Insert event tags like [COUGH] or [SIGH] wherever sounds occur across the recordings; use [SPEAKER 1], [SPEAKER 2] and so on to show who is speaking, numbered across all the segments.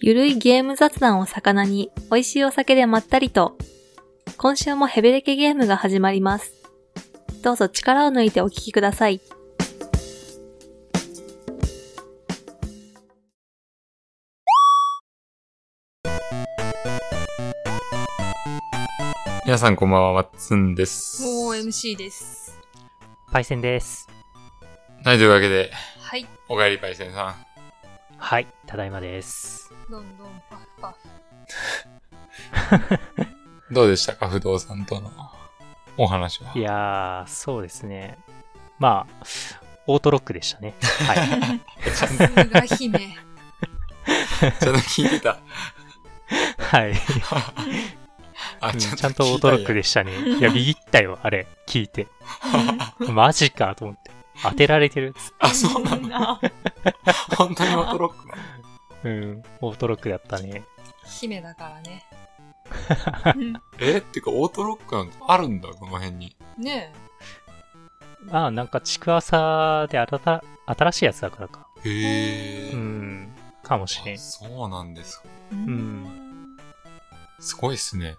[SPEAKER 1] ゆるいゲーム雑談を魚に、美味しいお酒でまったりと。今週もヘベレケゲームが始まります。どうぞ力を抜いてお聞きください。
[SPEAKER 2] 皆さんこんばんは、わっつんです。
[SPEAKER 3] もう MC です。
[SPEAKER 4] パイセンです。
[SPEAKER 2] はい、というわけで、
[SPEAKER 3] はい。
[SPEAKER 2] おかえりパイセンさん。
[SPEAKER 4] はい、ただいまです。
[SPEAKER 3] どんどんパフパフ。
[SPEAKER 2] どうでしたか不動産とのお話は。
[SPEAKER 4] いやー、そうですね。まあ、オートロックでしたね。 [LAUGHS] はい。
[SPEAKER 3] さすが姫。
[SPEAKER 2] ちゃんと聞いてた。
[SPEAKER 4] はい。
[SPEAKER 2] あ
[SPEAKER 4] うんちゃんとオートロックでしたね。いや、ビビったよ、あれ、聞いて。マジかと思って。当てられてるっつっ
[SPEAKER 2] あ、そうなの
[SPEAKER 3] の
[SPEAKER 2] 本当にオートロックなの
[SPEAKER 4] てうん、オートロックだったね。
[SPEAKER 3] 姫だからね。
[SPEAKER 2] えってか、オートロックなんてあるんだ、この辺に。
[SPEAKER 3] ね
[SPEAKER 4] まあ、なんか、ちくわさであたた新しいやつだからか。
[SPEAKER 2] へー。
[SPEAKER 4] うん、かもしれ
[SPEAKER 2] あ
[SPEAKER 4] ん。。
[SPEAKER 2] そうなんですか。
[SPEAKER 3] え。うん
[SPEAKER 2] すごいっすね。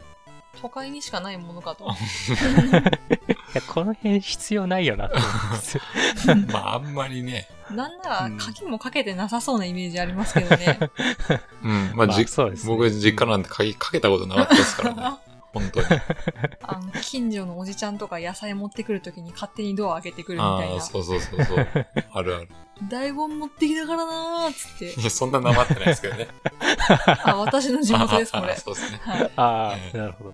[SPEAKER 3] 都会にしかないものかと。
[SPEAKER 4] いや、この辺必要ないよなって思うんです。
[SPEAKER 2] まあ、あんまりね。
[SPEAKER 3] なんな
[SPEAKER 4] う
[SPEAKER 3] ら
[SPEAKER 4] ん、
[SPEAKER 3] 鍵もかけてなさそうなイメージありますけどね。
[SPEAKER 2] うん。まあ、
[SPEAKER 4] [LAUGHS] まあ
[SPEAKER 2] じ
[SPEAKER 4] そうですね
[SPEAKER 2] 僕、実家なんて鍵かけたことなかったですからね。本
[SPEAKER 4] [LAUGHS]
[SPEAKER 2] 当に。
[SPEAKER 3] あの近所のおじちゃんとか野菜持ってくるときに勝手にドア開けてくるみ
[SPEAKER 2] あ
[SPEAKER 3] たい
[SPEAKER 2] あ、
[SPEAKER 3] な。
[SPEAKER 2] そうそうそうそう。あるある。
[SPEAKER 3] 大根持ってきたからなーっつって。
[SPEAKER 2] いや、そんななまってないですけどね。
[SPEAKER 3] あ、私の地元です、これ。
[SPEAKER 2] [LAUGHS] そうですね。
[SPEAKER 3] はい。
[SPEAKER 4] ああ、なるほど。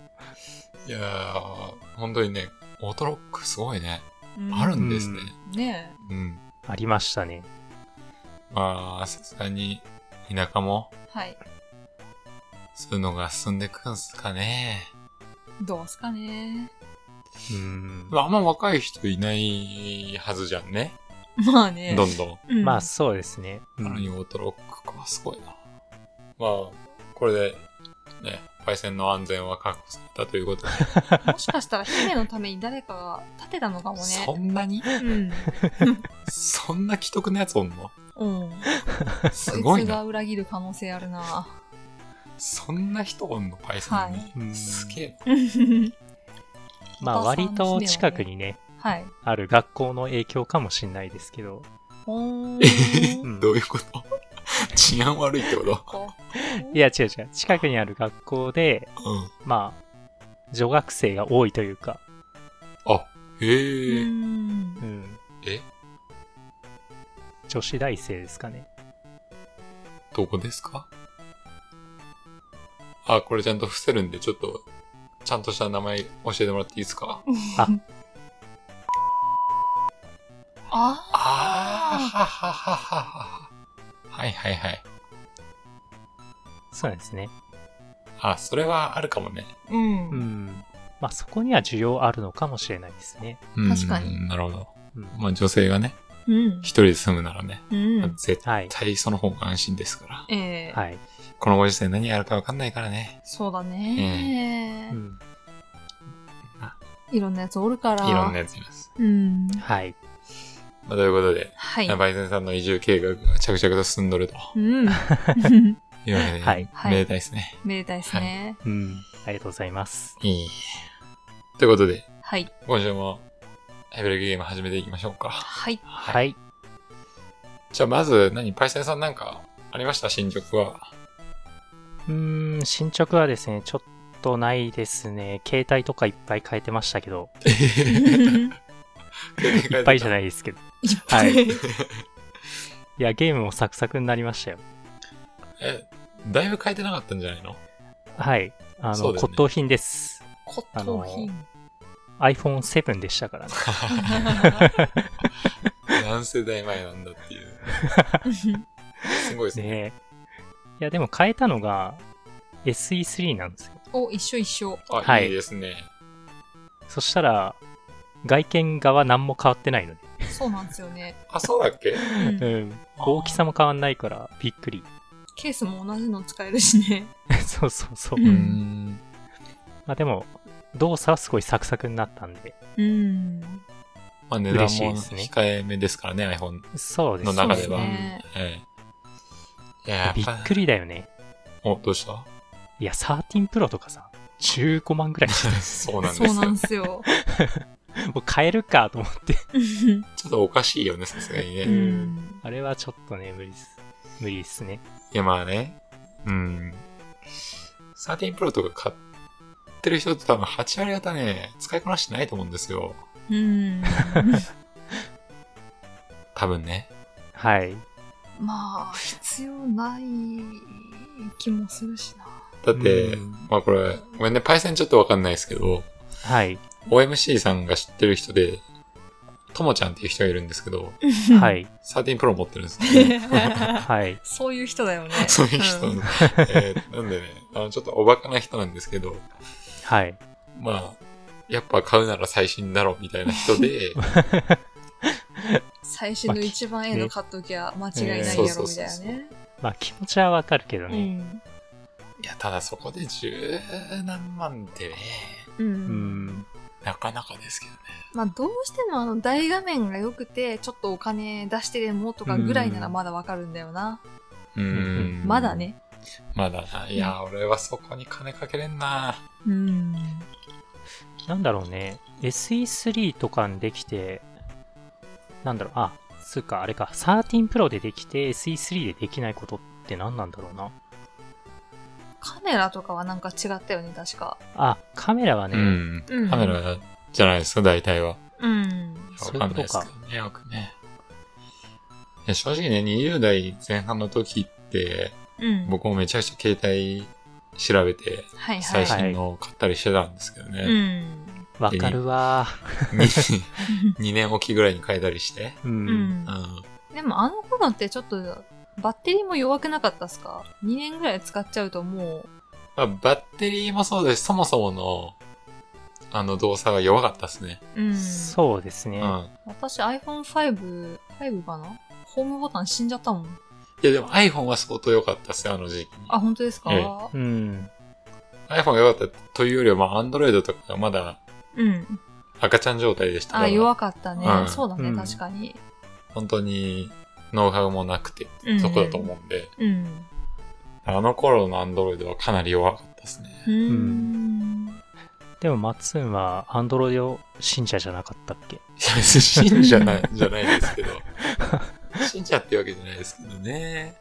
[SPEAKER 2] いやー、本当にね、オートロックすごいね。
[SPEAKER 3] うん
[SPEAKER 2] あるんですね。
[SPEAKER 3] ね
[SPEAKER 2] うん。
[SPEAKER 4] ありましたね。
[SPEAKER 2] まあ、さすがに、田舎も
[SPEAKER 3] え。、はい。
[SPEAKER 2] そういうのが進んでくんすかね。
[SPEAKER 3] どうすかね
[SPEAKER 4] うん。
[SPEAKER 2] まあ、あんま若い人いないはずじゃんね。
[SPEAKER 3] まあね。
[SPEAKER 2] どんどん。
[SPEAKER 3] うん
[SPEAKER 4] まあそうですね。う
[SPEAKER 2] なのに
[SPEAKER 4] ん、
[SPEAKER 2] オートロックはすごいな。まあ、これで、ね、パイセンの安全は確保されたということで。
[SPEAKER 3] もしかしたら姫のために誰かが立てたのかもね。
[SPEAKER 2] そんなに
[SPEAKER 3] うん。
[SPEAKER 2] そんな既得なやつお
[SPEAKER 3] [LAUGHS]
[SPEAKER 2] んの
[SPEAKER 3] うん。
[SPEAKER 2] す
[SPEAKER 3] そ
[SPEAKER 2] ご
[SPEAKER 3] い
[SPEAKER 2] い
[SPEAKER 3] つが
[SPEAKER 2] な。
[SPEAKER 3] 裏切る可能性あるな。
[SPEAKER 2] そんな人おんの、パイセン
[SPEAKER 3] は
[SPEAKER 2] に。
[SPEAKER 4] い
[SPEAKER 2] すげえ。
[SPEAKER 4] まあ
[SPEAKER 3] お母さん
[SPEAKER 4] 割と近く
[SPEAKER 3] 姫はね
[SPEAKER 4] にね、
[SPEAKER 3] はい。
[SPEAKER 4] ある学校の影響かもしれないですけど。
[SPEAKER 3] ほーん。
[SPEAKER 4] うん
[SPEAKER 2] どういうこと治安悪いってこと
[SPEAKER 3] こ
[SPEAKER 4] いや違う違う。近くにある学校で、
[SPEAKER 2] うん。
[SPEAKER 4] まあ、女学生が多いというか、
[SPEAKER 2] あ、
[SPEAKER 3] う
[SPEAKER 2] へ
[SPEAKER 3] ん
[SPEAKER 2] え、
[SPEAKER 4] う。ん、
[SPEAKER 2] え、
[SPEAKER 4] 女子大生ですかね。
[SPEAKER 2] どこですかあ、これちゃんと伏せるんで、ちょっと、ちゃんとした名前教えてもらっていいですか
[SPEAKER 4] あ
[SPEAKER 3] あ
[SPEAKER 2] あーははははは。はいはいはい。
[SPEAKER 4] そうなんですね。
[SPEAKER 2] あ、それはあるかもね。
[SPEAKER 3] う。
[SPEAKER 4] うんん。まあそこには需要あるのかもしれないですね。
[SPEAKER 2] うん
[SPEAKER 3] 確かに。
[SPEAKER 2] なるほど。
[SPEAKER 4] うん、
[SPEAKER 2] まあ女性がね、
[SPEAKER 3] うん
[SPEAKER 2] 一。人で住むならね、
[SPEAKER 3] うん。
[SPEAKER 2] 絶
[SPEAKER 4] はい。
[SPEAKER 2] 対その方が安心ですから。
[SPEAKER 3] ええ。
[SPEAKER 4] はい。
[SPEAKER 2] このご時世何やるかわかんないからね。
[SPEAKER 3] そうだね
[SPEAKER 4] う。ん。
[SPEAKER 3] いろんなやつおるから。
[SPEAKER 2] いろんなやついます。
[SPEAKER 3] うん。
[SPEAKER 4] はい。
[SPEAKER 2] まあ、ということで、
[SPEAKER 3] はい。
[SPEAKER 2] バイゼンさんの移住計画が着々と進んどると
[SPEAKER 3] うん。 [LAUGHS]
[SPEAKER 2] いうわけで、
[SPEAKER 4] はい。
[SPEAKER 3] はい
[SPEAKER 2] めでたいですね。
[SPEAKER 3] めでたいですね。
[SPEAKER 4] うん。ありがとうございます。
[SPEAKER 2] いい。ということで、
[SPEAKER 3] はい。
[SPEAKER 2] 今週もヘブレグゲーム始めていきましょうか。
[SPEAKER 3] はい。
[SPEAKER 4] はい。
[SPEAKER 2] じゃあまず、何、パイセンさんなんかありました進捗は。
[SPEAKER 4] うーん、進捗はですね、ちょっとないですね。携帯とかいっ [LAUGHS] ぱい変えてましたけど、いっぱいじゃ
[SPEAKER 2] ない。
[SPEAKER 4] ないですけど。
[SPEAKER 3] いっぱい。
[SPEAKER 4] いや、ゲームもサクサクになりましたよ。
[SPEAKER 2] え、だいぶ変えてなかったんじゃないの [LAUGHS]
[SPEAKER 4] はい。あ
[SPEAKER 2] そう
[SPEAKER 4] の、
[SPEAKER 2] だよね
[SPEAKER 4] 骨董品です。
[SPEAKER 3] 骨
[SPEAKER 4] あ
[SPEAKER 3] 董
[SPEAKER 4] の
[SPEAKER 3] 品。
[SPEAKER 4] iPhone7 でしたからね。
[SPEAKER 2] 何世代前なんだっていう。すごいですね。 [LAUGHS]
[SPEAKER 4] ねいや、でも変えたのが SE3 なんですよ。
[SPEAKER 3] [LAUGHS] お、一緒一緒。
[SPEAKER 2] あ、、
[SPEAKER 4] はいい
[SPEAKER 2] いですね。
[SPEAKER 4] そしたら、外見側何も変わってないのね。
[SPEAKER 3] そうなんですよね。
[SPEAKER 2] あ、そうだっけ
[SPEAKER 3] うん
[SPEAKER 4] うん。大きさも変わんないから、びっくり。 [LAUGHS]
[SPEAKER 3] ケースも同じの使えるしね。
[SPEAKER 4] そうそうそう。
[SPEAKER 3] う
[SPEAKER 2] うー
[SPEAKER 4] ま
[SPEAKER 2] ん。
[SPEAKER 4] あでも、動作はすごいサクサクになったんで。
[SPEAKER 3] うん。
[SPEAKER 2] まあ値段
[SPEAKER 4] 嬉しい
[SPEAKER 2] も
[SPEAKER 4] ですね
[SPEAKER 2] 控えめですからね、iPhone
[SPEAKER 4] そうです
[SPEAKER 2] の中
[SPEAKER 3] そ
[SPEAKER 2] で
[SPEAKER 3] うです
[SPEAKER 2] は。
[SPEAKER 3] ね
[SPEAKER 2] ええいや、や
[SPEAKER 4] び
[SPEAKER 2] ぱ
[SPEAKER 4] っくりだよね。
[SPEAKER 2] お、どうした
[SPEAKER 4] いや、13プロとかさ、15万ぐらい [LAUGHS] して
[SPEAKER 2] そうなんです
[SPEAKER 3] そう
[SPEAKER 2] よ。
[SPEAKER 3] なんですよ。 [LAUGHS]
[SPEAKER 2] [LAUGHS]
[SPEAKER 4] もう買えるかと思って。
[SPEAKER 2] ちょっとおかしいよね、さすがにね。
[SPEAKER 1] うん
[SPEAKER 4] あれはちょっとね、無理っす。無理っすね。
[SPEAKER 2] いや、まあね。うん。13プロとか買ってる人って多分8割方ね、使いこなしてないと思うんですよ。
[SPEAKER 3] うん。
[SPEAKER 2] 多分ね。
[SPEAKER 4] はい。
[SPEAKER 3] まあ、必要ない気もするしな。
[SPEAKER 2] だって、
[SPEAKER 4] うん
[SPEAKER 2] まあこれ、ごめんね、パイセンちょっとわかんないですけど、
[SPEAKER 4] はい。
[SPEAKER 2] OMC さんが知ってる人で、ともちゃんっていう人がいるんですけど、
[SPEAKER 4] は。い。
[SPEAKER 2] 13プロ持ってるんですよ、ね。
[SPEAKER 4] はい。
[SPEAKER 3] [LAUGHS] [LAUGHS] そういう人だよね。
[SPEAKER 2] そういう人なん
[SPEAKER 3] ん
[SPEAKER 2] で、えーなんでね、あの、ちょっとおバカな人なんですけど、
[SPEAKER 4] はい。
[SPEAKER 2] まあ、やっぱ買うなら最新だろ、みたいな人で、
[SPEAKER 3] 最新の一番 A の買っときゃ間違いないやろみ
[SPEAKER 2] そうそう
[SPEAKER 3] た
[SPEAKER 2] そう
[SPEAKER 3] いな
[SPEAKER 2] そう
[SPEAKER 3] ね。
[SPEAKER 4] まあ気持ちはわかるけど
[SPEAKER 1] う
[SPEAKER 4] ね。
[SPEAKER 1] ん。
[SPEAKER 2] いや、ただそこで十何万ってね、
[SPEAKER 3] う。
[SPEAKER 4] うんん。
[SPEAKER 2] なかなかですけどね。
[SPEAKER 3] まあどうしてもあの大画面が良くて、ちょっとお金出してでもとかぐらいならまだわかるんだよな。
[SPEAKER 2] う
[SPEAKER 4] うん
[SPEAKER 3] まだ。ね。
[SPEAKER 2] まだな。いや、俺はそこに金かけれんな。
[SPEAKER 3] うん。
[SPEAKER 4] なんだろうね。SE3 とかにできて、なんだろう、あ、つうか、あれか、13プロでできて SE3 でできないことって何なんだろうな。
[SPEAKER 3] カメラとかはなんか違ったよね、確か。
[SPEAKER 4] あ、カメラはね、
[SPEAKER 2] うん。
[SPEAKER 3] うん
[SPEAKER 2] カメラじゃないですか、大体は。
[SPEAKER 3] うん。
[SPEAKER 4] そうい
[SPEAKER 2] わ
[SPEAKER 4] う
[SPEAKER 2] かんない
[SPEAKER 4] こと
[SPEAKER 2] です
[SPEAKER 4] か
[SPEAKER 2] け。どね、よくね。いや正直ね、20代前半の時って、
[SPEAKER 3] うん。
[SPEAKER 2] 僕もめちゃくちゃ携帯調べて、
[SPEAKER 3] はいは
[SPEAKER 2] 最
[SPEAKER 3] い。
[SPEAKER 2] 新のを買ったりしてたんですけど
[SPEAKER 3] う
[SPEAKER 2] ね。
[SPEAKER 3] ん。
[SPEAKER 4] わかるわ
[SPEAKER 2] [LAUGHS] 二 2, 年おきぐらいに変えたりして。
[SPEAKER 4] ー。うん。
[SPEAKER 3] うん
[SPEAKER 2] [LAUGHS] う。ん。
[SPEAKER 3] でもあの頃ってちょっとバッテリーも弱くなかったっすか ?2 年ぐらい使っちゃうとも
[SPEAKER 2] まあ、バッテリーもそうですし、そもそもの、あの動作が弱かったですね。
[SPEAKER 3] う、うん。
[SPEAKER 4] そうです
[SPEAKER 2] う
[SPEAKER 4] ね。
[SPEAKER 2] ん。い
[SPEAKER 3] 私 iPhone5、5かなホームボタン死んじゃったもん。
[SPEAKER 2] や、でも iPhone は相当良かったっすよ、あの時期に。
[SPEAKER 3] あ、本当ですか、
[SPEAKER 2] え
[SPEAKER 4] うん
[SPEAKER 2] iPhone が良かったというよりは、まあ、Android とかがまだ
[SPEAKER 3] うん。
[SPEAKER 2] 赤ちゃん状態でしたか
[SPEAKER 3] あ、
[SPEAKER 2] ら、
[SPEAKER 3] 弱かったね。
[SPEAKER 2] うん
[SPEAKER 3] そうだね、
[SPEAKER 4] うん
[SPEAKER 3] 確かに。
[SPEAKER 2] 本当にノウハウもなくて、
[SPEAKER 3] うん
[SPEAKER 2] そこだと思うんで、
[SPEAKER 3] うん。
[SPEAKER 2] あの頃の Android はかなり弱かったですね。
[SPEAKER 3] うーん。
[SPEAKER 4] でも、マッツンは、アンドロイド信者じゃなかったっけ
[SPEAKER 2] いや別に信者ない、じゃないで
[SPEAKER 3] [LAUGHS]
[SPEAKER 2] すけど、信者ってわけじゃないですけどね。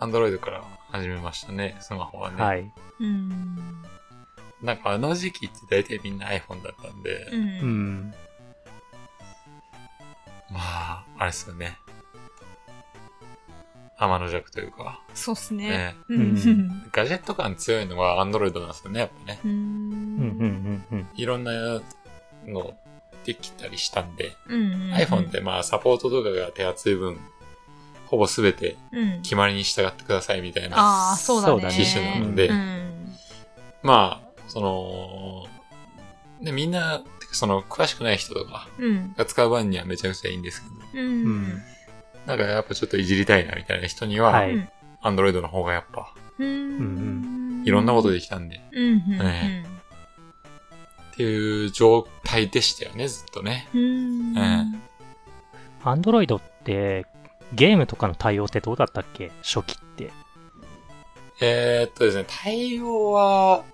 [SPEAKER 2] Android から始めましたね、スマホはね。
[SPEAKER 4] はい。
[SPEAKER 3] うん。
[SPEAKER 2] なんかあの時期って大体みんな iPhone だったんで、
[SPEAKER 3] う。
[SPEAKER 4] うんん。
[SPEAKER 2] まあ、あれですよね。天の弱というか、
[SPEAKER 3] そうっすね。
[SPEAKER 2] ね、
[SPEAKER 3] う
[SPEAKER 4] うんん。
[SPEAKER 2] ガジェット感強いのは Android なんですよね、やっぱね。
[SPEAKER 3] う
[SPEAKER 4] うん、うん
[SPEAKER 3] ん。、
[SPEAKER 4] うん、うん。
[SPEAKER 2] いろんなのできたりしたんで、
[SPEAKER 3] うん。
[SPEAKER 2] iPhone ってまあサポートとかが手厚い分、ほぼ全て
[SPEAKER 3] うん。
[SPEAKER 2] 決まりに従ってくださいみたいな、
[SPEAKER 3] ああ、そうだね。
[SPEAKER 4] そうだね
[SPEAKER 2] 機種なので
[SPEAKER 3] うん。
[SPEAKER 2] まあ、その、ね、みんな、てかその、詳しくない人とか
[SPEAKER 3] うん。
[SPEAKER 2] が使う分にはめちゃくちゃいいんですけど、
[SPEAKER 3] うん。
[SPEAKER 4] うん
[SPEAKER 2] なんかやっぱちょっといじりたいなみたいな人には、
[SPEAKER 4] はい。
[SPEAKER 3] うん
[SPEAKER 2] Android の方がやっぱ、
[SPEAKER 3] うん
[SPEAKER 2] いろんなこと
[SPEAKER 3] で。
[SPEAKER 2] できたんで、っ
[SPEAKER 3] うんうん
[SPEAKER 2] えていう状態でしたよね、ずっとね。
[SPEAKER 3] うん。うん。
[SPEAKER 2] え
[SPEAKER 4] アンドロイドって、ゲームとかの対応ってどうだったっけ初期って。
[SPEAKER 2] えー、っとですね、対応は、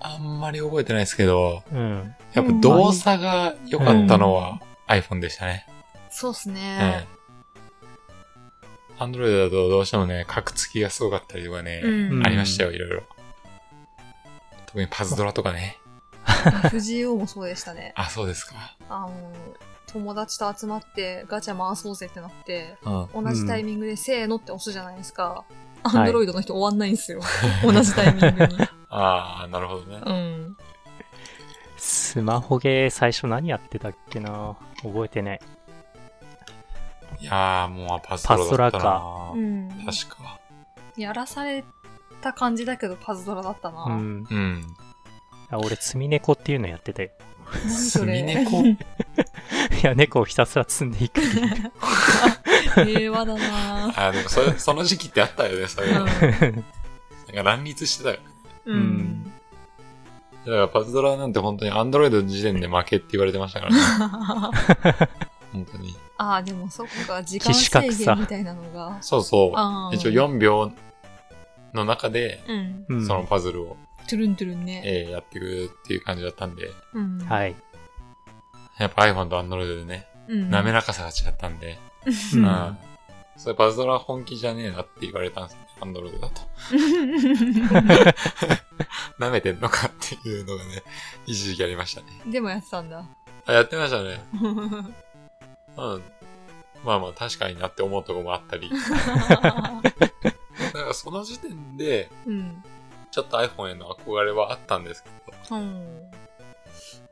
[SPEAKER 2] あんまり覚えてないですけど、
[SPEAKER 4] うん。
[SPEAKER 2] やっぱ動作が良かったのは iPhone でしたね。
[SPEAKER 3] そうっす
[SPEAKER 2] え
[SPEAKER 3] ね。
[SPEAKER 2] え。Android だとどうしてもね、カクつきがすごかったりとかね、
[SPEAKER 3] うん
[SPEAKER 2] ありましたよ、いろいろ。特にパズドラとかね。
[SPEAKER 3] 藤井王もそうでしたね。
[SPEAKER 2] あ、そうですか。
[SPEAKER 3] あの、友達と集まってガチャ回そうぜってなって、
[SPEAKER 2] うん。
[SPEAKER 3] 同じタイミングでせーのって押すじゃないですか。
[SPEAKER 4] い
[SPEAKER 3] アンドロイドの人終わんないんですよ。同じタイミングに。
[SPEAKER 2] ああ、なるほどね。
[SPEAKER 3] うん。
[SPEAKER 4] スマホゲー最初何やってたっけな覚えてない。
[SPEAKER 2] いやー、もうパズドラだったな
[SPEAKER 3] う。ん。
[SPEAKER 2] 確か。
[SPEAKER 3] やらされた感じだけどパズドラだったな。
[SPEAKER 4] うん。
[SPEAKER 2] うん。
[SPEAKER 4] あ俺、積み猫っていうのやって [LAUGHS] たよ。
[SPEAKER 3] 何
[SPEAKER 2] す
[SPEAKER 3] それ
[SPEAKER 2] み猫
[SPEAKER 4] いや、猫をひたすら積んでいく。 [LAUGHS]
[SPEAKER 3] [LAUGHS] 平和だ
[SPEAKER 2] [LAUGHS]
[SPEAKER 3] な
[SPEAKER 2] あー、でもそれその時期ってあったよね、そういうの。なんか乱立してたよね。
[SPEAKER 3] うん。うん。
[SPEAKER 2] だからパズドラなんて本当にアンドロイドの時点で負けって言われてましたからね。
[SPEAKER 3] [LAUGHS]
[SPEAKER 2] 本当に。
[SPEAKER 3] [LAUGHS] ああ、でもそっか、時間制限みたいなのが。
[SPEAKER 2] そうそう。
[SPEAKER 3] あー
[SPEAKER 2] 一応4秒の中で、
[SPEAKER 3] うん。
[SPEAKER 4] うん
[SPEAKER 2] そのパズルを、
[SPEAKER 3] トゥルントゥルンね。
[SPEAKER 2] えーやっていくっていう感じだったんで、
[SPEAKER 3] うん。い。
[SPEAKER 4] はい。
[SPEAKER 2] やっぱ iPhone と Android でね、
[SPEAKER 3] うん。
[SPEAKER 2] 滑らかさが違ったんで、
[SPEAKER 4] う
[SPEAKER 2] うんん。それパズドラ本気じゃねえなって言われたんですね、Android だと。舐めてんのかっていうのがね、 [LAUGHS] 一時期ありましたね。
[SPEAKER 3] [LAUGHS] でもやってたんだ。
[SPEAKER 2] あ、やってましたね。うん。まあまあ確かになって思うとこもあったり。だからその時点で、
[SPEAKER 3] うん。
[SPEAKER 2] ちょっと iPhone への憧れはあったんですけど、
[SPEAKER 3] うん。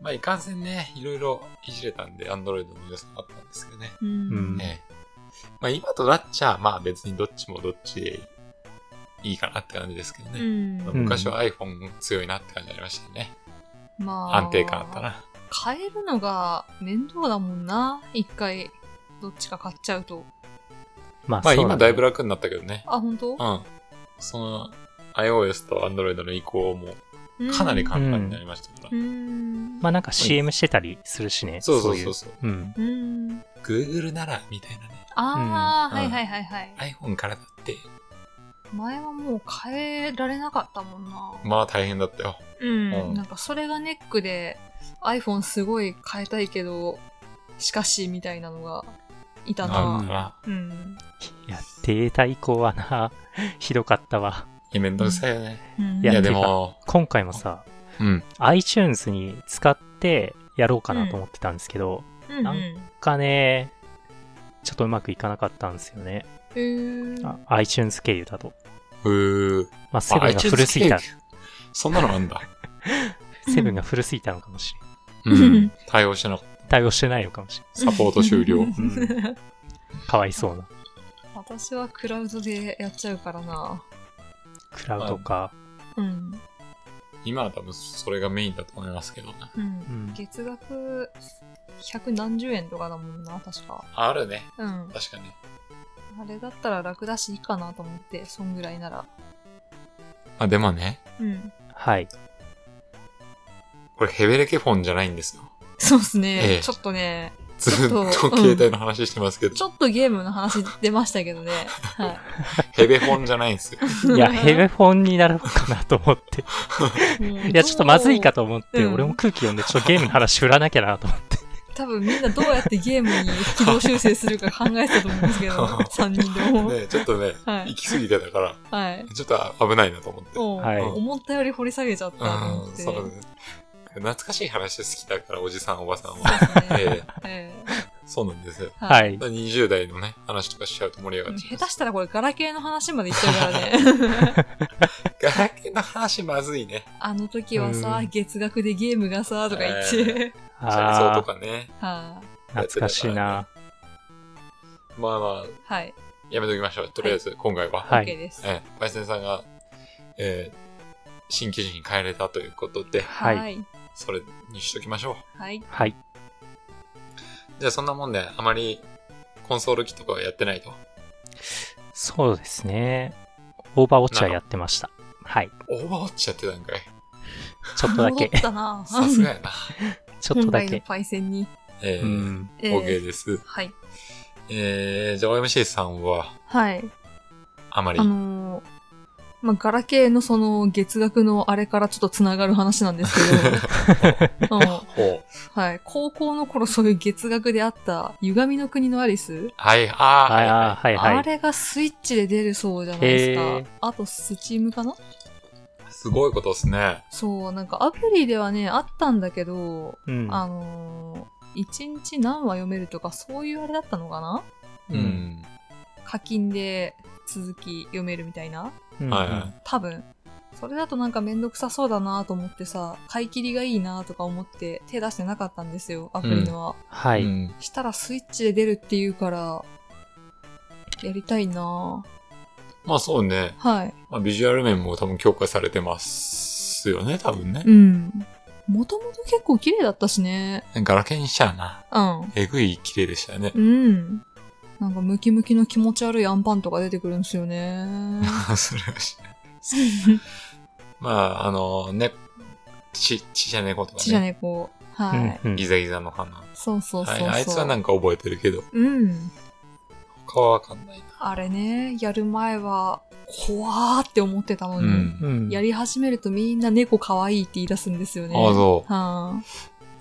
[SPEAKER 2] まあいかんせんね、いろいろいじれたんで、Android の良さがあったんですけどね。
[SPEAKER 3] うん。
[SPEAKER 2] ええ。まあ今となっちゃ、まあ別にどっちもどっちでいいかなって感じですけど
[SPEAKER 3] う
[SPEAKER 2] ね。まあ
[SPEAKER 3] ん。
[SPEAKER 2] 昔は iPhone 強いなって感じありましたね。
[SPEAKER 3] まあ。
[SPEAKER 2] 安定感あった。な。
[SPEAKER 3] 変えるのが面倒だもんな。一回、どっちか買っちゃうと。
[SPEAKER 4] まあ、
[SPEAKER 2] まあ
[SPEAKER 4] そう
[SPEAKER 2] 今
[SPEAKER 4] ね
[SPEAKER 2] だいぶ楽になったけどね。
[SPEAKER 3] あ、本当
[SPEAKER 2] うん。その iOS と Android の移行もかなり
[SPEAKER 3] か。
[SPEAKER 2] 簡単になりましたから。
[SPEAKER 3] うん。
[SPEAKER 4] まあなんか CM してたりするしね。
[SPEAKER 2] そうそうそう
[SPEAKER 4] そ
[SPEAKER 2] そう。
[SPEAKER 4] ういう。うん。
[SPEAKER 3] うん
[SPEAKER 2] Google なら、みたいなね。
[SPEAKER 3] ああ、
[SPEAKER 2] う
[SPEAKER 3] は
[SPEAKER 2] ん
[SPEAKER 3] いはいはいはい。
[SPEAKER 2] iPhone からだって、
[SPEAKER 3] 前はもう変えられなかったもんな。
[SPEAKER 2] まあ大変だったよ。
[SPEAKER 3] うん、
[SPEAKER 2] うん
[SPEAKER 3] なんかそれがネックで iPhone すごい変えたいけど、しかしみたいなのがいた
[SPEAKER 2] あ
[SPEAKER 4] う
[SPEAKER 2] る
[SPEAKER 3] な。
[SPEAKER 4] ん
[SPEAKER 2] かな。
[SPEAKER 3] うん。
[SPEAKER 4] いや、データ移行はな、 [LAUGHS] ひどかったわ。
[SPEAKER 2] いや、めんどくさいよね。
[SPEAKER 3] うん
[SPEAKER 4] い
[SPEAKER 2] い
[SPEAKER 4] や
[SPEAKER 2] や、でも、
[SPEAKER 4] 今回もさ、
[SPEAKER 2] うん。
[SPEAKER 4] iTunes に使ってやろうかなと思ってたんですけど、
[SPEAKER 3] うんうん
[SPEAKER 4] なんなんかね、ちょっとうまくいかなかったんですよね。
[SPEAKER 3] えー
[SPEAKER 4] あ iTunes 経由だと。
[SPEAKER 2] うー。
[SPEAKER 4] まあ、セブンが古すぎた、
[SPEAKER 2] そんなのあんだ。
[SPEAKER 4] セブンが古すぎたのかもしれん。
[SPEAKER 2] う
[SPEAKER 3] うんん。
[SPEAKER 2] 対応してなかっ
[SPEAKER 4] 対応してないのかもしれ
[SPEAKER 2] た。サポート終了。
[SPEAKER 4] ん。うん、かわいそうな。
[SPEAKER 3] 私はクラウドでやっちゃうからな。
[SPEAKER 4] クラウドか。
[SPEAKER 3] うん。
[SPEAKER 2] 今は多分それがメインだと思いますけどね。
[SPEAKER 3] う。
[SPEAKER 4] うんん。
[SPEAKER 3] 月額百何十円とかだもんな、確か。
[SPEAKER 2] あるね。
[SPEAKER 3] うん。
[SPEAKER 2] 確かに。
[SPEAKER 3] あれだったら楽だしいいかなと思って、そんぐらいなら。
[SPEAKER 2] あ、でもね、
[SPEAKER 3] うん。
[SPEAKER 4] はい。
[SPEAKER 2] これヘベレケフォンじゃないんですよ。
[SPEAKER 3] そうっすね。
[SPEAKER 2] ええ
[SPEAKER 3] ちょっとね、
[SPEAKER 2] ずっと
[SPEAKER 3] ちょっと
[SPEAKER 2] 携帯の話してますけど
[SPEAKER 3] ち、ょっとゲームの話出ましたけどね。はい。
[SPEAKER 2] ヘベフォンじゃないんですよ。
[SPEAKER 4] い [LAUGHS] や、ヘベフォンになるのかなと思 [LAUGHS] って。い
[SPEAKER 3] い
[SPEAKER 4] や、ちょっとまずいかと思って、
[SPEAKER 3] うん
[SPEAKER 4] 俺も空気読んで、ちょっとゲームの話振らなきゃなと思って。
[SPEAKER 3] 多分みんなどうやってゲームに軌道修正するか考えてたと思うんですけ
[SPEAKER 4] [LAUGHS]
[SPEAKER 3] ど、3人でも。
[SPEAKER 2] ねちょっとね、
[SPEAKER 3] はい
[SPEAKER 2] 行き過ぎてたから、
[SPEAKER 3] はい。
[SPEAKER 2] ちょっと危ないなと思って。
[SPEAKER 3] もう、
[SPEAKER 4] はい
[SPEAKER 3] 思ったより掘り下げちゃったと思
[SPEAKER 2] う
[SPEAKER 3] っ
[SPEAKER 2] ん、
[SPEAKER 3] て。
[SPEAKER 2] そうね。懐かしい話好きだから、おじさん、おばさん
[SPEAKER 3] そう [LAUGHS]
[SPEAKER 2] は。
[SPEAKER 3] ですね。
[SPEAKER 2] ええ
[SPEAKER 3] え
[SPEAKER 2] そうなんですよ。
[SPEAKER 3] え
[SPEAKER 4] [LAUGHS] は。
[SPEAKER 2] だ
[SPEAKER 4] い
[SPEAKER 2] か。ら20代のね、話とかしちゃうと盛り上がっちゃ
[SPEAKER 3] 下
[SPEAKER 2] う。
[SPEAKER 3] 手したらこれ、ガラケーの話までいっちゃ
[SPEAKER 4] [LAUGHS]
[SPEAKER 3] うからね。
[SPEAKER 2] ガラケーの話まずいね。
[SPEAKER 3] あの時はさ
[SPEAKER 4] うん、
[SPEAKER 3] 月額でゲームがさ、とか言って。
[SPEAKER 2] チャリソー
[SPEAKER 4] あ
[SPEAKER 2] とかね。
[SPEAKER 3] [LAUGHS] は
[SPEAKER 4] あ、懐かしいな。
[SPEAKER 2] まあまあ、
[SPEAKER 3] い。はい。
[SPEAKER 2] やめときましょう。とりあえず、今回は。
[SPEAKER 4] はい
[SPEAKER 3] OK です。
[SPEAKER 2] ええ、パイセンさんが、ええ新記事に変えれたということで、
[SPEAKER 4] はい
[SPEAKER 3] はい。
[SPEAKER 2] それにしときましょう。
[SPEAKER 3] はい。
[SPEAKER 4] はい。
[SPEAKER 2] じゃあそんなもんで、あまりコンソール機とかはやってないと。
[SPEAKER 4] そうですね。オーバーウォッチはやってました。はい。
[SPEAKER 2] オーバーウォッチやってたんかい。
[SPEAKER 4] ちょっとだ
[SPEAKER 3] 戻っ
[SPEAKER 4] け。
[SPEAKER 3] たな。
[SPEAKER 2] さすがやな。
[SPEAKER 4] ちょっと
[SPEAKER 3] 本
[SPEAKER 4] だ
[SPEAKER 3] 来の
[SPEAKER 4] け。
[SPEAKER 3] パイセンに。
[SPEAKER 2] ええ
[SPEAKER 4] うん。
[SPEAKER 3] ええ
[SPEAKER 2] OK です。
[SPEAKER 3] はい。
[SPEAKER 2] えー、じゃあ OMC さんは、
[SPEAKER 3] はい。
[SPEAKER 2] あまり
[SPEAKER 3] あ。のーまあ、ガラケーのその月額のあれからちょっとつながる話なんですけ
[SPEAKER 4] [LAUGHS]
[SPEAKER 3] ど、あの
[SPEAKER 2] ほう。
[SPEAKER 3] はい、高校の頃そういう月額であった歪みの国のアリス、
[SPEAKER 2] はい、あー、
[SPEAKER 4] はいあー、はいはい。
[SPEAKER 3] あれがスイッチで出るそうじゃないです
[SPEAKER 4] へー
[SPEAKER 3] か。あとスチームかな
[SPEAKER 2] すごいことですね。
[SPEAKER 3] そう、なんかアプリではね、あったんだけど、
[SPEAKER 4] うん。
[SPEAKER 3] あのー、1日何話読めるとかそういうあれだったのかな
[SPEAKER 4] うん
[SPEAKER 2] うん。
[SPEAKER 3] 課金で続き読めるみたいな
[SPEAKER 4] うん
[SPEAKER 2] はいはい
[SPEAKER 3] 多分それだとなんかめんどくさそうだなと思ってさ買い切りがいいなとか思って手出してなかったんですよアプリのは、
[SPEAKER 4] は
[SPEAKER 2] う
[SPEAKER 4] い。
[SPEAKER 2] ん
[SPEAKER 3] したらスイッチで出るっていうからやりたいな
[SPEAKER 2] まあそうね。
[SPEAKER 3] はい
[SPEAKER 2] まあ、ビジュアル面も多分強化されてますよね、多分ね
[SPEAKER 3] う。んもともと結構綺麗だったしね
[SPEAKER 2] ガラケーにしちゃうな。
[SPEAKER 3] うん
[SPEAKER 2] えぐい綺麗でしたよね
[SPEAKER 3] う。んなんかムキムキの気持ち悪いアンパンとか出てくるんですよ
[SPEAKER 2] [LAUGHS]
[SPEAKER 3] ね
[SPEAKER 2] それはしない。まあ、あの、ね、ち、ちじゃ猫とかね。
[SPEAKER 3] ちじゃねこうはい、
[SPEAKER 4] うんうん
[SPEAKER 2] ギザギザの花。
[SPEAKER 3] そうそうそうそう、
[SPEAKER 2] はい、あいつはなんか覚えてるけど、
[SPEAKER 3] うん
[SPEAKER 2] かはわかんないな。
[SPEAKER 3] あれね、やる前は、怖ーって思ってたのに、
[SPEAKER 2] うん。
[SPEAKER 4] うん
[SPEAKER 3] やり始めるとみんな猫可愛いって言い出すんですよね。
[SPEAKER 2] ああ、そう。
[SPEAKER 3] はあ、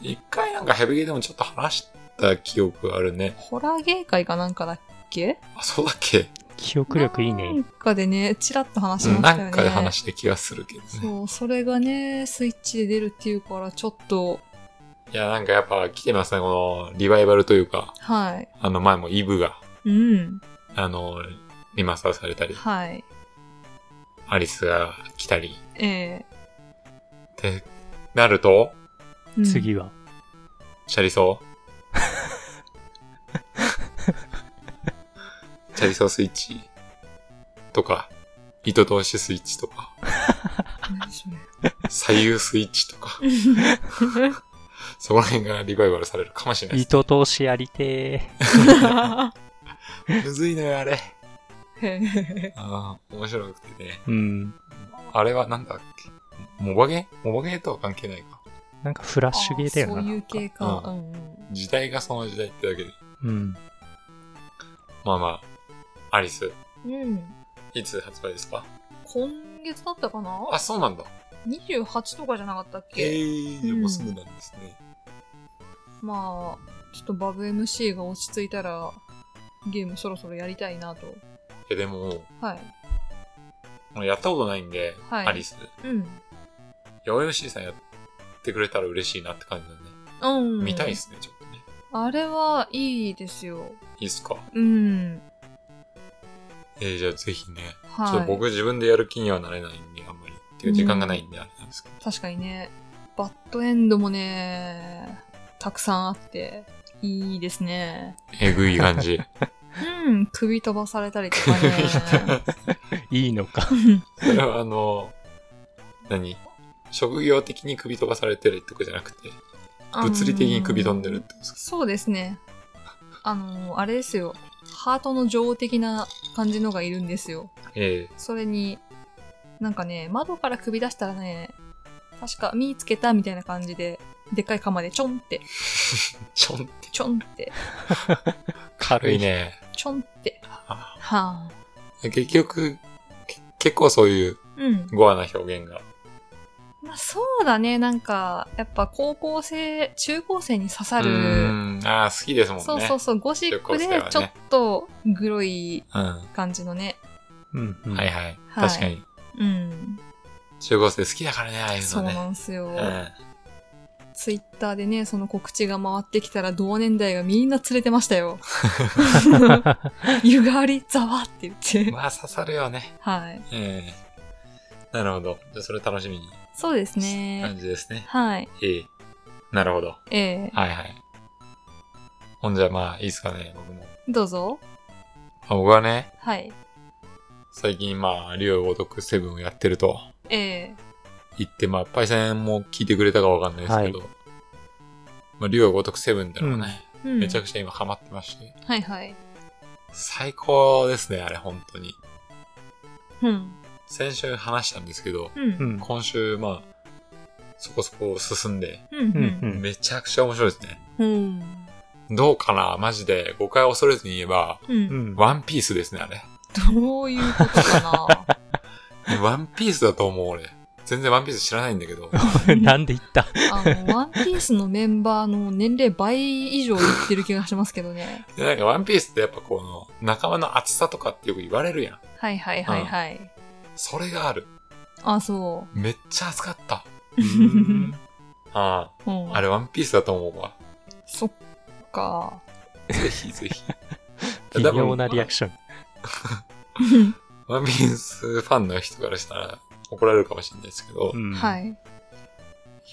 [SPEAKER 2] 一回なんかヘビゲーでもちょっと話した記憶があるね。
[SPEAKER 3] ホラー芸会かなんかだっけ
[SPEAKER 2] あ、そうだっけ、
[SPEAKER 4] 記憶力いい
[SPEAKER 3] なん
[SPEAKER 4] ね。
[SPEAKER 3] かでね、チラッと話し
[SPEAKER 2] うん、
[SPEAKER 3] ま
[SPEAKER 2] な
[SPEAKER 3] したよね。
[SPEAKER 2] んかで話した気がするけどね。
[SPEAKER 3] そう、それがね、スイッチで出るっていうから、ちょっと、
[SPEAKER 2] いや、なんかやっぱ来てますね、このリバイバルというか、
[SPEAKER 3] はい。
[SPEAKER 2] あの前もイブが、
[SPEAKER 3] うん。
[SPEAKER 2] あの、リマスターされたり、
[SPEAKER 3] はい。
[SPEAKER 2] アリスが来たり、
[SPEAKER 3] ええ
[SPEAKER 2] ってなると、
[SPEAKER 3] うん [LAUGHS]
[SPEAKER 4] 次は。
[SPEAKER 2] チャリソ [LAUGHS] ーチャリソースイッチとか、糸通しスイッチとか、
[SPEAKER 3] 何それ
[SPEAKER 2] 左右スイッチとか、そこら辺がリバイバルされるかもしれないです。
[SPEAKER 4] 糸通しやりて
[SPEAKER 2] むずいのよ、あれ。
[SPEAKER 3] へ
[SPEAKER 2] [LAUGHS]
[SPEAKER 3] へ
[SPEAKER 2] ああ、面白くてね。
[SPEAKER 4] ー。うん。
[SPEAKER 2] あれはなんだっけモバゲーモバゲーとは関係ないか。
[SPEAKER 4] なんかフラッシュゲーだよ
[SPEAKER 3] あ
[SPEAKER 4] な。
[SPEAKER 3] そういう
[SPEAKER 4] なん
[SPEAKER 3] 系
[SPEAKER 4] か
[SPEAKER 3] か。
[SPEAKER 2] う
[SPEAKER 3] うんうん
[SPEAKER 2] 時代がその時代ってだけで。
[SPEAKER 4] うん。
[SPEAKER 2] まあまあ、アリス、
[SPEAKER 3] うん。
[SPEAKER 2] いつ発売ですか
[SPEAKER 3] 今月だったかな
[SPEAKER 2] あ、そうなんだ。
[SPEAKER 3] ?28 とかじゃなかったっ
[SPEAKER 2] ええ
[SPEAKER 3] け
[SPEAKER 2] ー、もうすぐなんですね。
[SPEAKER 3] まあ、ちょっとバブ MC が落ち着いたら、ゲームそろそろやりたいなと。
[SPEAKER 2] え、でも、
[SPEAKER 3] はい。
[SPEAKER 2] もうやったことないんで、
[SPEAKER 3] はい
[SPEAKER 2] アリス。
[SPEAKER 3] うん。
[SPEAKER 2] 八百しさんやってくれたら嬉しいなって感じだね。
[SPEAKER 3] うん。
[SPEAKER 2] 見たいですね、ちょっとね。
[SPEAKER 3] あれはいいですよ。
[SPEAKER 2] いいっすか。
[SPEAKER 3] うん。
[SPEAKER 2] えー、じゃあぜひね。ちょっ
[SPEAKER 3] は
[SPEAKER 2] と僕自分でやる気にはなれないんで、あんまり。っていうか時間がないんで、あれなんですけど。
[SPEAKER 3] い。確かにね、バッドエンドもね、たくさんあって、いいですね。
[SPEAKER 2] えぐい
[SPEAKER 3] [LAUGHS]
[SPEAKER 2] 感じ。
[SPEAKER 3] うん、首飛ばされたりとか
[SPEAKER 2] [LAUGHS]
[SPEAKER 3] ね。
[SPEAKER 4] いいの
[SPEAKER 3] [LAUGHS]
[SPEAKER 4] か。
[SPEAKER 2] それはあの、何職業的に首飛ばされてるとかじゃなくて、物理的に首飛んでるっ
[SPEAKER 3] あ
[SPEAKER 2] て
[SPEAKER 3] のー
[SPEAKER 2] ことですか
[SPEAKER 3] そうですね。あのーあれですよ。ハートの女王的な感じのがいるんですよ。
[SPEAKER 2] え
[SPEAKER 3] それに、なんかね、窓から首出したらね、確か見つけたみたいな感じで、でっかい釜でちょんって、
[SPEAKER 2] えちょんって。
[SPEAKER 3] ちょんって、
[SPEAKER 2] 軽いね。
[SPEAKER 3] ちょんって。
[SPEAKER 2] あ
[SPEAKER 3] はあ。
[SPEAKER 2] 結局、け結構そういう
[SPEAKER 3] うん。
[SPEAKER 2] ゴアな表現が。
[SPEAKER 3] まあそうだね、なんか、やっぱ高校生、中高生に刺さ
[SPEAKER 2] う
[SPEAKER 3] る、
[SPEAKER 2] ん。ああ、好きですもんね。
[SPEAKER 3] そうそうそう、ゴシック
[SPEAKER 2] 中
[SPEAKER 3] で
[SPEAKER 2] 高
[SPEAKER 3] ち
[SPEAKER 2] 生
[SPEAKER 3] ょ
[SPEAKER 2] は
[SPEAKER 3] っ
[SPEAKER 2] ね
[SPEAKER 3] とグロい
[SPEAKER 2] うん。
[SPEAKER 3] 感じのね。
[SPEAKER 4] うん、うん。
[SPEAKER 2] はいはい。
[SPEAKER 3] はい
[SPEAKER 2] 確かに。
[SPEAKER 3] うん。
[SPEAKER 2] 中高生好きだからね、ああいう
[SPEAKER 3] そ
[SPEAKER 2] の
[SPEAKER 3] うな
[SPEAKER 2] ね。
[SPEAKER 3] んすよ。
[SPEAKER 2] うん
[SPEAKER 3] ツイッターでね、その告知が回ってきたら同年代がみんな連れてました
[SPEAKER 2] [LAUGHS]
[SPEAKER 3] よ。 [LAUGHS] 湯がわり、ざわって言って。
[SPEAKER 2] まあ刺さるよね。
[SPEAKER 3] はい。
[SPEAKER 2] ええなるほど。じゃあそれ楽しみに。
[SPEAKER 3] そうです
[SPEAKER 2] 感
[SPEAKER 3] ね。
[SPEAKER 2] じですね。
[SPEAKER 3] はい。
[SPEAKER 2] ええなるほど。
[SPEAKER 3] ええ
[SPEAKER 2] はいはい。ほんじゃまあいいっすかね、僕も。
[SPEAKER 3] どうぞ。
[SPEAKER 2] まあ僕はね、
[SPEAKER 3] はい。
[SPEAKER 2] 最近まあ、竜をごとくセブンをやってると
[SPEAKER 3] ええ
[SPEAKER 2] 言って、まあ、パイセンも聞いてくれたかわかんないですけど、まあ、竜をごとくセブンってのがね、
[SPEAKER 3] うん
[SPEAKER 2] めちゃくちゃ今ハマってまして、
[SPEAKER 3] はいはい。
[SPEAKER 2] 最高ですね、あれ、本当に。
[SPEAKER 3] うん。
[SPEAKER 2] 先週話したんですけど、
[SPEAKER 3] うん。う。
[SPEAKER 4] うんん。
[SPEAKER 2] 今週まあ、そこそこ進んで、
[SPEAKER 3] うん。うん。
[SPEAKER 2] めちゃくちゃ面白いですね。
[SPEAKER 3] うん。
[SPEAKER 2] どうかなマジで、誤解を恐れずに言えば、
[SPEAKER 3] う。
[SPEAKER 4] うんん。
[SPEAKER 2] ワンピースですね、あれ。
[SPEAKER 3] どういうことか
[SPEAKER 2] ワンピースだと思う、俺。全然ワンピース知らないんだけ
[SPEAKER 4] [LAUGHS]
[SPEAKER 2] ど。
[SPEAKER 4] [LAUGHS] なんで言った
[SPEAKER 3] なあの、ワンピースのメンバーの年齢倍以上いってる気がしますけどね。
[SPEAKER 2] でなんかワンピースってやっぱこの仲間の厚さとかってよく言われるやん。
[SPEAKER 3] はいはいはいはい。
[SPEAKER 2] それがある。
[SPEAKER 3] あ、そ
[SPEAKER 2] めっちゃ熱かった。
[SPEAKER 3] う。
[SPEAKER 2] あ
[SPEAKER 3] う
[SPEAKER 2] あ、
[SPEAKER 3] ん。
[SPEAKER 2] あれワンピースだと思うわ。
[SPEAKER 3] そっか。
[SPEAKER 2] ぜひぜ
[SPEAKER 4] [LAUGHS]
[SPEAKER 2] ひ。
[SPEAKER 4] [LAUGHS] 微妙なリアクション。
[SPEAKER 2] ワンピースファンの人からしたら怒られるかもしれないですけど、
[SPEAKER 4] う
[SPEAKER 2] い
[SPEAKER 4] ん
[SPEAKER 3] は。い。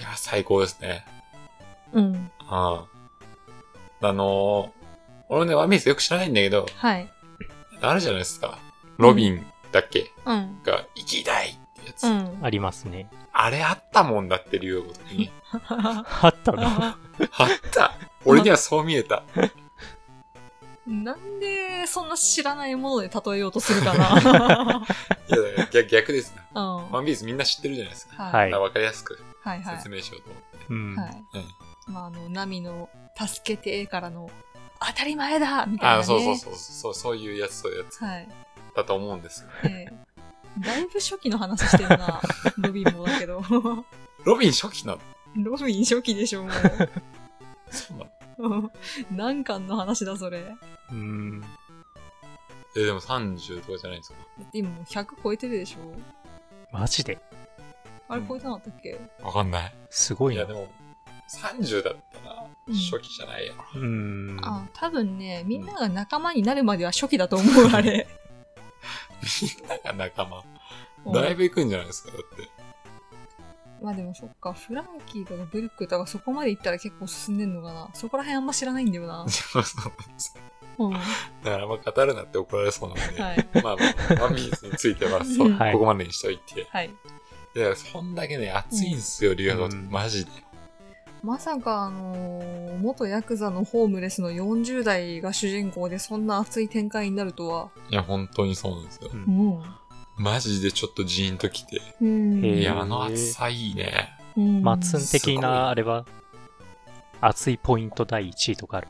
[SPEAKER 2] や、最高ですね。
[SPEAKER 3] うん。
[SPEAKER 2] ああ。あのー俺もね、ワンピースよく知らないんだけど、
[SPEAKER 3] はい。
[SPEAKER 2] あるじゃないですか。ロビンだっけ、
[SPEAKER 3] うん。
[SPEAKER 2] が、生きたいってやつ。
[SPEAKER 3] うん。
[SPEAKER 4] ありますね。
[SPEAKER 2] あれあったもんだって、竜王ごときに。 [LAUGHS]
[SPEAKER 4] あった
[SPEAKER 3] [LAUGHS]
[SPEAKER 4] の
[SPEAKER 2] あった俺にはそう見えた。
[SPEAKER 3] [LAUGHS] なんで、そんな知らないもので例えようとするかな。
[SPEAKER 2] いや、だから逆 [LAUGHS] 逆ですね。
[SPEAKER 3] うん。
[SPEAKER 2] ワンピースみんな知ってるじゃないですか。
[SPEAKER 4] は
[SPEAKER 3] はい
[SPEAKER 2] だからわかりやすく
[SPEAKER 3] いはい。
[SPEAKER 2] 説明しようと思って。
[SPEAKER 4] うん
[SPEAKER 3] はい。まあ、あの、ナミの、助けてからの、当たり前だみたいな、
[SPEAKER 2] あ
[SPEAKER 3] ね。
[SPEAKER 2] そうそうそうそう、そういうやつ、そういうやつ
[SPEAKER 3] はい。
[SPEAKER 2] だと思うんですよ。
[SPEAKER 3] ええだいぶ初期の話してる
[SPEAKER 2] [LAUGHS]
[SPEAKER 3] な、ロビンもだけど。
[SPEAKER 2] ロビン初期なの
[SPEAKER 3] ロビン初期でしょ、も
[SPEAKER 2] そうなの
[SPEAKER 3] う。何巻の話だ、それ。だ
[SPEAKER 4] うーん。
[SPEAKER 2] え、でも30とかじゃないんですか
[SPEAKER 3] って今もう100超えてるでしょ。
[SPEAKER 4] マジで
[SPEAKER 3] あれ超えてなかったっけ、
[SPEAKER 2] わかんない。
[SPEAKER 4] すごい
[SPEAKER 2] い
[SPEAKER 4] な。
[SPEAKER 2] や、
[SPEAKER 4] う
[SPEAKER 2] でも、30だったら、
[SPEAKER 3] うん
[SPEAKER 2] 初期じゃないやろ。
[SPEAKER 4] ーん。
[SPEAKER 3] あ、多分ね、みんなが仲間になるまでは初期だと思う、あれ。
[SPEAKER 2] みんなが仲間。 [LAUGHS] だいぶ行くんじゃないですか、だって。。
[SPEAKER 3] まあでもそっか、フランキーとかブルックとかそこまで行ったら結構進んでんのかな。そこら辺あんま知らないんだよな
[SPEAKER 2] そうそう [LAUGHS]
[SPEAKER 3] うん、は
[SPEAKER 2] だから、あんま語るなって怒られそうなんで、
[SPEAKER 3] い。
[SPEAKER 2] まあまあ、ワンピースについては、そう
[SPEAKER 3] はい
[SPEAKER 2] ここまでにしといて。
[SPEAKER 3] はい。
[SPEAKER 2] いや、そんだけね、熱いんすよ、竜河と。
[SPEAKER 4] うん
[SPEAKER 2] マジで。
[SPEAKER 3] まさか、あのー元ヤクザのホームレスの40代が主人公でそんな熱い展開になるとは。
[SPEAKER 2] いや、本当にそうなんですよ。
[SPEAKER 4] うん
[SPEAKER 3] ん。
[SPEAKER 2] マジでちょっとジーンときて。
[SPEAKER 3] うん。
[SPEAKER 4] へえ
[SPEAKER 2] いや、あの熱さいいね。
[SPEAKER 3] うん
[SPEAKER 4] マッツン
[SPEAKER 2] す
[SPEAKER 4] 的
[SPEAKER 2] ごい
[SPEAKER 4] な、あれは、熱いポイント第1位とかある。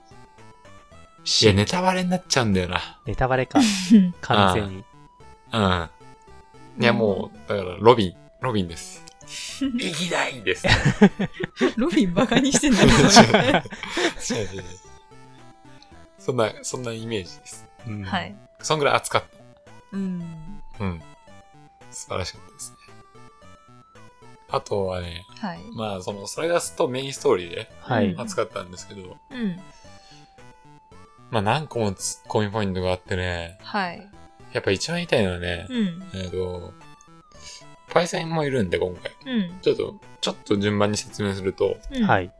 [SPEAKER 2] いや、ネタバレになっちゃうんだよな。
[SPEAKER 4] ネタバ
[SPEAKER 3] [LAUGHS]
[SPEAKER 4] レか、完全に。
[SPEAKER 2] うん。いや、もう、だから、ロビン、ロビ
[SPEAKER 3] [LAUGHS]
[SPEAKER 2] ンです。いきないです。
[SPEAKER 3] ロビンバカにしてんだ
[SPEAKER 2] 違
[SPEAKER 3] [LAUGHS] け
[SPEAKER 2] う違う違う [LAUGHS] そんな、そんなイメージです。
[SPEAKER 4] うん
[SPEAKER 3] ど。はい。。
[SPEAKER 2] そんぐらい熱かっ
[SPEAKER 3] うん。
[SPEAKER 2] た。うん。素晴らしかったですね。あとはね、
[SPEAKER 3] はい。
[SPEAKER 2] まあ、その、それがすっとメインストーリーで
[SPEAKER 4] はい。
[SPEAKER 3] うん
[SPEAKER 2] 熱かったんですけど、
[SPEAKER 3] うん。
[SPEAKER 2] まあ、何個もツッコミポイントがあってね、
[SPEAKER 3] はい。
[SPEAKER 2] やっぱ一番言いたいのはね、
[SPEAKER 3] うん。
[SPEAKER 2] えっと、パイセンもいるんで、今回。
[SPEAKER 3] うん。
[SPEAKER 2] ちょっと、ちょっと順番に説明すると、
[SPEAKER 3] うん
[SPEAKER 4] は。い。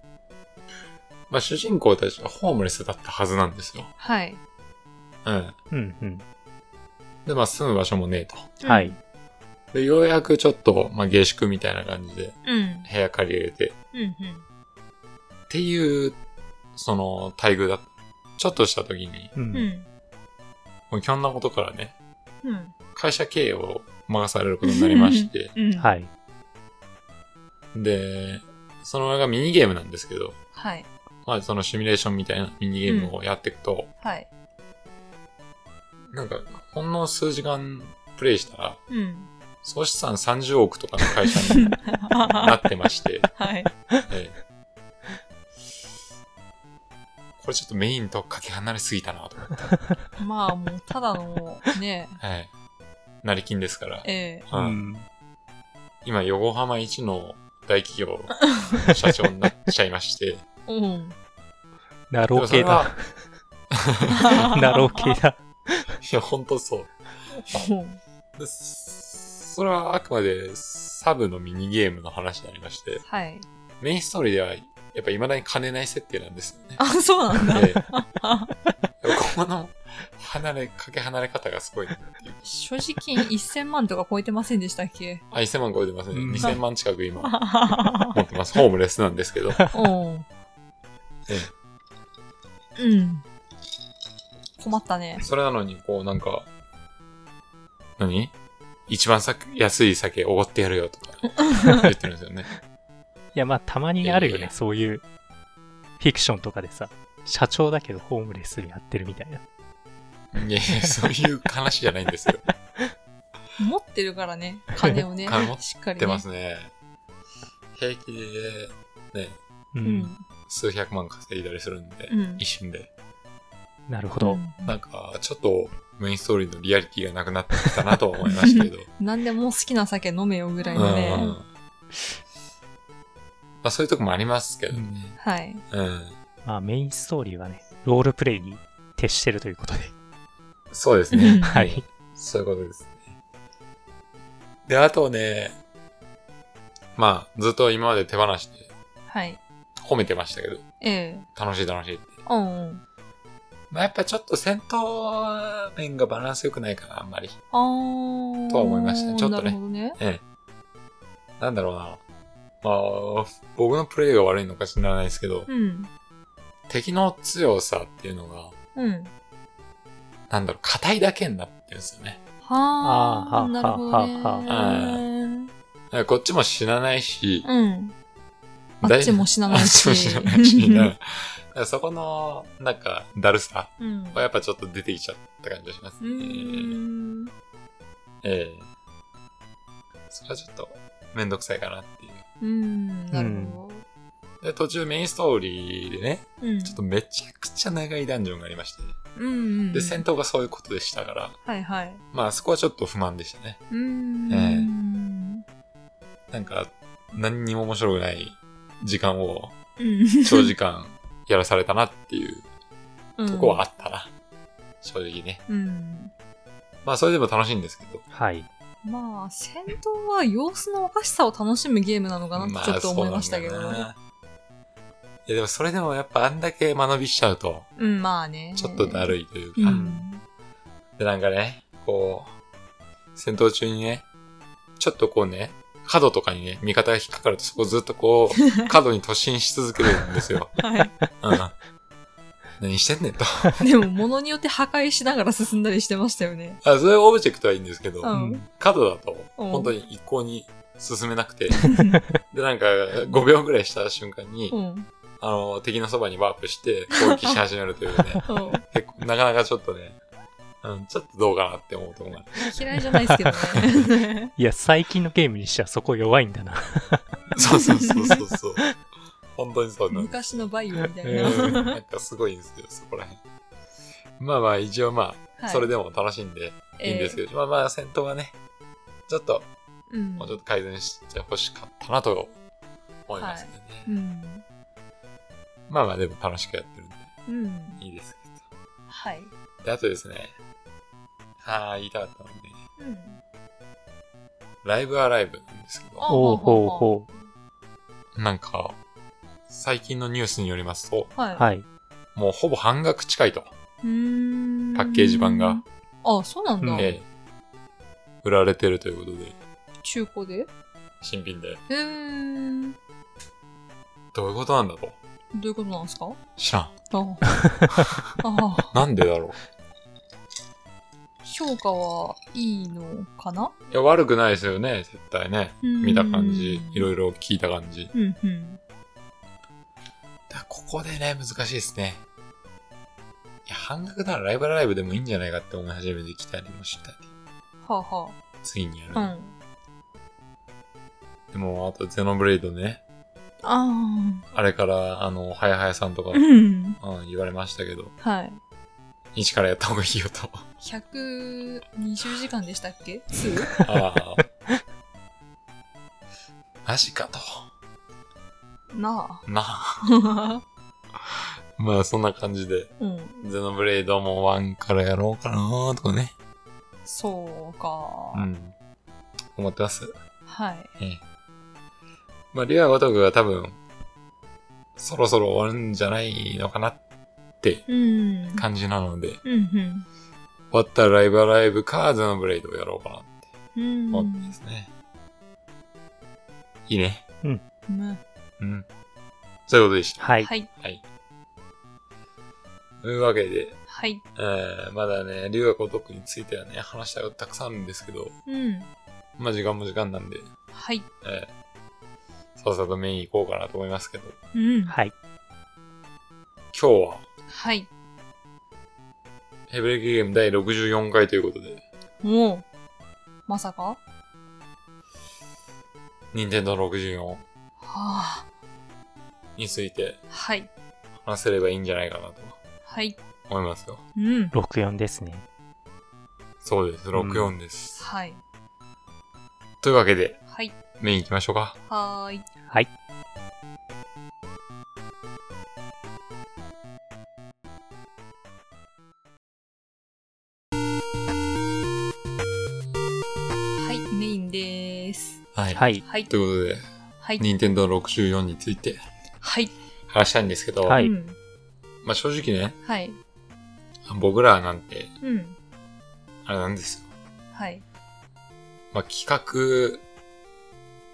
[SPEAKER 2] まあ、主人公たちはホームレスだったはずなんですよ。
[SPEAKER 3] はい。
[SPEAKER 2] うん。
[SPEAKER 4] うんうん。
[SPEAKER 2] で、まあ、住む場所もねえと。
[SPEAKER 4] はい。
[SPEAKER 2] で、ようやくちょっと、まあ、下宿みたいな感じで、
[SPEAKER 3] うん。
[SPEAKER 2] 部屋借りれて、
[SPEAKER 3] うん。うん。
[SPEAKER 2] っていう、その、待遇だ。ちょっとした時に、
[SPEAKER 3] う
[SPEAKER 4] う。
[SPEAKER 3] んん。
[SPEAKER 2] もうひょんなことからね、
[SPEAKER 3] うん。
[SPEAKER 2] 会社経営を任されることになり
[SPEAKER 3] [LAUGHS]
[SPEAKER 2] まして、
[SPEAKER 3] うん。い。
[SPEAKER 4] はい。
[SPEAKER 2] で、そのがミニゲームなんですけど、
[SPEAKER 3] はい。
[SPEAKER 2] まあ、そのシミュレーションみたいなミニゲームをやっていくと、
[SPEAKER 3] はい。
[SPEAKER 2] なんか、ほんの数時間プレイしたら、
[SPEAKER 3] うん。
[SPEAKER 2] 総資産30億とかの会
[SPEAKER 3] [LAUGHS]
[SPEAKER 2] 社になってまして、
[SPEAKER 3] はい。
[SPEAKER 2] ええこれちょっとメインとかけ離れすぎたなと思って。
[SPEAKER 3] まあもうただのね
[SPEAKER 2] はい。成金ですから。
[SPEAKER 3] ええ
[SPEAKER 4] う
[SPEAKER 2] うん
[SPEAKER 4] ん。
[SPEAKER 2] 今、横浜一の大企業の社長になっちゃいま
[SPEAKER 4] [LAUGHS]
[SPEAKER 2] して。
[SPEAKER 3] うん
[SPEAKER 4] ナロー系
[SPEAKER 2] でもそれは
[SPEAKER 4] だ。。ナロー系だ。
[SPEAKER 2] いや、ほんとそう
[SPEAKER 3] うん。
[SPEAKER 2] でそれはあくまでサブのミニゲームの話でありまして、
[SPEAKER 3] はい
[SPEAKER 2] メインストーリーではやっぱ未だに金ない設定なんですよね。
[SPEAKER 3] あそうなんだ
[SPEAKER 2] ええ横浜の離れ、かけ離れ方がすごいなっていう。
[SPEAKER 3] 所持金1000万とか超えてませんでしたっ [LAUGHS] け
[SPEAKER 2] あ、1000万超えてますね。
[SPEAKER 4] うん
[SPEAKER 2] 2000万近く今
[SPEAKER 3] う
[SPEAKER 2] 持ってます。ホームレスなんですけど。
[SPEAKER 3] ん
[SPEAKER 2] え
[SPEAKER 3] うん困ったね
[SPEAKER 2] えそれなのに、こうなんか、何一番さ安い酒おごってやるよとか言ってるんですよね。
[SPEAKER 4] いや、まあ、たまにあるよ
[SPEAKER 2] いやい。
[SPEAKER 4] ね
[SPEAKER 2] や
[SPEAKER 4] そういう、フィクションとかでさ、社長だけどホームレスにやってるみたいな。
[SPEAKER 2] いやいや、そういう話じゃないん
[SPEAKER 3] [LAUGHS]
[SPEAKER 2] ですよ。
[SPEAKER 3] 持ってるからね金をね
[SPEAKER 2] [LAUGHS] 金持っ
[SPEAKER 3] しっか
[SPEAKER 2] 言
[SPEAKER 3] り
[SPEAKER 2] って
[SPEAKER 3] ね
[SPEAKER 2] ますね。平気で、ね、
[SPEAKER 4] う。
[SPEAKER 3] うんん
[SPEAKER 2] 数百万稼いだりするんで、
[SPEAKER 3] うん
[SPEAKER 2] 一瞬で。
[SPEAKER 4] なるほど。
[SPEAKER 2] なんか、ちょっとメインストーリーのリアリティがなくなってきたなとは思いましたけ
[SPEAKER 3] [LAUGHS]
[SPEAKER 2] ど。
[SPEAKER 3] なんでも好きな酒飲めよぐらい
[SPEAKER 2] うんう
[SPEAKER 3] の
[SPEAKER 2] んうん
[SPEAKER 3] ね
[SPEAKER 2] まあ、そういうとこもありますけどね。
[SPEAKER 3] はい
[SPEAKER 2] うん。
[SPEAKER 4] まあ、メインストーリーはね、ロールプレイに徹してるということで。
[SPEAKER 2] そうです
[SPEAKER 3] うん
[SPEAKER 2] ね。
[SPEAKER 4] はい。
[SPEAKER 2] そういうことですね。で、あとね、まあ、ずっと今まで手放して
[SPEAKER 3] はい
[SPEAKER 2] 褒めてましたけど、
[SPEAKER 3] ええ
[SPEAKER 2] 楽しい楽しいって。
[SPEAKER 3] うんうん
[SPEAKER 2] まあ、やっぱちょっと戦闘面がバランス良くないかな、あんまり。
[SPEAKER 3] あー
[SPEAKER 2] とは思いましたねちょっとね
[SPEAKER 3] なるほどね
[SPEAKER 2] ええ。なんだろうな。まあ、僕のプレイが悪いのか知らないですけど、
[SPEAKER 3] うん
[SPEAKER 2] 敵の強さっていうのが、
[SPEAKER 3] うん
[SPEAKER 2] なんだろう、硬いだけになってるんですよね。
[SPEAKER 3] は
[SPEAKER 4] あー
[SPEAKER 3] あ、
[SPEAKER 4] はー
[SPEAKER 3] なるほどね。
[SPEAKER 4] はー
[SPEAKER 2] はー
[SPEAKER 3] うん
[SPEAKER 2] だからこっちも死なないし、
[SPEAKER 3] うん。あっちも死なないし。
[SPEAKER 2] あっちも知らないし
[SPEAKER 3] [LAUGHS]
[SPEAKER 2] な。だからそこの、なんか、だるさ
[SPEAKER 3] うん。
[SPEAKER 2] はやっぱちょっと出てきちゃった感じがします
[SPEAKER 3] う
[SPEAKER 2] ね。
[SPEAKER 3] ーん。
[SPEAKER 2] ええそれはちょっと、めんどくさいかなっていう。
[SPEAKER 3] うん。なるほ
[SPEAKER 2] で、途中メインストーリーでね、
[SPEAKER 3] ど。うん。
[SPEAKER 2] ちょっとめちゃくちゃ長いダンジョンがありまして、
[SPEAKER 3] うんうんうん。
[SPEAKER 2] で、戦闘がそういうことでしたから、
[SPEAKER 3] はいはい。
[SPEAKER 2] まあそこはちょっと不満でしたね。
[SPEAKER 3] うーん。
[SPEAKER 2] えなんか、何にも面白くない時間
[SPEAKER 3] [LAUGHS]
[SPEAKER 2] を
[SPEAKER 3] うん。
[SPEAKER 2] 長時間やらされたなっていうとこはあったな。正直ね。
[SPEAKER 3] うん。
[SPEAKER 2] まあそれでも楽しいんですけど。
[SPEAKER 4] はい。
[SPEAKER 3] まあ、戦闘は様子のおかしさを楽しむゲームなのかな
[SPEAKER 2] ま
[SPEAKER 3] っ
[SPEAKER 2] あ
[SPEAKER 3] てちょっと思いましたけど。
[SPEAKER 2] そううんなんだよないやでもそれでもやっぱあんだけ間延びしちゃうと、
[SPEAKER 3] まあね。
[SPEAKER 2] ちょっとだ
[SPEAKER 3] い。
[SPEAKER 2] るいというか、
[SPEAKER 3] うん。
[SPEAKER 2] で、なんかね、こう、戦闘中にね、ちょっとこうね、角とかにね、味方が引っかかるとそこずっと
[SPEAKER 3] [LAUGHS]
[SPEAKER 2] こう、角に突進し続けるんですよ。
[SPEAKER 3] は
[SPEAKER 2] うん。何してんねんと。
[SPEAKER 3] い。でも、物によって破壊しながら進んだりしてましたよね。
[SPEAKER 2] あ、そういうオブジェクトはいいんですけど、
[SPEAKER 3] うん
[SPEAKER 2] 角だと、
[SPEAKER 3] うん
[SPEAKER 2] 本当に一向に進めなくて、 [LAUGHS] で、なんか、5秒ぐらいした瞬間に、
[SPEAKER 3] うん。うん。
[SPEAKER 2] あの、敵のそばにワープして攻撃し始めるとい
[SPEAKER 3] [LAUGHS]
[SPEAKER 2] うね、結構、なかなかちょっとね、うん、ちょっとどうかなって思うところが
[SPEAKER 3] 嫌いじゃないですけどね。
[SPEAKER 4] いや、最近のゲームにしてはそこ弱いんだな。
[SPEAKER 2] そうそうそうそうそう。本当にそうなんです。
[SPEAKER 3] 昔のバイオみたいな。
[SPEAKER 2] うんなんかすごいんですよ、そこら辺。まあまあ、一応まあ、それ
[SPEAKER 3] で
[SPEAKER 2] でも楽しんでいいんですけど、まあまあ、戦闘はね、ちょっと、
[SPEAKER 3] うん
[SPEAKER 2] もうちょっと改善してほしかったなと思いますけどね。
[SPEAKER 3] うん。
[SPEAKER 2] まあまあ、でも楽しくやってるんで、
[SPEAKER 3] うん。
[SPEAKER 2] いいですけど。
[SPEAKER 3] はい。
[SPEAKER 2] で、あとですね、ああ、言いたかったのに、ね、
[SPEAKER 3] うん。
[SPEAKER 2] ライブアライブなんですけど、
[SPEAKER 3] あほう
[SPEAKER 4] おう
[SPEAKER 3] ほ
[SPEAKER 4] ほ
[SPEAKER 3] う
[SPEAKER 4] う
[SPEAKER 3] ほ
[SPEAKER 4] ほ
[SPEAKER 2] なんか、最近のニュースによりますと、
[SPEAKER 3] は
[SPEAKER 4] う。
[SPEAKER 3] い。
[SPEAKER 4] はい。
[SPEAKER 2] もうほぼ半額近いと。
[SPEAKER 3] うーん
[SPEAKER 2] パッケージ版が。
[SPEAKER 3] あ、そうなんだ。
[SPEAKER 4] うん
[SPEAKER 2] ええ、売られてるということで、
[SPEAKER 3] 中古で
[SPEAKER 2] 新品で。
[SPEAKER 3] えー、
[SPEAKER 2] どういうことなんだと。
[SPEAKER 3] どういうことなんですか
[SPEAKER 2] 知らん。
[SPEAKER 3] あ
[SPEAKER 2] [LAUGHS]
[SPEAKER 3] あ。
[SPEAKER 2] なんでだろ
[SPEAKER 3] 評価はいいのかな
[SPEAKER 2] [LAUGHS] う。いや、悪くないですよね、絶対ね。見た感じ、いろ
[SPEAKER 3] い
[SPEAKER 2] いろ聞いた感じ。
[SPEAKER 3] ろ。うんうん。
[SPEAKER 2] だここでね、難しいですね。いや、半額ならライブライブでもいいんじゃないかって思い始めてきたりもしたり。
[SPEAKER 3] はあは
[SPEAKER 2] 次にやる。
[SPEAKER 3] あ。うん。
[SPEAKER 2] でも、あと、ゼノブレイドね。
[SPEAKER 3] あ
[SPEAKER 2] あれから、あの、はやはやさんとか、
[SPEAKER 3] あ。うん。
[SPEAKER 2] うん、言われましたけど、
[SPEAKER 3] はい。
[SPEAKER 2] 一からやった方がいいよ [LAUGHS] と。
[SPEAKER 3] 120時間でしたっけ
[SPEAKER 2] [LAUGHS]
[SPEAKER 3] ?2?
[SPEAKER 2] ああ。マジかと。
[SPEAKER 3] な
[SPEAKER 2] な [LAUGHS] あ。
[SPEAKER 3] あ。
[SPEAKER 2] まあ、そんな感じで。
[SPEAKER 3] うん。
[SPEAKER 2] ゼノブレイドも1からやろうかなーとかね。
[SPEAKER 3] そうか、
[SPEAKER 2] うん。思ってます。
[SPEAKER 3] はい。
[SPEAKER 2] ええ。まあ、リアごとくは多分、そろそろ終わるんじゃないのかなって
[SPEAKER 3] うん。
[SPEAKER 2] 感じなので、終
[SPEAKER 3] うん
[SPEAKER 2] わったらライブアライブかゼノブレイドをやろうかなって
[SPEAKER 3] うん。う
[SPEAKER 2] 思って
[SPEAKER 3] ん
[SPEAKER 2] ま。すね。いいね。
[SPEAKER 3] うん
[SPEAKER 2] うん。そういうことでした。
[SPEAKER 4] はい。
[SPEAKER 3] はい。
[SPEAKER 2] はい。というわけで、
[SPEAKER 3] はい。
[SPEAKER 2] えーまだね、留学ごとくについてはね、話したいことたくさんあるんですけど、
[SPEAKER 3] うん。
[SPEAKER 2] まあ時間も時間なんで、
[SPEAKER 3] はい。
[SPEAKER 2] えー、さっさとメイン行こうかなと思いますけど、
[SPEAKER 3] うん。
[SPEAKER 4] はい。
[SPEAKER 2] 今日は
[SPEAKER 3] はい。
[SPEAKER 2] ヘブレキゲーム第64回ということで、
[SPEAKER 3] もう。まさかは
[SPEAKER 2] 任天堂64
[SPEAKER 3] あ。
[SPEAKER 2] について
[SPEAKER 3] はい。
[SPEAKER 2] 話せればいいんじゃないかなと
[SPEAKER 3] はい。
[SPEAKER 2] 思いますよ。
[SPEAKER 3] うん。
[SPEAKER 4] 64ですね。
[SPEAKER 2] そうです、
[SPEAKER 4] ん
[SPEAKER 2] 64です。
[SPEAKER 3] はい。
[SPEAKER 2] というわけで、
[SPEAKER 3] はい。
[SPEAKER 2] メイン行きましょうか。
[SPEAKER 3] はーい。
[SPEAKER 4] はい。
[SPEAKER 3] はい。メインでーす。
[SPEAKER 2] はい。
[SPEAKER 4] はい。
[SPEAKER 3] はい。
[SPEAKER 2] というこ
[SPEAKER 3] はい
[SPEAKER 2] とで、。任天堂64について
[SPEAKER 3] はい。
[SPEAKER 2] 話したいんですけど、
[SPEAKER 4] はい
[SPEAKER 3] うん。
[SPEAKER 2] まあ正直ね、
[SPEAKER 3] はい。
[SPEAKER 2] 僕らなんて、
[SPEAKER 3] うん。
[SPEAKER 2] あれなんですよ。
[SPEAKER 3] はい。
[SPEAKER 2] まあ企画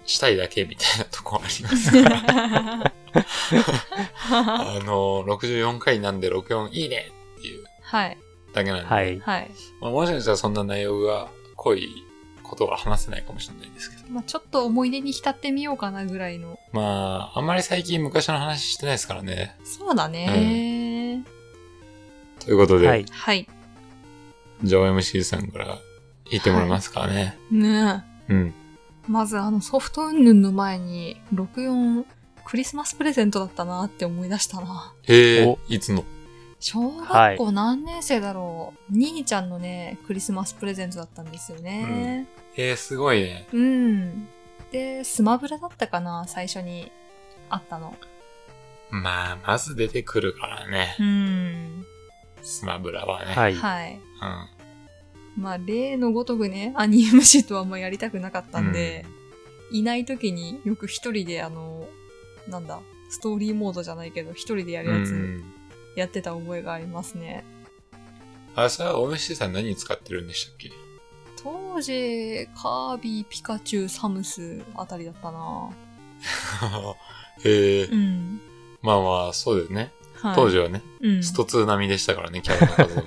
[SPEAKER 2] したいだけみたいなとこあります
[SPEAKER 4] [LAUGHS]
[SPEAKER 2] からあの、64回なんで64いいねっていう
[SPEAKER 3] はい。
[SPEAKER 2] だけなんで、
[SPEAKER 4] はい。
[SPEAKER 3] はい。
[SPEAKER 2] まあ、もしかしたらそんな内容が濃いことは話せないかもしれないですけど。
[SPEAKER 3] まあちょっと思い出に浸ってみようかなぐらいの。
[SPEAKER 2] まあ、あんまり最近昔の話してないですからね。
[SPEAKER 3] そうだね、
[SPEAKER 2] ということで、
[SPEAKER 4] はい。
[SPEAKER 3] はい。
[SPEAKER 2] じゃあ MC さんから言ってもらえますかね。
[SPEAKER 3] ねえ
[SPEAKER 2] うん。
[SPEAKER 3] まずあのソフト云々の前に、64クリスマスプレゼントだったなって思い出したな。
[SPEAKER 2] へえ
[SPEAKER 4] お、
[SPEAKER 2] いつの
[SPEAKER 3] 小学校何年生だろう、兄ちゃんのね、クリスマスプレゼントだったんですよね。
[SPEAKER 2] へえ、すごいね。
[SPEAKER 3] うん。で、スマブラだったかな最初にあったの。
[SPEAKER 2] まあ、まず出てくるからね
[SPEAKER 3] う。ん。
[SPEAKER 2] スマブラはね。
[SPEAKER 4] はい。
[SPEAKER 3] はい。
[SPEAKER 2] うん。
[SPEAKER 3] まあ、例のごとくね、アニ MC とはあんまやりたくなかったんで、いない時によく一人であの、なんだ、ストーリーモードじゃないけど、一人でや
[SPEAKER 2] うん。う
[SPEAKER 3] るやつ
[SPEAKER 2] ん。
[SPEAKER 3] やってた覚えがありますね。
[SPEAKER 2] あ、それは MC さん何使ってるんでしたっけ
[SPEAKER 3] 当時、カービィ、ピカチュウ、サムスあたりだったな
[SPEAKER 2] [LAUGHS] へえ、
[SPEAKER 3] うん。
[SPEAKER 2] まあまあ、そうだよね。
[SPEAKER 3] はい、
[SPEAKER 2] 当時はね、
[SPEAKER 3] うん、
[SPEAKER 2] スト2並みでしたからね、キャラの数も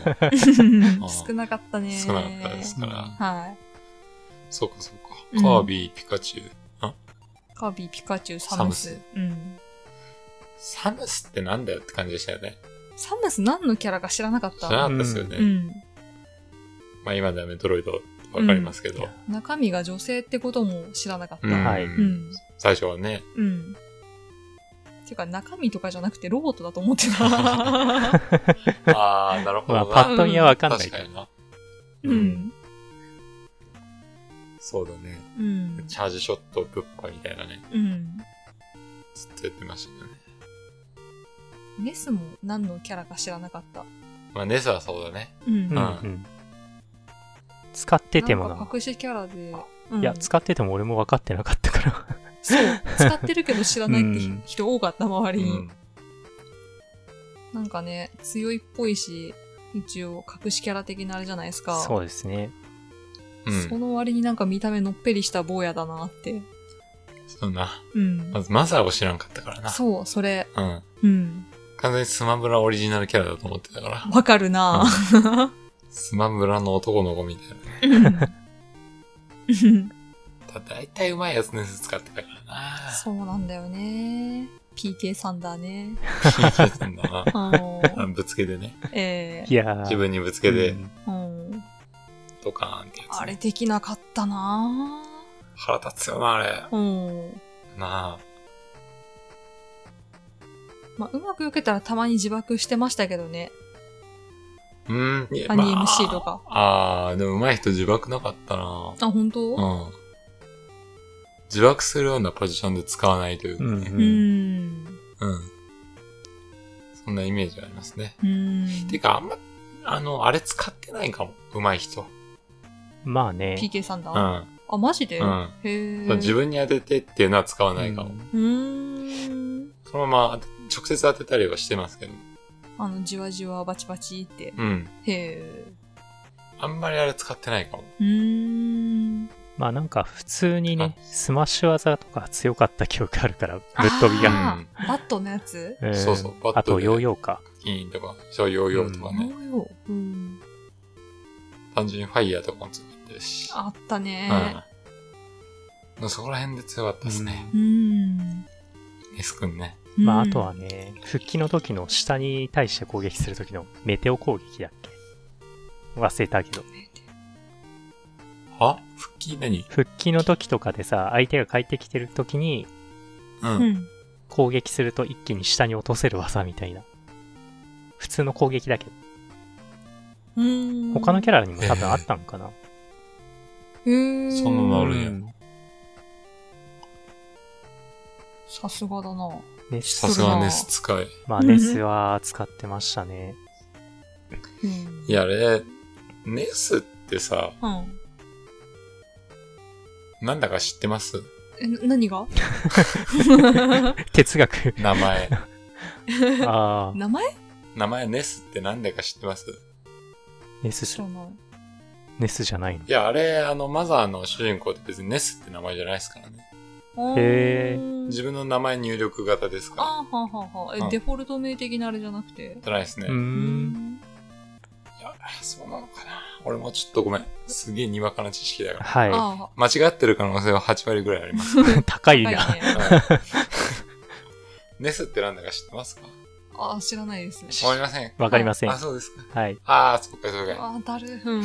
[SPEAKER 3] [LAUGHS]
[SPEAKER 2] あー
[SPEAKER 3] 少なかったね。
[SPEAKER 2] 少なかったですから。
[SPEAKER 3] は
[SPEAKER 2] そうかそうか。
[SPEAKER 3] うん
[SPEAKER 2] カービィ、ピカチュウ。
[SPEAKER 3] い。カービィ、ピカチュウ、サムス。
[SPEAKER 2] サム
[SPEAKER 3] うん。
[SPEAKER 2] サムスってなんだよって感じでしたよね。
[SPEAKER 3] サムス何のキャラか知らなかっ
[SPEAKER 2] 知らなか
[SPEAKER 3] た。
[SPEAKER 2] ったですよね。
[SPEAKER 3] うん。
[SPEAKER 2] まあ今ではメトロイドってわかりますけど。
[SPEAKER 3] 中身が女性ってことも知らなかった。
[SPEAKER 2] う
[SPEAKER 3] うんん。
[SPEAKER 4] はい
[SPEAKER 3] うん。
[SPEAKER 2] 最初はね。
[SPEAKER 3] てか中身とかじゃなくてロボットだと思ってた。
[SPEAKER 2] ああ、なるほ
[SPEAKER 4] まあ、
[SPEAKER 2] ど
[SPEAKER 4] パ
[SPEAKER 2] な。
[SPEAKER 4] ッと見はわかんない
[SPEAKER 2] 確
[SPEAKER 4] け
[SPEAKER 2] か
[SPEAKER 4] ど。
[SPEAKER 2] にな。
[SPEAKER 3] う。ん。
[SPEAKER 2] そうだね。
[SPEAKER 3] うん。
[SPEAKER 2] チャージショット、ブッパみたいなね。
[SPEAKER 3] うん。
[SPEAKER 2] ずっとやってましたよね。
[SPEAKER 3] ネスも何のキャラか知らなかった。
[SPEAKER 2] まあネスはそうだね。
[SPEAKER 3] うん。
[SPEAKER 4] うん
[SPEAKER 3] な
[SPEAKER 2] あ
[SPEAKER 3] ん
[SPEAKER 4] うん使っててもな。
[SPEAKER 3] か隠しキャラで。うん
[SPEAKER 4] いや、使ってても俺も分かってなかったから。
[SPEAKER 3] そう。使ってるけど知らないって
[SPEAKER 4] うん
[SPEAKER 3] 人多かった、周
[SPEAKER 2] う
[SPEAKER 3] りに。
[SPEAKER 2] ん。
[SPEAKER 3] なんかね、強いっぽいし、一応隠しキャラ的なあれじゃないですか。
[SPEAKER 4] そうですね。
[SPEAKER 2] う
[SPEAKER 3] そ
[SPEAKER 2] ん。
[SPEAKER 3] の割になんか見た目のっぺりした坊やだなって。
[SPEAKER 2] そうな。
[SPEAKER 3] うん
[SPEAKER 2] ま。ずマザーを知らんかったからな。
[SPEAKER 3] そう、それ。
[SPEAKER 2] うん。
[SPEAKER 3] うん。
[SPEAKER 2] 完全にスマブラオリジナルキャラだと思ってたから。
[SPEAKER 3] わかるなぁ。
[SPEAKER 2] スマブラの男の子みたいな。
[SPEAKER 3] うん
[SPEAKER 2] だ大体うまいやつのやつ使ってたからな。
[SPEAKER 3] そうなんだよね。PK さんだね。
[SPEAKER 2] [LAUGHS] 聞いてたんだな
[SPEAKER 3] あの、
[SPEAKER 2] あ。ぶつけてね。
[SPEAKER 3] え
[SPEAKER 4] い
[SPEAKER 3] え
[SPEAKER 4] やー
[SPEAKER 2] 自分にぶつけて
[SPEAKER 4] う、ん
[SPEAKER 3] うん
[SPEAKER 2] ドカーンってやつ。
[SPEAKER 3] あれできなかったな
[SPEAKER 2] 腹立つよな、あれ。
[SPEAKER 3] ぁ。うん。
[SPEAKER 2] なあ。
[SPEAKER 3] まあ、うまく受けたらたまに自爆してましたけどね。
[SPEAKER 2] うん。いや
[SPEAKER 3] アニ MC とか。
[SPEAKER 2] まああー、でも上手い人自爆なかったな。
[SPEAKER 3] あ、本当
[SPEAKER 2] うん。自爆するようなポジションで使わないというか
[SPEAKER 4] うん
[SPEAKER 2] ね。
[SPEAKER 3] う
[SPEAKER 4] うん
[SPEAKER 3] ん。
[SPEAKER 2] うん。そんなイメージありますね。
[SPEAKER 3] うん。
[SPEAKER 2] てか、あんま、あの、あれ使ってないかも。上手い人。
[SPEAKER 4] まあね。
[SPEAKER 3] PK さんだ。
[SPEAKER 2] う
[SPEAKER 3] あ、
[SPEAKER 2] ん。
[SPEAKER 3] マジで
[SPEAKER 2] う
[SPEAKER 3] へ
[SPEAKER 2] ん。
[SPEAKER 3] え。
[SPEAKER 2] 自分に当ててっていうのは使わないかも。
[SPEAKER 4] うん
[SPEAKER 3] うーん。
[SPEAKER 2] そのまま当て直接当てたりはしてますけど。
[SPEAKER 3] あの、じわじわバチバチって。
[SPEAKER 2] うん。
[SPEAKER 3] へえ。
[SPEAKER 2] あんまりあれ使ってないかも。
[SPEAKER 3] うーん。
[SPEAKER 4] まあなんか普通にね
[SPEAKER 2] あ、
[SPEAKER 4] スマッシュ技とか強かった記憶あるから、ぶっ飛びが。
[SPEAKER 3] あーバットのやつ
[SPEAKER 4] ん
[SPEAKER 2] そうそうバットで
[SPEAKER 4] あとヨーヨーか。
[SPEAKER 2] いいとか、小ヨーヨーとかね、
[SPEAKER 3] そうよ。うん。
[SPEAKER 2] 単純にファイヤーとかも強かったですし。
[SPEAKER 3] あったね。
[SPEAKER 2] うん。そこら辺で強かったですね。
[SPEAKER 3] うん。
[SPEAKER 2] ネス君ね。
[SPEAKER 4] まああとはね、復帰の時の下に対して攻撃する時のメテオ攻撃だっけ忘れたけど。
[SPEAKER 2] は復帰何
[SPEAKER 4] 復帰の時とかでさ、相手が帰ってきてる時に
[SPEAKER 2] う。
[SPEAKER 3] うんん、
[SPEAKER 4] 攻撃すると一気に下に落とせる技みたいな。普通の攻撃だけど。
[SPEAKER 3] うん。
[SPEAKER 4] 他のキャラにも多分あったんかな。
[SPEAKER 3] へー
[SPEAKER 2] そんなのあるんや
[SPEAKER 4] うん
[SPEAKER 3] さすがだな。
[SPEAKER 4] ネ
[SPEAKER 2] さ
[SPEAKER 4] ス、
[SPEAKER 2] すがネス使い。
[SPEAKER 4] まあネスは使ってましたね。 [LAUGHS]
[SPEAKER 3] うん。
[SPEAKER 2] いや、あれ、ネスってさ、
[SPEAKER 3] うん。
[SPEAKER 2] なんだか知ってます
[SPEAKER 3] え、な何が
[SPEAKER 4] 哲学。
[SPEAKER 3] [LAUGHS]
[SPEAKER 2] 名前。
[SPEAKER 4] ああ、
[SPEAKER 3] 名前
[SPEAKER 2] 名前ネスってなんだか知ってます
[SPEAKER 4] ネス
[SPEAKER 3] 知
[SPEAKER 4] じ
[SPEAKER 3] ら
[SPEAKER 4] ゃ、
[SPEAKER 3] ない。
[SPEAKER 4] ネスじゃないの。
[SPEAKER 2] いや、あれ、あの、マザーの主人公って別にネスって名前じゃないですからね。
[SPEAKER 4] へ
[SPEAKER 3] ー
[SPEAKER 2] 自分の名前入力型ですから。
[SPEAKER 3] あーはあはあはあ。え、
[SPEAKER 2] うん
[SPEAKER 3] デフォルト名的なあれじゃなくて。
[SPEAKER 2] じゃないですね。
[SPEAKER 4] うー。
[SPEAKER 3] うんん。
[SPEAKER 2] いや、そうなのかな。俺もちょっとごめん。すげえにわかな知識だから。
[SPEAKER 4] は
[SPEAKER 3] あ
[SPEAKER 2] 間違ってる可能性は8割ぐらいあり
[SPEAKER 4] [LAUGHS]
[SPEAKER 2] ます。
[SPEAKER 4] い。高
[SPEAKER 3] あ、
[SPEAKER 4] い
[SPEAKER 3] はい
[SPEAKER 4] な。
[SPEAKER 3] ね。
[SPEAKER 2] ネスってなんだか知ってますか
[SPEAKER 3] あ、知らないです。
[SPEAKER 2] わかりません。
[SPEAKER 4] わかりません。
[SPEAKER 2] あ、
[SPEAKER 4] は
[SPEAKER 2] そうですか。
[SPEAKER 4] い。
[SPEAKER 2] ああ、そっかそっか。
[SPEAKER 3] あ、だる。
[SPEAKER 2] [LAUGHS]
[SPEAKER 3] うん。
[SPEAKER 2] え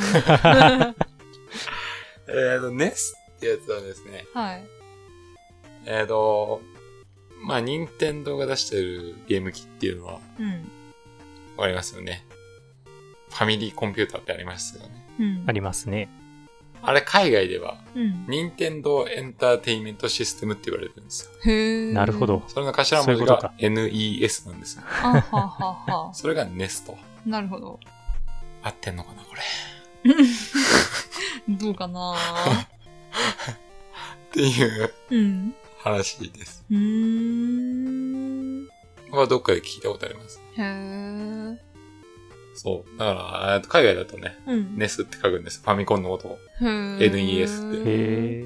[SPEAKER 2] っ、と、ネスってやつはですね、
[SPEAKER 3] はい。
[SPEAKER 2] えっ、と、まあ、任天堂が出してるゲーム機っていうのは
[SPEAKER 3] うん。
[SPEAKER 2] わかりますよね。ファミリーコンピューターってありますよね。
[SPEAKER 3] うん。
[SPEAKER 4] ありますね。
[SPEAKER 2] あれ、海外では、
[SPEAKER 3] うん。
[SPEAKER 2] 任天堂エンターテインメントシステムって言われてるんですよ。
[SPEAKER 3] へえ。
[SPEAKER 4] なるほど。。
[SPEAKER 2] それの頭文字
[SPEAKER 4] そういうこと
[SPEAKER 2] が
[SPEAKER 4] か
[SPEAKER 2] NES なんですよ。
[SPEAKER 3] あははは。
[SPEAKER 2] それがネスと。
[SPEAKER 3] なるほど。
[SPEAKER 2] 合ってんのかな、これ。
[SPEAKER 3] どうかな
[SPEAKER 2] っていう
[SPEAKER 3] うん。
[SPEAKER 2] 話です。
[SPEAKER 3] うーん。
[SPEAKER 2] これはどっかで聞いたことあります。
[SPEAKER 3] へえ。
[SPEAKER 2] そう。だから、えーと海外だとね、
[SPEAKER 3] うん。
[SPEAKER 2] ネスって書くんです。ファミコンのことを。
[SPEAKER 3] へー
[SPEAKER 2] NES って
[SPEAKER 4] へえ。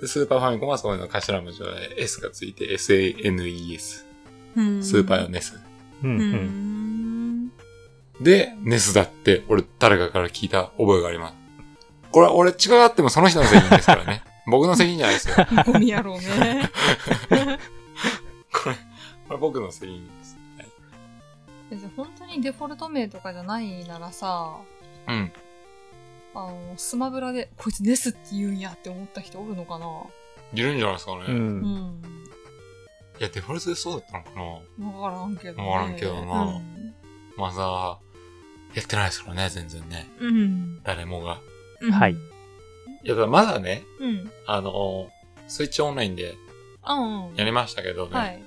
[SPEAKER 2] で、スーパーファミコンはそういうの頭文字で S がついて SANES。
[SPEAKER 3] うん
[SPEAKER 2] スーパーよネス。
[SPEAKER 4] う
[SPEAKER 3] うんん。
[SPEAKER 4] うん。
[SPEAKER 2] で、ネスだって俺誰かから聞いた覚えがあります。これは俺違ってもその人の責任ですからね。僕の責任じゃないですよ。こ
[SPEAKER 3] ゴミ野郎ね。
[SPEAKER 2] れ、これ僕の責任です。はい
[SPEAKER 3] えじゃあ本当にデフォルト名とかじゃないならさ、
[SPEAKER 2] うん。
[SPEAKER 3] あの、スマブラで、こいつネスって言うんやって思った人おるのかない
[SPEAKER 2] るんじゃないですかね。
[SPEAKER 4] う
[SPEAKER 2] い
[SPEAKER 4] ん。
[SPEAKER 3] ん。
[SPEAKER 2] や、デフォルトでそうだったのかな
[SPEAKER 3] わからんけど、ね。
[SPEAKER 2] わからんけどな
[SPEAKER 3] うん
[SPEAKER 2] マザー、やってないですからね、全然ね。
[SPEAKER 3] うん。
[SPEAKER 2] 誰もが。
[SPEAKER 3] うん
[SPEAKER 4] はい。
[SPEAKER 2] いや、だからまだね、
[SPEAKER 3] うん。
[SPEAKER 2] あの、スイッチオンラインで
[SPEAKER 3] あうん。
[SPEAKER 2] やりましたけどね。
[SPEAKER 3] はい。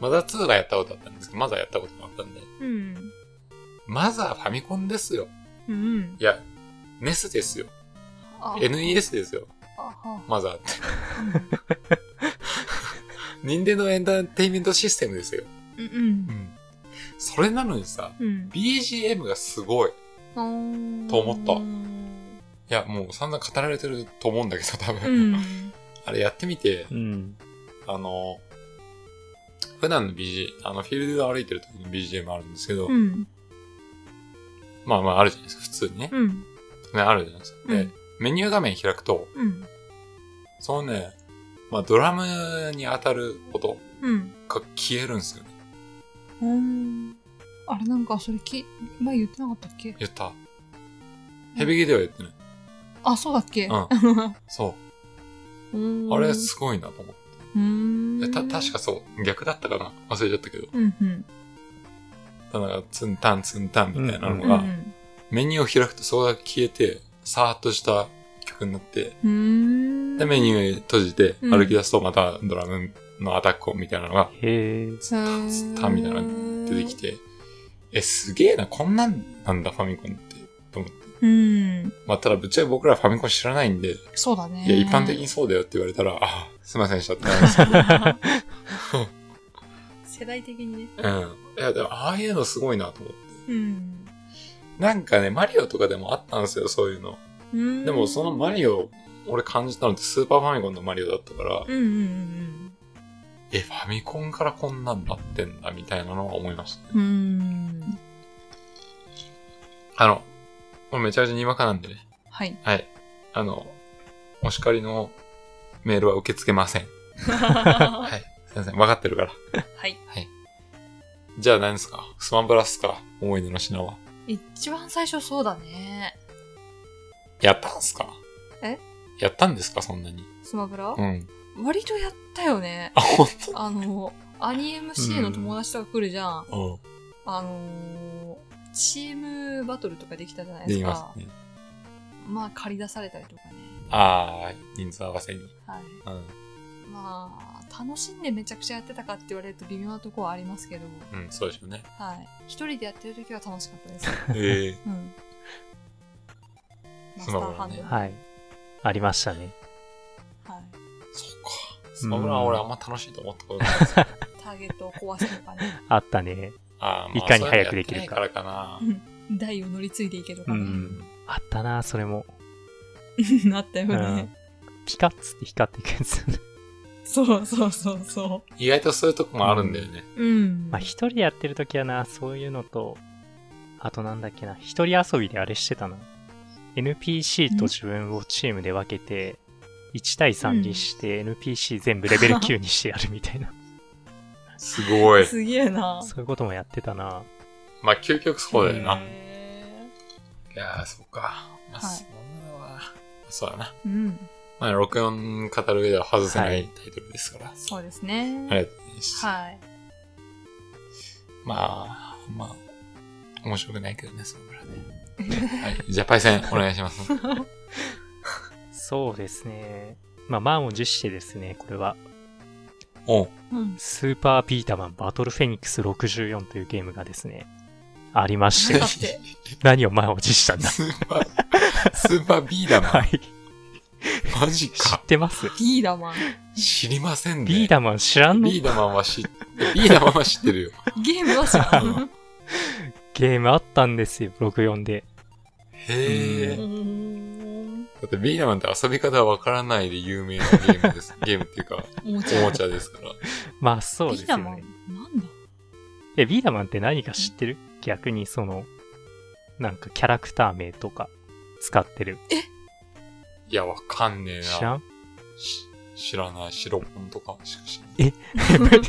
[SPEAKER 2] マザー2がやったことあったんですけど、マザーやったことなかったんで。
[SPEAKER 3] うん。
[SPEAKER 2] マザーファミコンですよ。
[SPEAKER 3] うん
[SPEAKER 2] い。や、ネスですよ。
[SPEAKER 3] あ
[SPEAKER 2] NES ですよ。
[SPEAKER 3] あは
[SPEAKER 2] マザーって。
[SPEAKER 3] うん [LAUGHS]
[SPEAKER 2] 任天堂エンターテインメントシステムですよ。
[SPEAKER 3] うん。
[SPEAKER 2] ん。それなのにさ、
[SPEAKER 3] うん。
[SPEAKER 2] BGM がすごい。い
[SPEAKER 3] うん。
[SPEAKER 2] と思った
[SPEAKER 3] う
[SPEAKER 2] や、もう散々語られてると思うんだけど、多分。
[SPEAKER 3] ん。
[SPEAKER 2] あれやってみて
[SPEAKER 4] う、ん。
[SPEAKER 2] あの、普段の BG、あの、フィールドを歩いてる時の BGM あるんですけど、
[SPEAKER 3] うん。
[SPEAKER 2] まあまああるじゃないですか、普通にね。
[SPEAKER 3] うん。
[SPEAKER 2] ねあるじゃないですか。
[SPEAKER 3] う
[SPEAKER 2] で
[SPEAKER 3] ん、
[SPEAKER 2] メニュー画面開くと、
[SPEAKER 3] うん。
[SPEAKER 2] そのね、まあドラムに当たる音
[SPEAKER 3] うん。
[SPEAKER 2] が消えるんですよね。
[SPEAKER 3] うん。あれなんかそれき、前言ってなかったっけ
[SPEAKER 2] 言った。ヘビゲでは言ってない。
[SPEAKER 3] あ、そうだっけ [LAUGHS]
[SPEAKER 2] うそう。
[SPEAKER 3] うん
[SPEAKER 2] あれすごいなと思って。
[SPEAKER 3] うー
[SPEAKER 2] え
[SPEAKER 3] ん。
[SPEAKER 2] た、確かそう。逆だったかな忘れちゃったけど。
[SPEAKER 3] うんうん。
[SPEAKER 2] なんか、ツンタンツンタンみたいなの
[SPEAKER 3] うんう
[SPEAKER 2] が、
[SPEAKER 3] ん。
[SPEAKER 2] メニューを開くとそこが消えて、さーっとした曲になって、
[SPEAKER 3] うーん。
[SPEAKER 2] で、メニュー閉じて、
[SPEAKER 3] うん
[SPEAKER 2] 歩き出すとまたドラムのアタック音みたいなのが、
[SPEAKER 4] へえ。
[SPEAKER 2] ツンタンツンタンみたいなのが出てきて、え、すげえな、こんなんなんだ、ファミコンって。と思って。
[SPEAKER 3] うん。
[SPEAKER 2] まあ、ただ、ぶっちゃけ僕らファミコン知らないんで、
[SPEAKER 3] そうだね。
[SPEAKER 2] いや、一般的にそうだよって言われたら、あ、すいませんでしたってなるんですけど。
[SPEAKER 3] [LAUGHS] 世代的に [LAUGHS] ね。
[SPEAKER 2] うん。いや、でも、ああいうのすごいなと思って。
[SPEAKER 3] うん。
[SPEAKER 2] なんかね、マリオとかでもあったんですよ、そういうの。
[SPEAKER 3] うん
[SPEAKER 2] でもそのマリオ、俺感じたのってスーパーファミコンのマリオだったから、
[SPEAKER 3] うんうん
[SPEAKER 2] え、ファミコンからこんなんなってんだ、みたいなのは思いましたね。
[SPEAKER 3] うんうん。うん。
[SPEAKER 2] あの、もうめちゃめちゃにわかなんでね。
[SPEAKER 3] [LAUGHS] はい。
[SPEAKER 2] はい。あの、お叱りのメールは受け付けません。
[SPEAKER 3] は
[SPEAKER 2] はい。すいません。わかってるから。
[SPEAKER 3] い。
[SPEAKER 2] はい。じゃあ何ですかスマブラっすか思い出の品は。
[SPEAKER 3] 一番最初そうだね。
[SPEAKER 2] やったんすか
[SPEAKER 3] え
[SPEAKER 2] やったんですかそんなに。
[SPEAKER 3] スマブラ
[SPEAKER 2] うん。
[SPEAKER 3] 割とやったよね。
[SPEAKER 2] あ、ほん
[SPEAKER 3] あの、アニ MC の友達とか来るじゃん。
[SPEAKER 2] と
[SPEAKER 3] あのーチームバトルとかできたじゃな
[SPEAKER 2] う
[SPEAKER 3] い
[SPEAKER 2] ん。
[SPEAKER 3] で
[SPEAKER 2] ですき
[SPEAKER 3] か。
[SPEAKER 2] ますね。
[SPEAKER 3] まあ、借り出されたりとかね。
[SPEAKER 2] あー、人数合わせに。
[SPEAKER 3] はい。
[SPEAKER 2] うん。
[SPEAKER 3] まあ、楽しんでめちゃくちゃやってたかって言われると微妙なとこはありますけど、
[SPEAKER 2] うん、そうですよね。
[SPEAKER 3] はい。一人でやってる時は楽しか
[SPEAKER 2] [LAUGHS]
[SPEAKER 3] ったです。
[SPEAKER 2] ええ
[SPEAKER 4] [LAUGHS]
[SPEAKER 3] うん。マス
[SPEAKER 2] ス
[SPEAKER 3] タ
[SPEAKER 2] マ
[SPEAKER 3] ー
[SPEAKER 2] ブ
[SPEAKER 3] ハ
[SPEAKER 2] ラ
[SPEAKER 3] ン
[SPEAKER 2] ね
[SPEAKER 3] ド。
[SPEAKER 4] はい。ありましたね。
[SPEAKER 3] はい。
[SPEAKER 2] そっか。スマブラは俺あんま楽しいと思ったことない
[SPEAKER 4] [LAUGHS]
[SPEAKER 2] です。
[SPEAKER 3] ターゲットを壊すとかね。
[SPEAKER 4] あったね。
[SPEAKER 2] あーまあ
[SPEAKER 4] いかに早くできるか
[SPEAKER 2] そういうのやってないからか
[SPEAKER 3] 台を乗り継いでいけとか
[SPEAKER 4] う
[SPEAKER 3] ね。
[SPEAKER 4] ん。あったな、それも。
[SPEAKER 3] [LAUGHS] なったよ
[SPEAKER 4] うん
[SPEAKER 3] ね。。
[SPEAKER 4] ピカッつって光っていくやつ。 [LAUGHS]
[SPEAKER 3] そうそうそうそ
[SPEAKER 2] な。意外とそういうとこもあるんだよね。
[SPEAKER 3] う。うん。
[SPEAKER 4] まあ、一人でやってる時はな、そういうのと、あとなんだっけな、一人遊びであれしてたな。 NPC と自分をチームで分けて、1対3にして NPC 全部レベル9にしてやるみたいな、
[SPEAKER 2] すごい。
[SPEAKER 3] すげえな。
[SPEAKER 4] そういうこともやってたな。
[SPEAKER 2] まあ、究極そうだよな。
[SPEAKER 3] へ
[SPEAKER 2] いやー、そうか。まあ、
[SPEAKER 3] はい
[SPEAKER 2] そんなのは、そうだな。
[SPEAKER 3] ーうん。
[SPEAKER 2] まあ、64語る上では外せな
[SPEAKER 4] はいい
[SPEAKER 2] タイトルですから。
[SPEAKER 3] そうですね。
[SPEAKER 2] ありがとうございます。
[SPEAKER 3] はい。
[SPEAKER 2] まあ、まあ、面白くないけどね、そのぐらいね。 [LAUGHS] はい。じゃあ、パイセン、お願いします。
[SPEAKER 4] そうですね。まあ、満を持してですね、これは、
[SPEAKER 2] [LAUGHS] おう
[SPEAKER 3] うん。
[SPEAKER 4] スーパーピーターマンバトルフェニックス64というゲームがですね、あり
[SPEAKER 2] [LAUGHS]
[SPEAKER 4] まして、
[SPEAKER 3] 待って。
[SPEAKER 4] 何を満を持したんだ。
[SPEAKER 2] スーパー、スーパービーダマ
[SPEAKER 4] は
[SPEAKER 2] ン。
[SPEAKER 4] い。
[SPEAKER 2] マジ
[SPEAKER 4] 知っ
[SPEAKER 2] か。
[SPEAKER 4] てます
[SPEAKER 3] リーダーマン。
[SPEAKER 2] 知りませんね。
[SPEAKER 4] ビーダマン知らんの
[SPEAKER 2] ビーダマンは知っ、ビーダマンは知ってるよ。
[SPEAKER 3] ゲームは知ら。
[SPEAKER 2] うん
[SPEAKER 4] ゲームあったんですよ、64で。
[SPEAKER 2] へえ。
[SPEAKER 4] う
[SPEAKER 2] だ
[SPEAKER 3] お
[SPEAKER 2] ってビーダマンって遊び方わからないで有名なゲーム
[SPEAKER 4] [LAUGHS]
[SPEAKER 2] です。ゲームっていうか、
[SPEAKER 3] もち
[SPEAKER 2] お
[SPEAKER 3] ゃ
[SPEAKER 2] もちゃですから。
[SPEAKER 4] まあ、そう
[SPEAKER 3] ビ
[SPEAKER 4] で
[SPEAKER 3] ー
[SPEAKER 4] す
[SPEAKER 3] ダ
[SPEAKER 4] よ
[SPEAKER 3] ーマ
[SPEAKER 4] ね。
[SPEAKER 3] ン。なんだ
[SPEAKER 4] え、ビーダマンって何か知ってる逆にその、なんかキャラクター名とか使ってる。
[SPEAKER 2] いや、わかんねえな。
[SPEAKER 4] 知らん
[SPEAKER 2] し知らない。白本とかしか知らない。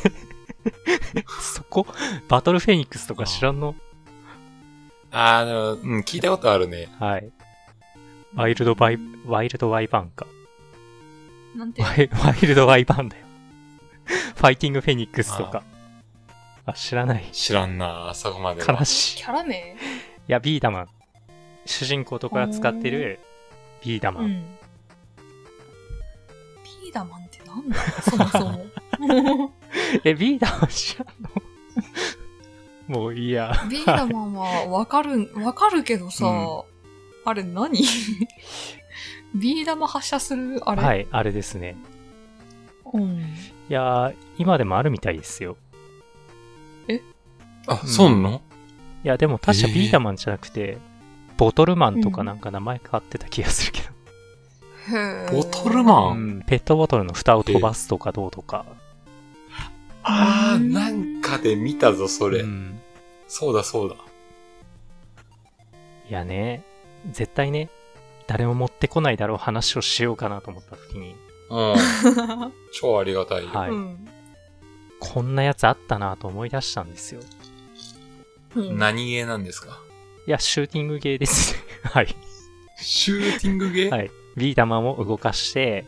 [SPEAKER 4] そこバトルフェニックスとか知らんの
[SPEAKER 2] あー、でも、うん、聞いたことあるね。
[SPEAKER 4] はい。 [LAUGHS] ワイルドバイ、ワイルドワイバンか。
[SPEAKER 3] なんて。
[SPEAKER 4] ワイワイルドワイバンだよ。ファイティングフェニックスとか。あ、知らない。
[SPEAKER 2] 知らんな、そこまでは。
[SPEAKER 4] 悲しい。
[SPEAKER 3] キ
[SPEAKER 4] い
[SPEAKER 3] ャラ名
[SPEAKER 4] や、ビーダマン。主人公とかが使ってるビーダマン。
[SPEAKER 3] ん。ビーダーマンってなんだそもそも。
[SPEAKER 4] え、ビーダマン知らんのもういいや。
[SPEAKER 3] ビーダーマンはわかる、わかるけどさ、
[SPEAKER 2] うん
[SPEAKER 3] あれ何 [LAUGHS] ビー玉発射するあれ、
[SPEAKER 4] はい、あれですね。
[SPEAKER 3] うん。
[SPEAKER 4] いやー、今でもあるみたいですよ。
[SPEAKER 2] あ、そうなの
[SPEAKER 4] いや、でも確か
[SPEAKER 2] えー
[SPEAKER 4] ビーダマンじゃなくて、ボトルマンとかなんか名前変わってた気がするけど。
[SPEAKER 3] へー
[SPEAKER 2] ボトルマ
[SPEAKER 4] う
[SPEAKER 2] うん
[SPEAKER 4] ん、ペットボトルの蓋を飛ばすとかどうとか。
[SPEAKER 2] あー、なんかで見たぞ、それ。
[SPEAKER 4] うん
[SPEAKER 2] そうだ、そうだ。
[SPEAKER 4] いやね、絶対ね、誰も持ってこないだろう話をしようかなと思った時に、 [LAUGHS]
[SPEAKER 2] うん。超ありがたいよ。
[SPEAKER 4] は
[SPEAKER 3] [LAUGHS]
[SPEAKER 4] い、
[SPEAKER 3] うん。
[SPEAKER 4] こんなやつあったなと思い出したんですよ。
[SPEAKER 3] うん
[SPEAKER 2] [LAUGHS] 何ゲーなんですか
[SPEAKER 4] いや、シューティングゲーですね。 [LAUGHS] はい。
[SPEAKER 2] シューティングゲー、
[SPEAKER 4] はい。ビー玉を動かして、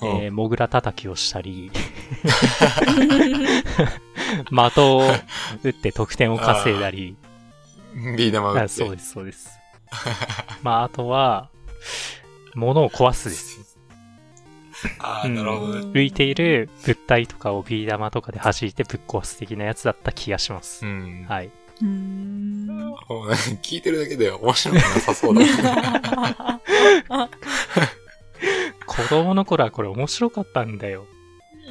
[SPEAKER 2] うん
[SPEAKER 4] えー、モグラ叩きをしたり、 [LAUGHS] 的を打って得点を稼いだり、
[SPEAKER 2] ビー玉打っ
[SPEAKER 4] あ
[SPEAKER 2] て。
[SPEAKER 4] そうです、そうです。まあ、あとは、物を壊すです。
[SPEAKER 2] あー、なるほどね。
[SPEAKER 4] 浮いている物体とかをビー玉とかで弾いてぶっ壊す的なやつだった気がします。
[SPEAKER 2] うん。
[SPEAKER 4] はい。
[SPEAKER 3] うーん。
[SPEAKER 2] もうなんか [LAUGHS] 聞いてるだけで面白くなさそうだ。
[SPEAKER 4] [LAUGHS] 子供の頃はこれ面白かったんだよ。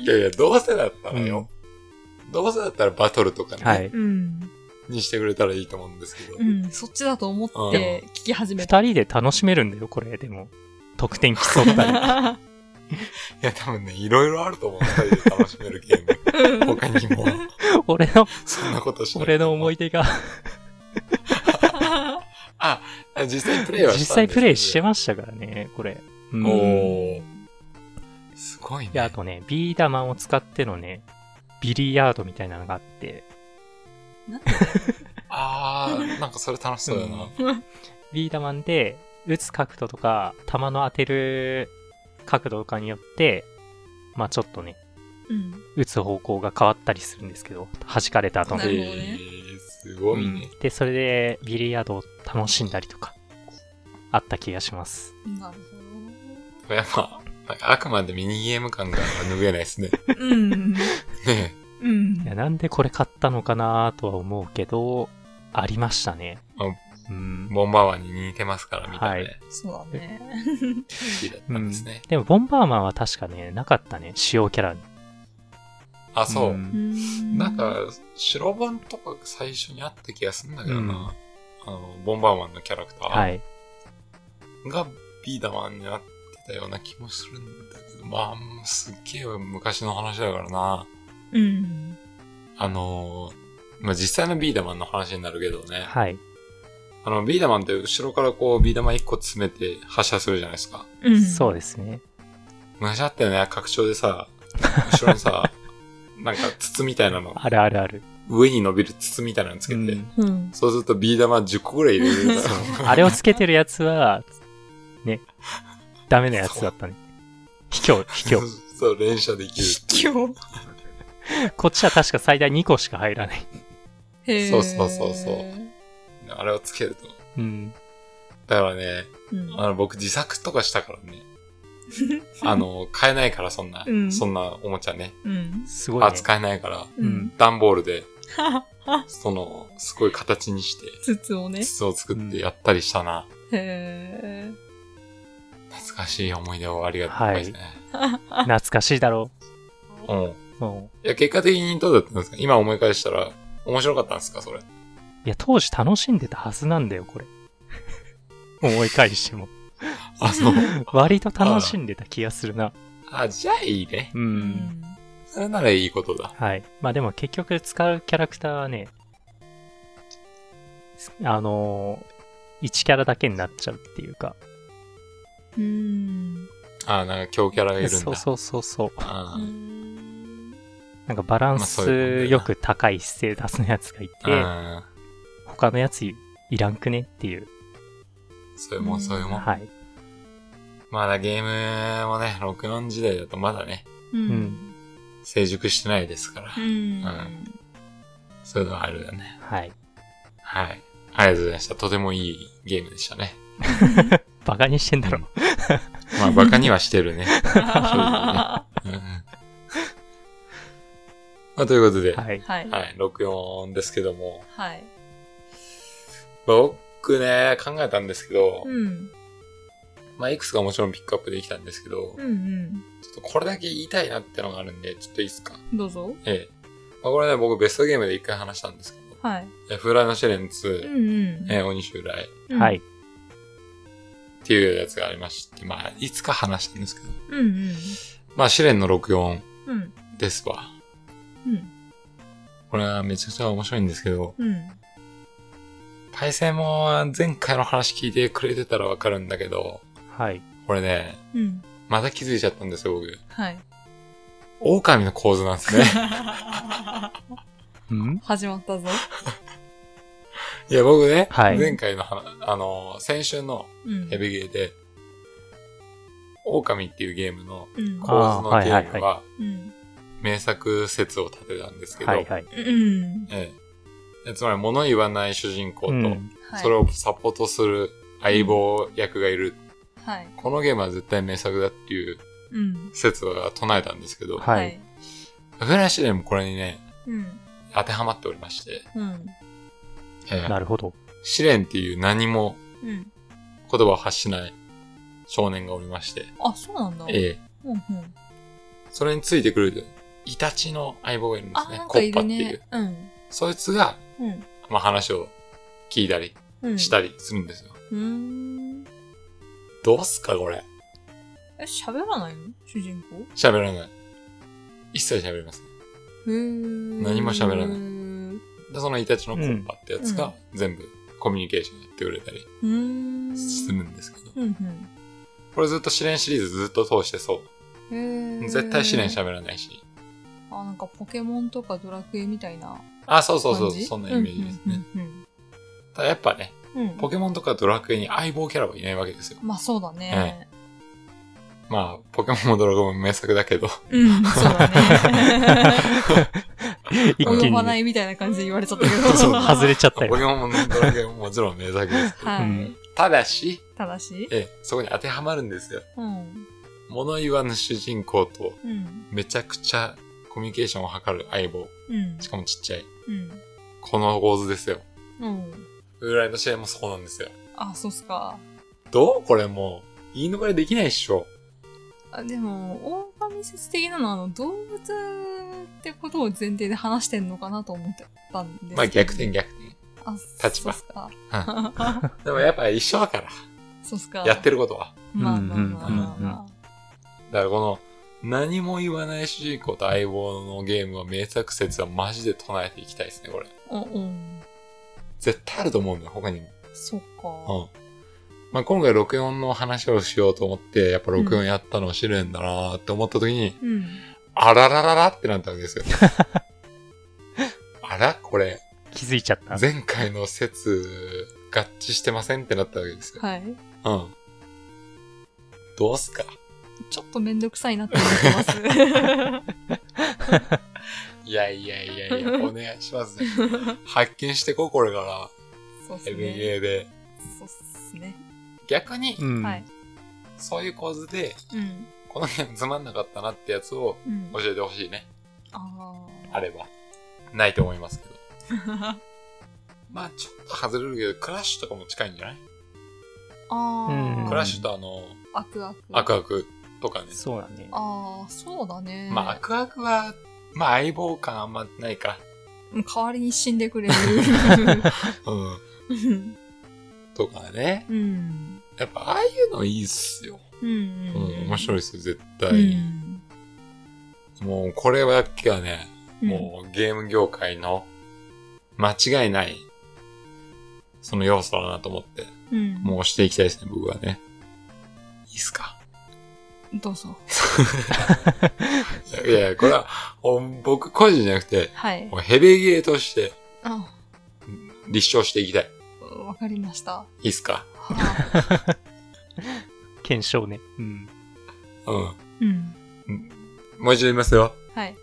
[SPEAKER 2] いやいや、どうせだったらよ。どうせだったらバトルとかね、
[SPEAKER 4] はい。
[SPEAKER 3] [LAUGHS] うん。
[SPEAKER 2] にしてくれたらいいと思うんですけど。
[SPEAKER 3] うん。そっちだと思って聞き始めた。
[SPEAKER 4] 二人で楽しめるんだよ、これ。でも、得点競ったり。
[SPEAKER 2] いや、多分ね、いろいろあると思う。二人で楽しめるゲーム。他にも、
[SPEAKER 3] [LAUGHS]
[SPEAKER 4] 俺の、
[SPEAKER 2] そんなことしない。
[SPEAKER 4] 俺の思
[SPEAKER 2] い。
[SPEAKER 4] い出が、
[SPEAKER 2] あ、実際プレイはしたんです
[SPEAKER 4] 実際プレイして
[SPEAKER 2] ま
[SPEAKER 4] ましたからね、これ。うん
[SPEAKER 2] おー。すごいね。
[SPEAKER 4] で、あとね、ビー玉を使ってのね、ビリヤードみたいなのがあって、
[SPEAKER 2] あー、なんかそれ楽しそうだな。
[SPEAKER 4] うんビー玉で打つ角度とか、球の当てる角度とかによって、まあちょっとね、
[SPEAKER 3] うん。
[SPEAKER 4] 打つ方向が変わったりするんですけど、弾かれた後
[SPEAKER 3] な
[SPEAKER 4] の
[SPEAKER 3] るほどね
[SPEAKER 2] えー、すごいね。
[SPEAKER 4] で、それでビリヤードを楽しんだりとか、あった気がします。
[SPEAKER 3] なる
[SPEAKER 2] これやっぱ、なんかあくまでミニゲーム感が拭えないですね。
[SPEAKER 3] ほど。うん。
[SPEAKER 2] ね
[SPEAKER 3] う
[SPEAKER 4] いや、
[SPEAKER 3] ん。
[SPEAKER 4] なんでこれ買ったのかなとは思うけど、ありましたね。う
[SPEAKER 2] え
[SPEAKER 4] ん。
[SPEAKER 2] ボンバーマンに似てますから、みたいな
[SPEAKER 4] は
[SPEAKER 2] ね。
[SPEAKER 3] そうだね。
[SPEAKER 2] 好きだったんですね。
[SPEAKER 4] でも、ボンバーマンは確かね、なかったね、主要キャラに。
[SPEAKER 2] あ、そう。
[SPEAKER 4] ん
[SPEAKER 2] なんか、白本とか最初にあった気がするんだけど
[SPEAKER 4] うん
[SPEAKER 2] な。あの、ボンバーマンのキャラクタ
[SPEAKER 4] は
[SPEAKER 2] ー
[SPEAKER 4] い。
[SPEAKER 2] がビーダマンになってたような気もするんだけど、まあ、すっげえ昔の話だからな。
[SPEAKER 3] うん。
[SPEAKER 2] あのー、まあ実際のビーダマンの話になるけどね。
[SPEAKER 4] はい。
[SPEAKER 2] あの、ビーダマンって後ろからこう、ビー玉1個詰めて発射するじゃないですか。
[SPEAKER 3] うん。
[SPEAKER 4] そうですね。
[SPEAKER 2] 昔あったよね、拡張でさ、後ろに
[SPEAKER 4] [LAUGHS]
[SPEAKER 2] さ、なんか筒みたいなの、
[SPEAKER 4] あるあるある。
[SPEAKER 2] 上に伸びる筒みたいなのつけて、 [LAUGHS]
[SPEAKER 4] うん
[SPEAKER 3] うん。 [LAUGHS]
[SPEAKER 2] そうするとビー玉10個ぐらい入れ
[SPEAKER 4] [LAUGHS]
[SPEAKER 2] れるから。
[SPEAKER 4] あれをつけてるやつは、ね、ダメなやつだったね。卑怯、卑怯。
[SPEAKER 2] [LAUGHS] そう、連射できる。
[SPEAKER 3] 卑怯。
[SPEAKER 4] こっちは確か最大2個しか入らない。
[SPEAKER 3] へー
[SPEAKER 2] そうそうそうそうあれをつけると。
[SPEAKER 4] うん。
[SPEAKER 2] だからね、
[SPEAKER 3] うん。
[SPEAKER 2] あの僕自作とかしたから
[SPEAKER 4] [LAUGHS]
[SPEAKER 2] ね。あの、買えないからそんな、
[SPEAKER 3] うん
[SPEAKER 2] そんなおもちゃね。
[SPEAKER 3] うん。
[SPEAKER 4] すごい、ね。
[SPEAKER 2] 扱えないから、
[SPEAKER 3] う
[SPEAKER 4] うん
[SPEAKER 3] ん。 [LAUGHS]
[SPEAKER 2] 段ボールで、
[SPEAKER 3] ははは
[SPEAKER 2] その、すごい形にして、
[SPEAKER 3] 筒をね。
[SPEAKER 2] 筒を作ってやったりしたな。
[SPEAKER 3] へ
[SPEAKER 2] 懐かしい思い出をありがとうございますね。
[SPEAKER 4] 懐かしいだろ
[SPEAKER 2] うん。
[SPEAKER 4] う。も
[SPEAKER 2] いや、結果的にどうだったんですか今思い返したら、面白かったんですか
[SPEAKER 4] [LAUGHS]
[SPEAKER 2] それ。
[SPEAKER 4] う。いや、当時楽しんでたはずなんだよ、これ。 [LAUGHS] 思い返し
[SPEAKER 2] [LAUGHS]
[SPEAKER 4] ても。
[SPEAKER 2] あ、そう。
[SPEAKER 4] 割と楽しんでた気がするな。
[SPEAKER 2] あ、じゃあいいね。
[SPEAKER 4] う。
[SPEAKER 3] え。うんん。
[SPEAKER 2] それならいいことだ。
[SPEAKER 4] はい。まあでも結局使うキャラクターはね、あのー、1キャラだけになっちゃうっていうか。
[SPEAKER 3] うん。
[SPEAKER 2] あ、なんか強キャラがいるんだ。
[SPEAKER 4] そうそうそうそう。
[SPEAKER 2] あー
[SPEAKER 4] なんかバラン
[SPEAKER 2] まあそういうもんだよ
[SPEAKER 4] ス
[SPEAKER 2] な
[SPEAKER 4] よく高いステータスのやつがいて、
[SPEAKER 2] うん。
[SPEAKER 4] 他のやついらんくねっていう。
[SPEAKER 2] そういうもん、そういうもん。
[SPEAKER 4] はい。
[SPEAKER 2] まだゲームもね、64時代だとまだね、
[SPEAKER 3] うんん。
[SPEAKER 2] 成熟してないですから、
[SPEAKER 3] うん。
[SPEAKER 2] そういうのはあるよね。
[SPEAKER 4] はい。
[SPEAKER 2] はい。ありがとうございました。とてもいいゲームでしたね。
[SPEAKER 4] バカにしてんだろ。
[SPEAKER 2] [LAUGHS] まあ、バカにはしてるね。
[SPEAKER 3] は
[SPEAKER 2] うんうんまあ、ということで、はい、
[SPEAKER 4] はい。
[SPEAKER 3] い。
[SPEAKER 2] 64ですけども、
[SPEAKER 3] はい。
[SPEAKER 2] 僕ね、考えたんですけど、
[SPEAKER 3] うん。
[SPEAKER 2] まあ、いくつかもちろんピックアップできたんですけど、
[SPEAKER 3] うん
[SPEAKER 2] ちょっとこれだけ言いたいなってのがあるんで、ちょっといいですか。
[SPEAKER 3] うん。どうぞ。
[SPEAKER 2] ええ。まあ、これね、僕ベストゲームで一回話したんですけど、
[SPEAKER 3] はい。
[SPEAKER 2] えフライの試練2、
[SPEAKER 3] うんうん。
[SPEAKER 2] えー、鬼襲来っ
[SPEAKER 3] うん
[SPEAKER 4] は。い。
[SPEAKER 2] ていうやつがありまして、まあ、いつか話したんですけど。
[SPEAKER 3] うんうん。
[SPEAKER 2] まあ、試練の64
[SPEAKER 3] うん
[SPEAKER 2] ですわ。
[SPEAKER 3] うん。
[SPEAKER 2] これはめちゃくちゃ面白いんですけど、
[SPEAKER 3] うん。
[SPEAKER 2] パイセンも前回の話聞いてくれてたらわかるんだけど、
[SPEAKER 4] はい。
[SPEAKER 2] これね、
[SPEAKER 3] うん。
[SPEAKER 2] また気づいちゃったんですよ、僕。
[SPEAKER 3] はい。
[SPEAKER 2] 狼の構図なんですね。
[SPEAKER 3] [LAUGHS]
[SPEAKER 4] ん
[SPEAKER 3] 始まったぞ。
[SPEAKER 2] いや、僕ね、
[SPEAKER 4] はい
[SPEAKER 2] 前回の話、あの、先週の
[SPEAKER 3] うん。
[SPEAKER 2] ヘビゲーで、狼っていうゲームの
[SPEAKER 3] うん。
[SPEAKER 2] 構図の
[SPEAKER 4] あー
[SPEAKER 2] ゲ
[SPEAKER 4] はい
[SPEAKER 2] ー
[SPEAKER 4] は
[SPEAKER 2] ム
[SPEAKER 4] い
[SPEAKER 2] は、
[SPEAKER 3] うん。
[SPEAKER 2] 名作説を立てたんですけど、
[SPEAKER 4] はいはい。
[SPEAKER 3] うん。
[SPEAKER 2] ええ、つまり物言わない主人公と、
[SPEAKER 4] うん
[SPEAKER 3] はい。
[SPEAKER 2] それをサポートする相棒役がいる、
[SPEAKER 3] はい。
[SPEAKER 2] このゲームは絶対名作だっていう
[SPEAKER 3] うん。
[SPEAKER 2] 説が唱えたんですけど、
[SPEAKER 4] はい。
[SPEAKER 2] フラッシュでもこれにね、
[SPEAKER 3] うん。
[SPEAKER 2] 当てはまっておりまして、
[SPEAKER 3] うん。
[SPEAKER 2] ええ
[SPEAKER 4] なるほ
[SPEAKER 2] [LAUGHS]
[SPEAKER 4] ど。
[SPEAKER 2] 試練っていう何も
[SPEAKER 3] うん。
[SPEAKER 2] 言葉を発しない少年がおりまして、
[SPEAKER 3] あ、そうなんだ。
[SPEAKER 2] ええ、
[SPEAKER 3] うんうん。
[SPEAKER 2] それについてくるイタチの相棒がいるんで
[SPEAKER 3] あ
[SPEAKER 2] す、ね
[SPEAKER 3] な。ん
[SPEAKER 2] コ
[SPEAKER 3] か
[SPEAKER 2] ッ
[SPEAKER 3] い
[SPEAKER 2] パっ
[SPEAKER 3] る
[SPEAKER 2] ていう
[SPEAKER 3] ね。。うん。
[SPEAKER 2] そいつが、
[SPEAKER 3] うん。
[SPEAKER 2] まあ、話を聞いたり
[SPEAKER 3] うん。
[SPEAKER 2] したりするんですよ。
[SPEAKER 3] うーん。
[SPEAKER 2] どうすか、これ。
[SPEAKER 3] え、喋らないの主人公
[SPEAKER 2] 喋らない。一切喋りません。
[SPEAKER 3] へー。
[SPEAKER 2] 何も喋らない
[SPEAKER 3] い。
[SPEAKER 2] で、そのイタチのコンパってやつ
[SPEAKER 3] うん
[SPEAKER 2] が全部コミュニケーションやってくれたり
[SPEAKER 3] うーん。
[SPEAKER 2] するんですけど、
[SPEAKER 3] うんうん。
[SPEAKER 2] これずっと試練シリーズずっと通してそ
[SPEAKER 3] へ
[SPEAKER 2] う。
[SPEAKER 3] ー
[SPEAKER 2] 絶対試練喋らないし。
[SPEAKER 3] あ、なんかポケモンとかドラクエみたいな
[SPEAKER 2] あ、そうそうそ
[SPEAKER 3] 感
[SPEAKER 2] う、
[SPEAKER 3] じ
[SPEAKER 2] そんなイメージですね。
[SPEAKER 3] うんうん
[SPEAKER 2] ただやっぱね、
[SPEAKER 3] うんうん。
[SPEAKER 2] ポケモンとかドラクエに相棒キャラはいないわけですよ。
[SPEAKER 3] まあそうだね。
[SPEAKER 2] まあ、ポケモンもドラクエも名作だ
[SPEAKER 3] [LAUGHS]
[SPEAKER 2] けど、
[SPEAKER 3] うん、そう
[SPEAKER 2] [LAUGHS]
[SPEAKER 3] だね。
[SPEAKER 4] 一気
[SPEAKER 3] 及ばな
[SPEAKER 4] に
[SPEAKER 3] いみたいな感じで言われちゃったけど。
[SPEAKER 2] そう
[SPEAKER 4] [LAUGHS] 外れちゃった
[SPEAKER 2] ポケ
[SPEAKER 4] よ。
[SPEAKER 2] モンもドラクエももちろん名作です
[SPEAKER 3] [LAUGHS]
[SPEAKER 2] けど。
[SPEAKER 3] は
[SPEAKER 4] う
[SPEAKER 3] い
[SPEAKER 4] ん。
[SPEAKER 2] ただし、
[SPEAKER 3] ただし。
[SPEAKER 2] ええ、そこに当てはまるんですよ。
[SPEAKER 3] うん。
[SPEAKER 2] 物言わぬ主人公と
[SPEAKER 3] うん。
[SPEAKER 2] めちゃくちゃコミュニケーションを図る相棒。
[SPEAKER 3] うん
[SPEAKER 2] し。かもちっちゃい。
[SPEAKER 3] うん。
[SPEAKER 2] この構図ですよ。
[SPEAKER 3] うん。
[SPEAKER 2] ぐらいの試合もそうなんですよ。
[SPEAKER 3] あ、そうっすか。
[SPEAKER 2] どうこれもう、言い逃れできないっしょ。
[SPEAKER 3] あでも、大神説的なのは、あの、動物ってことを前提で話してんのかなと思ってたんですけど
[SPEAKER 2] まあ逆転逆
[SPEAKER 3] あ、
[SPEAKER 2] 立
[SPEAKER 3] そう
[SPEAKER 2] 場
[SPEAKER 3] っすか。
[SPEAKER 2] 転。でもやっぱ一緒だから、
[SPEAKER 3] そうっすか。
[SPEAKER 2] やってることは。
[SPEAKER 3] まあまあまあまあま
[SPEAKER 2] だからこの、何も言わない主人公と相棒のゲームは名作説はマジで唱えていきたいですね、これ。
[SPEAKER 3] あ。うんうん。
[SPEAKER 2] 絶対あると思うんだよ、他にも。
[SPEAKER 3] そっ
[SPEAKER 2] う
[SPEAKER 3] か。
[SPEAKER 2] ん。まあ、今回64の話をしようと思って、やっぱ64やったの知るんだなって思った時に、
[SPEAKER 3] うん。
[SPEAKER 2] あららららってなったわ
[SPEAKER 3] [LAUGHS]
[SPEAKER 2] けですよ。あらこれ、
[SPEAKER 4] 気づいちゃった。
[SPEAKER 2] 前回の説合致してませんってなったわけですよ。
[SPEAKER 3] はい。
[SPEAKER 2] うん。どうすか
[SPEAKER 3] ちょっとめんどくさいなって思
[SPEAKER 2] [LAUGHS]
[SPEAKER 3] ってます。
[SPEAKER 2] いやいやいやいや、お願いします、ね。発見してこ、これから。
[SPEAKER 3] そうっす
[SPEAKER 2] ヘビ
[SPEAKER 3] ね。
[SPEAKER 2] ゲーで。
[SPEAKER 3] そうっすね。
[SPEAKER 2] 逆に
[SPEAKER 4] う、ん。
[SPEAKER 3] はい。
[SPEAKER 2] そういう構図で、
[SPEAKER 3] うん。
[SPEAKER 2] この辺つまんなかったなってやつを
[SPEAKER 3] うん。
[SPEAKER 2] 教えてほしいね。
[SPEAKER 3] あ
[SPEAKER 2] あれば。ないと思いますけど。
[SPEAKER 3] あ。
[SPEAKER 2] まあちょっと外れるけど、クラッシュとかも近いんじゃない
[SPEAKER 3] あ
[SPEAKER 4] うん
[SPEAKER 3] あ。
[SPEAKER 2] クラッシュとあの、
[SPEAKER 3] アクアク。
[SPEAKER 2] アクアクとかね。
[SPEAKER 4] そうだね。
[SPEAKER 3] ああ、そうだね。
[SPEAKER 2] まあアクアクは、まあ相棒感あんまないか。
[SPEAKER 3] うん代わりに死んでく
[SPEAKER 2] [LAUGHS]
[SPEAKER 3] れる。
[SPEAKER 2] うん。
[SPEAKER 3] うん。
[SPEAKER 2] とかね。
[SPEAKER 3] うん。
[SPEAKER 2] やっぱああいうのいいっすよ。
[SPEAKER 3] う。
[SPEAKER 2] うんん、面白いっすよ、絶対。
[SPEAKER 3] うん。
[SPEAKER 2] もうこれは今日はね、
[SPEAKER 3] うん
[SPEAKER 2] もうゲーム業界の間違いない、その要素だなと思って、
[SPEAKER 3] うん。
[SPEAKER 2] もうしていきたいですね、僕はね。いいっすか
[SPEAKER 3] どうぞ。
[SPEAKER 2] いやいや、これは、お僕個人じゃなくて、
[SPEAKER 3] はい。
[SPEAKER 2] もうヘビーゲーとして
[SPEAKER 3] あ
[SPEAKER 2] 立証していきたい。
[SPEAKER 3] わかりました。
[SPEAKER 2] いいっすか
[SPEAKER 3] はあ
[SPEAKER 4] 検証ね。うん。
[SPEAKER 2] う
[SPEAKER 3] うん。
[SPEAKER 2] ん。もう一度言いますよ。
[SPEAKER 3] はい。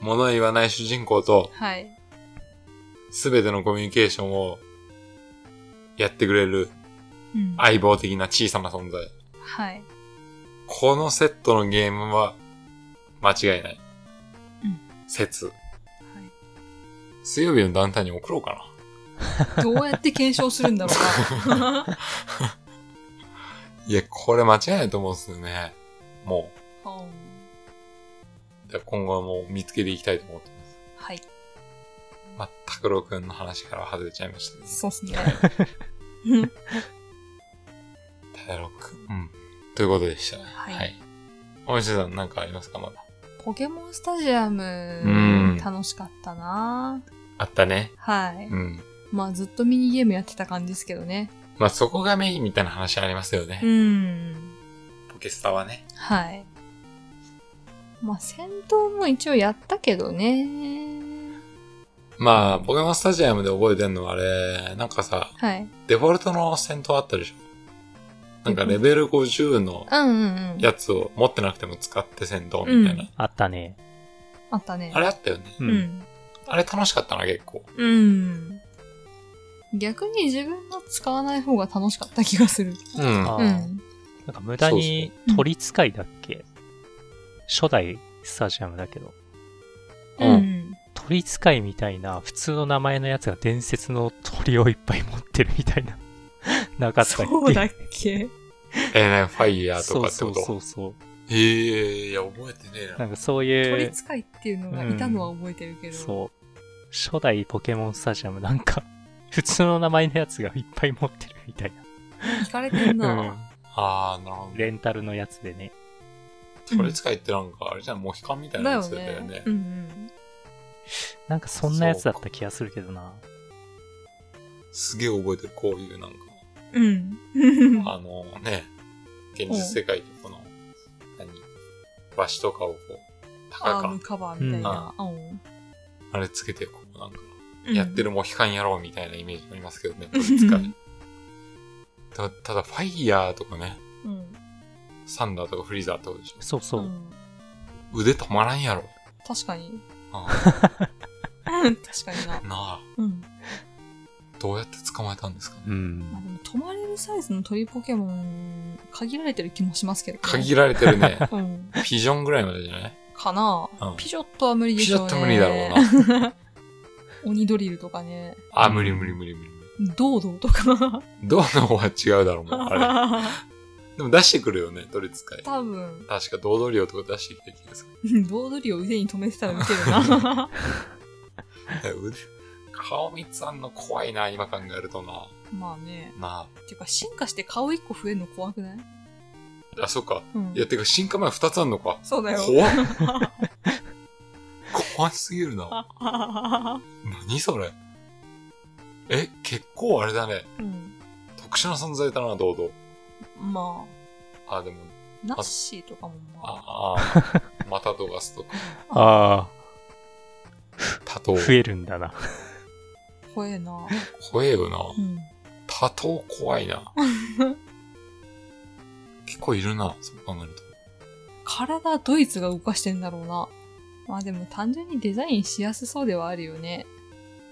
[SPEAKER 2] 物言わない主人公と、
[SPEAKER 3] はい。
[SPEAKER 2] すべてのコミュニケーションを、やってくれる
[SPEAKER 3] うん。
[SPEAKER 2] 相棒的な小さな存在。
[SPEAKER 3] はい。
[SPEAKER 2] このセットのゲームは、間違いない。
[SPEAKER 3] うん
[SPEAKER 2] 説。水曜日の団体に送ろうかな。
[SPEAKER 3] はい。どうやって検証するんだろうな。
[SPEAKER 2] いや、これ間違いないと思うんですよね。も
[SPEAKER 3] うん
[SPEAKER 2] う、だから今後はもう見つけていきたいと思ってます。
[SPEAKER 3] はい。
[SPEAKER 2] まあ、拓郎くんの話からは外れちゃいましたけど。
[SPEAKER 3] そうっすね。うん
[SPEAKER 2] 拓郎くん。うん。ということでした。
[SPEAKER 3] はい
[SPEAKER 2] おいしさん何かありますかまだ。
[SPEAKER 3] ポケモンスタジア
[SPEAKER 2] うん
[SPEAKER 3] ム、楽しかったな
[SPEAKER 2] あったね。
[SPEAKER 3] はい。
[SPEAKER 2] うん。
[SPEAKER 3] まあずっとミニゲームやってた感じですけどね。
[SPEAKER 2] まあ、そこがメインみたいな話ありますよね。
[SPEAKER 3] うん。
[SPEAKER 2] ポケスタはね。
[SPEAKER 3] はい。まあ戦闘も一応やったけどね。
[SPEAKER 2] まあ、ポケモンスタジアムで覚えてんのはあれ、なんかさ、
[SPEAKER 3] はい。
[SPEAKER 2] デフォルトの戦闘あったでしょなんかレベル50の
[SPEAKER 3] うんうんうん。
[SPEAKER 2] やつを持ってなくても使って戦闘みたいな。
[SPEAKER 3] うん
[SPEAKER 4] あったね。
[SPEAKER 3] あったね。
[SPEAKER 2] あれあったよね。
[SPEAKER 4] う
[SPEAKER 3] う。ん。
[SPEAKER 2] あれ楽しかったな、結構。
[SPEAKER 3] うん。逆に自分が使わない方が楽しかった気がする。
[SPEAKER 2] うん。
[SPEAKER 4] あ
[SPEAKER 2] あ
[SPEAKER 4] ー
[SPEAKER 3] うん。
[SPEAKER 4] なんか無駄に
[SPEAKER 3] そう
[SPEAKER 4] 鳥使いだっけ初代スタジアムだけど、
[SPEAKER 2] うん
[SPEAKER 3] うん。
[SPEAKER 4] 鳥使いみたいな普通の名前のやつが伝説の鳥をいっぱい持ってるみたいな、 [LAUGHS] なかったっけ
[SPEAKER 3] そうだっけ
[SPEAKER 2] えー、ファイヤーとかって
[SPEAKER 4] そ
[SPEAKER 2] こ
[SPEAKER 4] う
[SPEAKER 2] と。
[SPEAKER 4] そうそうそ
[SPEAKER 2] えー、いや、覚えてね
[SPEAKER 4] う。
[SPEAKER 2] え
[SPEAKER 4] な
[SPEAKER 2] な。
[SPEAKER 4] んかそうい
[SPEAKER 3] 鳥
[SPEAKER 4] う、
[SPEAKER 3] 使いっていうのがいたのは覚えてるけど。
[SPEAKER 4] そう。初代ポケモンスタジアムなんか、普通の名前のやつがいっぱい持ってるみたい
[SPEAKER 3] 行かれてん
[SPEAKER 4] な。
[SPEAKER 3] な。
[SPEAKER 2] あー、なるほ
[SPEAKER 4] うん。レンタルのやつでね。
[SPEAKER 2] ど。これ使いってなんか、あれじゃん、モヒカンみたい
[SPEAKER 3] だ
[SPEAKER 2] なや
[SPEAKER 3] よ
[SPEAKER 2] つだよ
[SPEAKER 3] ね
[SPEAKER 2] ね。。
[SPEAKER 3] うんうん。
[SPEAKER 4] なんかそんなやつだった気がするけどな。
[SPEAKER 2] すげえ覚えてる、こういうなんか。
[SPEAKER 3] うん。
[SPEAKER 2] あのね、現実世界でこの、何、わしとかをこう、高
[SPEAKER 3] アー
[SPEAKER 2] か
[SPEAKER 3] ム、カバーみたいな。うん
[SPEAKER 2] あれつけて、こう、なんか、やってるモヒカン野郎みたいなイメージありますけどね、こ
[SPEAKER 3] う
[SPEAKER 2] れ
[SPEAKER 3] ん
[SPEAKER 2] 使い。たただ、ファイヤーとかね、
[SPEAKER 3] うん。
[SPEAKER 2] サンダーとかフリーザーってことでしょ。
[SPEAKER 4] そうそうう。
[SPEAKER 3] ん
[SPEAKER 2] 腕止まらんやろ。
[SPEAKER 3] 確かに。
[SPEAKER 2] あ
[SPEAKER 3] うん確かにな
[SPEAKER 2] あ。なあ、
[SPEAKER 3] うん。
[SPEAKER 2] どうやって捕まえたんですかね。
[SPEAKER 4] うん
[SPEAKER 3] まあ、。でも泊まれるサイズの鳥ポケモン、限られてる気もしますけど、ね。
[SPEAKER 2] 限られてるね。
[SPEAKER 3] うん。
[SPEAKER 2] ピジョンぐらいまでじゃない
[SPEAKER 3] かな、
[SPEAKER 2] うん
[SPEAKER 3] ピジョットは無理で
[SPEAKER 2] ピ
[SPEAKER 3] し
[SPEAKER 2] ジ
[SPEAKER 3] ょう
[SPEAKER 2] ョ
[SPEAKER 3] ね。
[SPEAKER 2] ット無理だろうな。
[SPEAKER 3] 鬼ドリルとかね。
[SPEAKER 2] あ、無理無理無理無理。
[SPEAKER 3] ドードーとか。
[SPEAKER 2] どうの方は違うだろう
[SPEAKER 3] [LAUGHS]
[SPEAKER 2] もん、あれ。でも出してくるよね、取り使い。
[SPEAKER 3] 多分、
[SPEAKER 2] 確か、堂々量とか出してきた気がする。
[SPEAKER 3] ドードリルを腕に止めてたら見てる
[SPEAKER 2] [LAUGHS]
[SPEAKER 3] な。
[SPEAKER 2] 腕顔見つあんの怖いな、今考えるとな。
[SPEAKER 3] まあね。
[SPEAKER 2] な
[SPEAKER 3] っていうか、進化して顔一個増えるの怖くない
[SPEAKER 2] あ。あ、そっか。
[SPEAKER 3] うん
[SPEAKER 2] い。や、てか、進化前二つあんのか。
[SPEAKER 3] そうだよ。
[SPEAKER 2] 怖っ [LAUGHS] 怖すぎるな。
[SPEAKER 3] う [LAUGHS]
[SPEAKER 2] 何それ。え、結構あれだね。
[SPEAKER 3] ん。
[SPEAKER 2] 特殊な存在だな、堂々。
[SPEAKER 3] ま
[SPEAKER 2] あ、でも、
[SPEAKER 3] あ、ナッシーとかもまあ、
[SPEAKER 2] ああ、またドガスとか、
[SPEAKER 4] あ
[SPEAKER 2] 多
[SPEAKER 4] あ、
[SPEAKER 2] 頭。
[SPEAKER 4] 増えるんだな。
[SPEAKER 3] 怖え
[SPEAKER 2] [LAUGHS]
[SPEAKER 3] な。
[SPEAKER 2] 怖えよな。
[SPEAKER 3] うん。
[SPEAKER 2] 多頭怖い
[SPEAKER 3] [LAUGHS]
[SPEAKER 2] な。結構いるな、そう考えると。
[SPEAKER 3] 体ドイツが動かしてんだろうな。まあでも単純にデザインしやすそうではあるよね。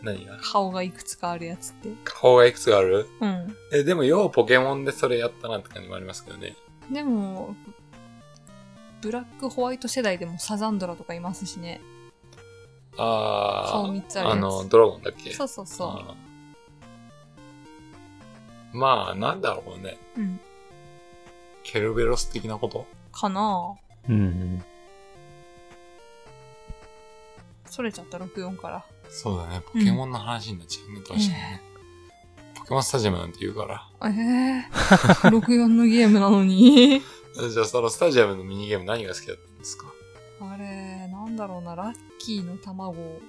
[SPEAKER 2] 何が
[SPEAKER 3] 顔がいくつかあるやつって。
[SPEAKER 2] 顔がいくつある
[SPEAKER 3] うん。
[SPEAKER 2] え、でもようポケモンでそれやったなって感じもありますけどね。
[SPEAKER 3] でも、ブラックホワイト世代でもサザンドラとかいますしね。
[SPEAKER 2] あ
[SPEAKER 3] 顔3つ
[SPEAKER 2] あ、
[SPEAKER 3] ある
[SPEAKER 2] あ
[SPEAKER 3] やつ。
[SPEAKER 2] の、ドラゴンだっけ
[SPEAKER 3] そうそうそ
[SPEAKER 2] あーまあ、なんだろうね。
[SPEAKER 3] う。うん。
[SPEAKER 2] ケルベロス的なこと
[SPEAKER 3] かなあ
[SPEAKER 4] うん。
[SPEAKER 3] それちゃった64から。
[SPEAKER 2] そうだね。ポケモンの話になっちゃうね、どうしてもね。ポケモンスタジアムなんて言うから。
[SPEAKER 3] ええ [LAUGHS] 64のゲームなのに。 [LAUGHS]
[SPEAKER 2] じゃあ、そのスタジアムのミニゲーム何が好きだったんですか
[SPEAKER 3] あれ、なんだろうな、ラッキーの卵を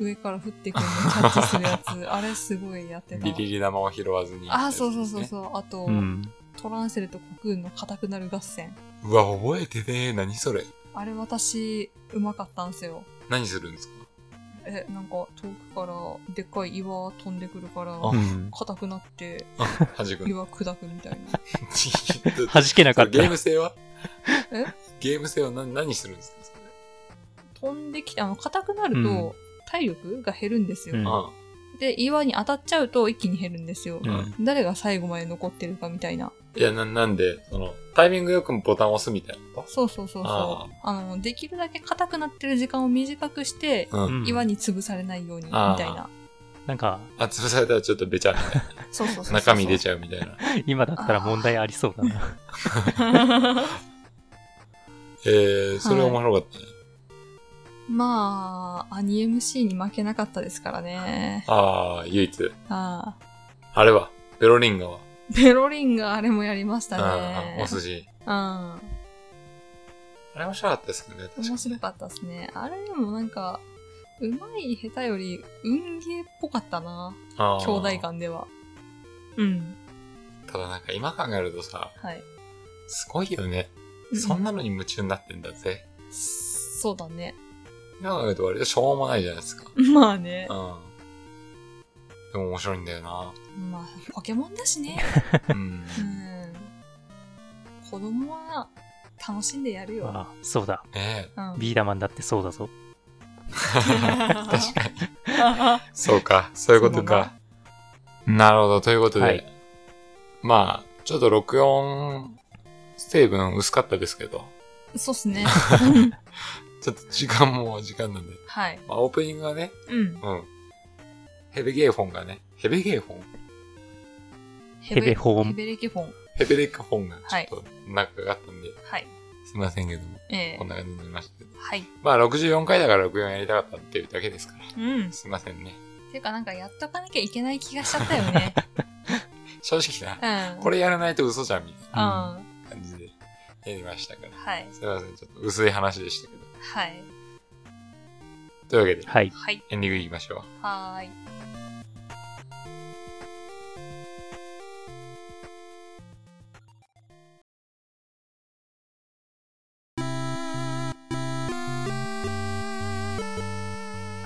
[SPEAKER 3] 上から降ってくるのをキャッチするや
[SPEAKER 2] [LAUGHS]
[SPEAKER 3] つ。あれすごいやってた。
[SPEAKER 2] ビリリ玉を拾わずに、
[SPEAKER 3] あ、そうそうそう
[SPEAKER 2] う。
[SPEAKER 3] そう。あと、
[SPEAKER 4] うん。
[SPEAKER 3] トランセルとコクーンの硬くなる合戦。
[SPEAKER 2] うわ、覚えてねえ。何それ。
[SPEAKER 3] あれ私、うまかったんすよ。
[SPEAKER 2] 何するんですか
[SPEAKER 3] え、なんか遠くからでっかい岩飛んでくるから、
[SPEAKER 4] うん
[SPEAKER 3] 硬くなって
[SPEAKER 2] あ、はじくん。
[SPEAKER 3] 岩砕くみたいな。
[SPEAKER 2] [LAUGHS]
[SPEAKER 4] 弾けなかっ
[SPEAKER 2] ゲ
[SPEAKER 4] た
[SPEAKER 2] ー。ム性は
[SPEAKER 3] え
[SPEAKER 2] ゲーム性は何何するんですかそれ
[SPEAKER 3] 飛んできて、あの、硬くなると、
[SPEAKER 4] うん
[SPEAKER 3] 体力が減るんですよ、
[SPEAKER 4] うん
[SPEAKER 2] あ
[SPEAKER 3] で、岩に当たっちゃうと一気に減るんですよ。
[SPEAKER 4] うん
[SPEAKER 3] 誰が最後まで残ってるかみたいな。
[SPEAKER 2] いや、な、なんで、その、タイミングよくボタンを押すみたいなこ
[SPEAKER 3] そうそうそうそう。
[SPEAKER 2] あ
[SPEAKER 3] あの、できるだけ硬くなってる時間を短くして、
[SPEAKER 2] とう。
[SPEAKER 4] うんん
[SPEAKER 3] 岩に潰されないように、み
[SPEAKER 2] あー
[SPEAKER 3] たいな。
[SPEAKER 4] なんか、
[SPEAKER 2] あ、潰されたらちょっとべちゃみたいな
[SPEAKER 3] そうそうそうそう。
[SPEAKER 2] 中
[SPEAKER 3] [LAUGHS]
[SPEAKER 2] 身出ちゃうみたいな。
[SPEAKER 4] 今だったら問題ありそうだな。
[SPEAKER 2] えー、それ面白かったね。
[SPEAKER 3] まあ、アニ MC に負けなかったですからね。
[SPEAKER 2] ああ、唯一。
[SPEAKER 3] ああ。
[SPEAKER 2] あれは、ベロリンガは。
[SPEAKER 3] ペロリンがあれもやりました
[SPEAKER 2] あ
[SPEAKER 3] ね。
[SPEAKER 2] あ、お寿司。
[SPEAKER 3] うん。
[SPEAKER 2] あれ面白かったですよね、確かに。
[SPEAKER 3] 面白かったですね。あれでもなんか、うまい下手より、運ゲーっぽかったな。
[SPEAKER 2] あー
[SPEAKER 3] 兄弟間では。うん。
[SPEAKER 2] ただなんか今考えるとさ、
[SPEAKER 3] はい。
[SPEAKER 2] すごいよね。そんなのに夢中になってんだぜ。
[SPEAKER 3] うんそうだね。 [LAUGHS]
[SPEAKER 2] 今考えると割としょうもないじゃないですか。
[SPEAKER 3] まあね
[SPEAKER 2] う。ん。でも面白いんだよな。
[SPEAKER 3] まあ、ポケモンだしね。
[SPEAKER 2] うん。
[SPEAKER 3] うん。子供は楽しんでやるよ。
[SPEAKER 4] あそうだ。
[SPEAKER 2] ねえ、
[SPEAKER 3] うん。
[SPEAKER 4] ビーダマンだってそうだぞ。
[SPEAKER 2] [LAUGHS] 確かに。そうか、そういうことか。なるほど、ということで。
[SPEAKER 4] はい
[SPEAKER 2] まあ、ちょっと64成分薄かったですけど、
[SPEAKER 3] [LAUGHS] そうっすね。
[SPEAKER 2] ちょっと時間も時間なんで。
[SPEAKER 3] はい。
[SPEAKER 2] まあ、オープニングはね、
[SPEAKER 3] うん。
[SPEAKER 2] うん。ヘベゲーフォンがね、ヘベゲーフォン
[SPEAKER 3] ヘ
[SPEAKER 4] ベホーン
[SPEAKER 3] ヘベレケフォン。
[SPEAKER 2] ヘベレックフォンがちょ
[SPEAKER 3] は
[SPEAKER 2] っ
[SPEAKER 3] い
[SPEAKER 2] と長かったんで、
[SPEAKER 3] はい。
[SPEAKER 2] すいませんけども、
[SPEAKER 3] ええ
[SPEAKER 2] こんな感じになりましたけど。
[SPEAKER 3] はい。
[SPEAKER 2] まあ、64回だから64やりたかったっていうだけですか
[SPEAKER 3] うん
[SPEAKER 2] ら、。すいませんね。
[SPEAKER 3] ていうかなんかやっとかなきゃいけない気がしちゃったよ
[SPEAKER 2] [LAUGHS]
[SPEAKER 3] ね。
[SPEAKER 2] 正直な、
[SPEAKER 3] うん。
[SPEAKER 2] こ
[SPEAKER 3] れ。
[SPEAKER 2] れやらないと嘘じゃんみたい
[SPEAKER 3] うん。
[SPEAKER 2] な
[SPEAKER 3] は
[SPEAKER 2] 感じでやりましたから。
[SPEAKER 3] い。
[SPEAKER 2] すいません、ちょっと薄い話でしたけど。
[SPEAKER 3] はい。
[SPEAKER 2] というわけで、
[SPEAKER 4] はい。
[SPEAKER 3] はい。
[SPEAKER 2] エンディングいきましょう。
[SPEAKER 3] はーい。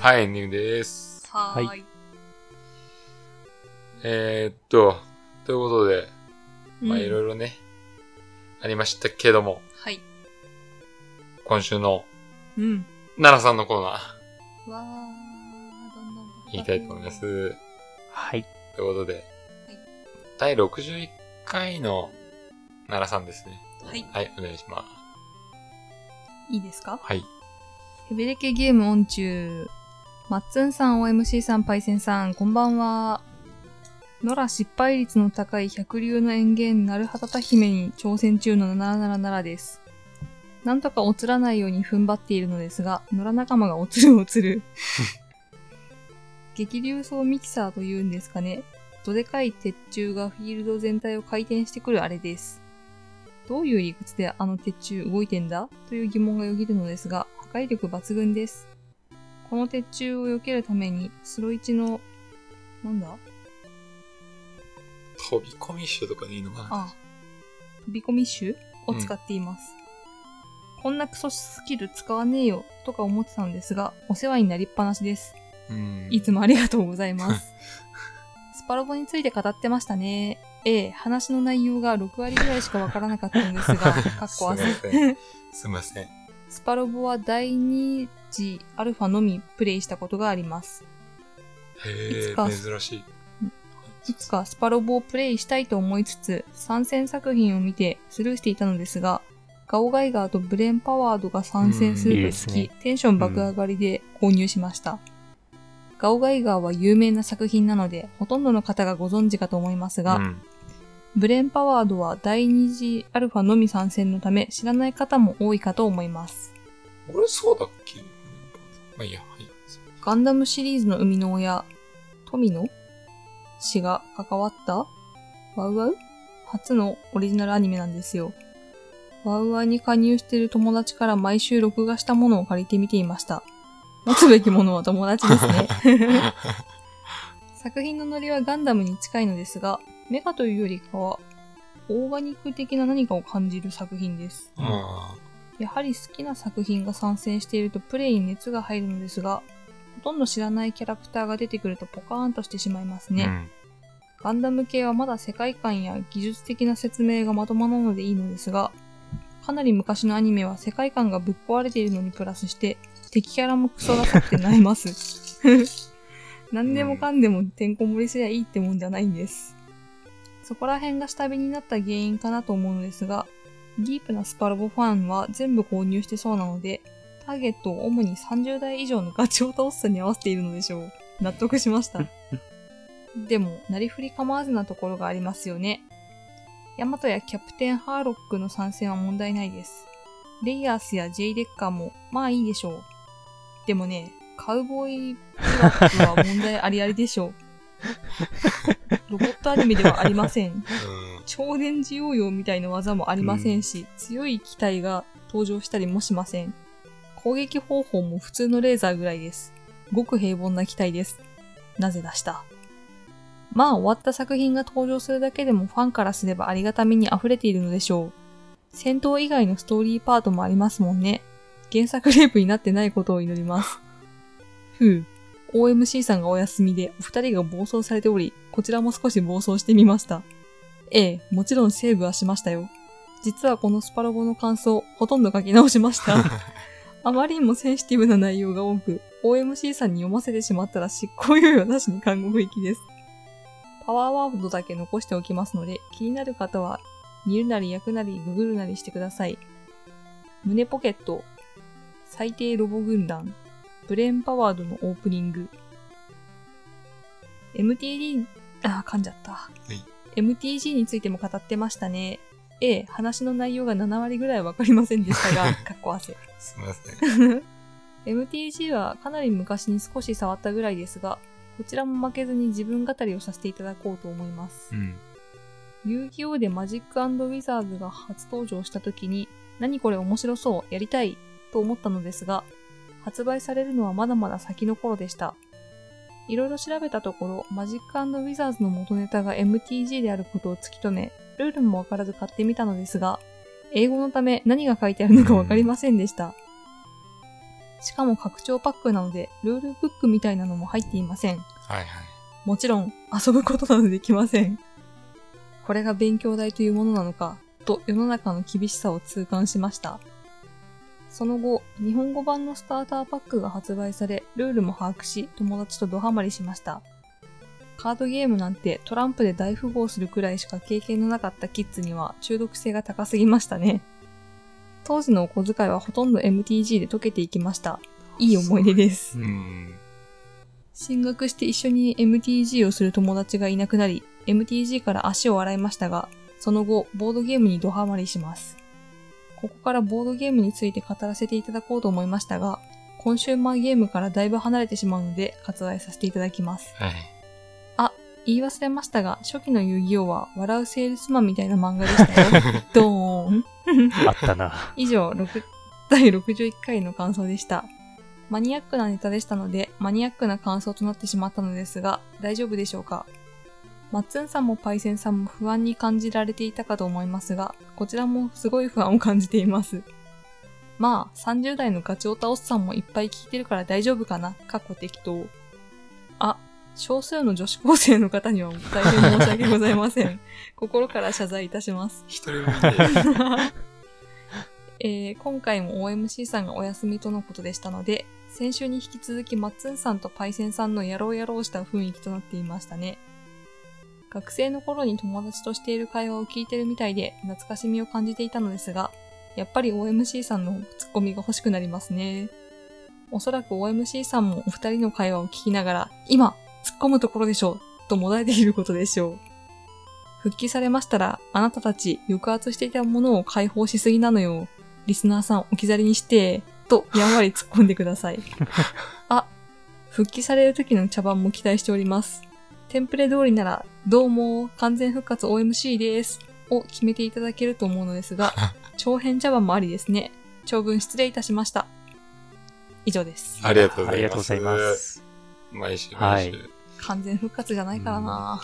[SPEAKER 2] はい、エンディングです。
[SPEAKER 3] はー。
[SPEAKER 4] はい
[SPEAKER 2] えー、っと、ということで、まあ
[SPEAKER 3] うん
[SPEAKER 2] いろいろね、ありましたけども、
[SPEAKER 3] はい。
[SPEAKER 2] 今週の
[SPEAKER 3] うん。
[SPEAKER 2] 奈良さんのコーナ
[SPEAKER 3] わー、どんどん。
[SPEAKER 2] ー、いきたいと思いま。す。
[SPEAKER 4] はい。
[SPEAKER 2] ということで、第61回の奈良さんですね。
[SPEAKER 3] はい。
[SPEAKER 2] はい、お願いします。
[SPEAKER 3] いいですか
[SPEAKER 2] はい。
[SPEAKER 3] ヘベレケゲームオン中。マッツンさん、OMC さん、パイセンさん、こんばんは。野良失敗率の高い百竜の園芸、なるはたた姫に挑戦中の777です。なんとかおつらないように踏ん張っているのですが、野良仲間がおつるおつる。激流層ミキサーというんですかね。どでかい鉄柱がフィールド全体を回転してくるあれです。どういう理屈であの鉄柱動いてんだという疑問がよぎるのですが、破壊力抜群です。この鉄柱を避けるために、スロイチの、なんだ
[SPEAKER 2] 飛び込み種とかでいいのかな
[SPEAKER 3] あ飛び込み集を使っています、こんなクソスキル使わねえよとか思ってたんですがお世話になりっぱなしです
[SPEAKER 2] うん。
[SPEAKER 3] いつもありがとうございます。スパロボについて語ってましたね。ええ、話の内容が6割ぐらいしかわからなかったんですが、かっこ
[SPEAKER 2] すい
[SPEAKER 3] 汗
[SPEAKER 2] ません。すいません。
[SPEAKER 3] スパロボは第2次アルファのみプレイしたことがあります。
[SPEAKER 2] へ
[SPEAKER 3] いつか
[SPEAKER 2] え、珍しい。
[SPEAKER 3] いつかスパロボをプレイしたいと思いつつ、参戦作品を見てスルーしていたのですが、ガオガイガーとブレンパワードが参戦すると聞
[SPEAKER 4] うん
[SPEAKER 3] き、
[SPEAKER 4] いいで
[SPEAKER 3] テンション爆上がりで購入しました。ガオガイガーは有名な作品なので、ほとんどの方がご存知かと思いますが、
[SPEAKER 2] うん。
[SPEAKER 3] ブレンパワードは第2次アルファのみ参戦のため知らない方も多いかと思います。
[SPEAKER 2] 俺そうだっけまあいいや、はい。
[SPEAKER 3] ガンダムシリーズの生みの親、富野氏が関わったワウワウ初のオリジナルアニメなんですよ。ワウワウに加入している友達から毎週録画したものを借りて見ていました。持つべきものは友達ですね。作品のノリはガンダムに近いのですが、メカというよりかは、オーガニック的な何かを感じる作品です。
[SPEAKER 2] あ
[SPEAKER 3] やはり好きな作品が参戦しているとプレイに熱が入るのですが、ほとんど知らないキャラクターが出てくるとポカーンとしてしまいます
[SPEAKER 2] ー
[SPEAKER 3] ね。
[SPEAKER 2] うん
[SPEAKER 3] ガンダム系はまだ世界観や技術的な説明がまともなのでいいのですが、かなり昔のアニメは世界観がぶっ壊れているのにプラスして、敵キャラもクソださってなえます。何でもかんでもてんこ盛りすりゃいいってもんじゃないんです。そこら辺が下火になった原因かなと思うのですが、ディープなスパロボファンは全部購入してそうなので、ターゲットを主に30代以上のガチを倒すに合わせているのでしょう。納得しました。でも、なりふり構わずなところがありますよね。ヤマトやキャプテンハーロックの参戦は問題ないです。レイヤースや J デッカーも、まあいいでしょう。でもね、カウボーイブラックは問題ありありでしょう。ロボットアニメではありません。超電磁ヨーヨーみたいな技もありませんし、強い機体が登場したりもしません。攻撃方法も普通のレーザーぐらいです。ごく平凡な機体です。なぜ出したまあ終わった作品が登場するだけでもファンからすればありがたみに溢れているのでしょう。戦闘以外のストーリーパートもありますもんね。原作レープになってないことを祈ります。 [LAUGHS] ふう。OMC さんがお休みでお二人が暴走されており、こちらも少し暴走してみました。ええ、もちろんセーブはしましたよ。実はこのスパロボの感想、ほとんど書き直しました。あまりにもセンシティブな内容が多く、OMC さんに読ませてしまったら執行猶予なしに監獄行きです。パワーワードだけ残しておきますので、気になる方は、煮るなり焼くなりググるなりしてください。胸ポケット、最低ロボ軍団、ブレーンパワードのオープニング、MTD、あー、噛んじゃった。MTG についても語ってましたね。ええ、話の内容が7割ぐらいわかりませんでしたが、かっこ汗。
[SPEAKER 2] すみません。
[SPEAKER 3] MTG はかなり昔に少し触ったぐらいですが、こちらも負けずに自分語りをさせていただこうと思います
[SPEAKER 2] う。ん。
[SPEAKER 3] 遊戯王でマジックウィザーズが初登場した時に、何これ面白そう、やりたい、と思ったのですが、発売されるのはまだまだ先の頃でした。いろいろ調べたところ、マジックウィザーズの元ネタが MTG であることを突き止め、ルールもわからず買ってみたのですが、英語のため何が書いてあるのかわかりませんでした。しかも拡張パックなので、ルールブックみたいなのも入っていません。
[SPEAKER 2] はいはい。
[SPEAKER 3] もちろん遊ぶことなどできません。これが勉強代というものなのか、と世の中の厳しさを痛感しました。その後、日本語版のスターターパックが発売され、ルールも把握し、友達とドハマりしました。カードゲームなんてトランプで大富豪するくらいしか経験のなかったキッズには中毒性が高すぎましたね。当時のお小遣いはほとんど MTG で溶けていきました。いい思い出です。
[SPEAKER 2] うん。
[SPEAKER 3] 進学して一緒に MTG をする友達がいなくなり、MTG から足を洗いましたが、その後、ボードゲームにドハマりします。ここからボードゲームについて語らせていただこうと思いましたが、コンシューマーゲームからだいぶ離れてしまうので、割愛させていただきます。
[SPEAKER 2] はい。
[SPEAKER 3] 言い忘れましたが、初期の遊戯王は、笑うセールスマンみたいな漫画でしたよ。ドーン。
[SPEAKER 4] あった
[SPEAKER 3] [LAUGHS]
[SPEAKER 4] な。
[SPEAKER 3] 以上、6第61回の感想でした。マニアックなネタでしたので、マニアックな感想となってしまったのですが、大丈夫でしょうかマッツンさんもパイセンさんも不安に感じられていたかと思いますが、こちらもすごい不安を感じています。まあ、30代のガチオタおっさんもいっぱい聞いてるから大丈夫かな。過去適当。あ、少数の女子高生の方には大変申し訳ございません。 [LAUGHS] 心から謝罪いたします。
[SPEAKER 2] 一人もいない。
[SPEAKER 3] えー今回も OMC さんがお休みとのことでしたので、先週に引き続きマッツンさんとパイセンさんのやろうやろうした雰囲気となっていましたね。学生の頃に友達としている会話を聞いてるみたいで懐かしみを感じていたのですが、やっぱり OMC さんのツッコミが欲しくなりますね。おそらく OMC さんもお二人の会話を聞きながら、今、突っ込むところでしょう、ともだえていることでしょう。復帰されましたら、あなたたち抑圧していたものを解放しすぎなのよ。リスナーさん置き去りにして、とやんわり突っ込んでくだ
[SPEAKER 2] [LAUGHS]
[SPEAKER 3] さい。あ、復帰される時の茶番も期待しております。テンプレ通りなら、どうも、完全復活 OMC です。を決めていただけると思うのです
[SPEAKER 2] [LAUGHS]
[SPEAKER 3] が、長編茶番もありですね。長文失礼いたしました。以上です。
[SPEAKER 2] ありがとうございます。
[SPEAKER 4] ありがとうございます。
[SPEAKER 2] 毎週毎週。
[SPEAKER 4] は
[SPEAKER 3] 完全復活じゃないからな、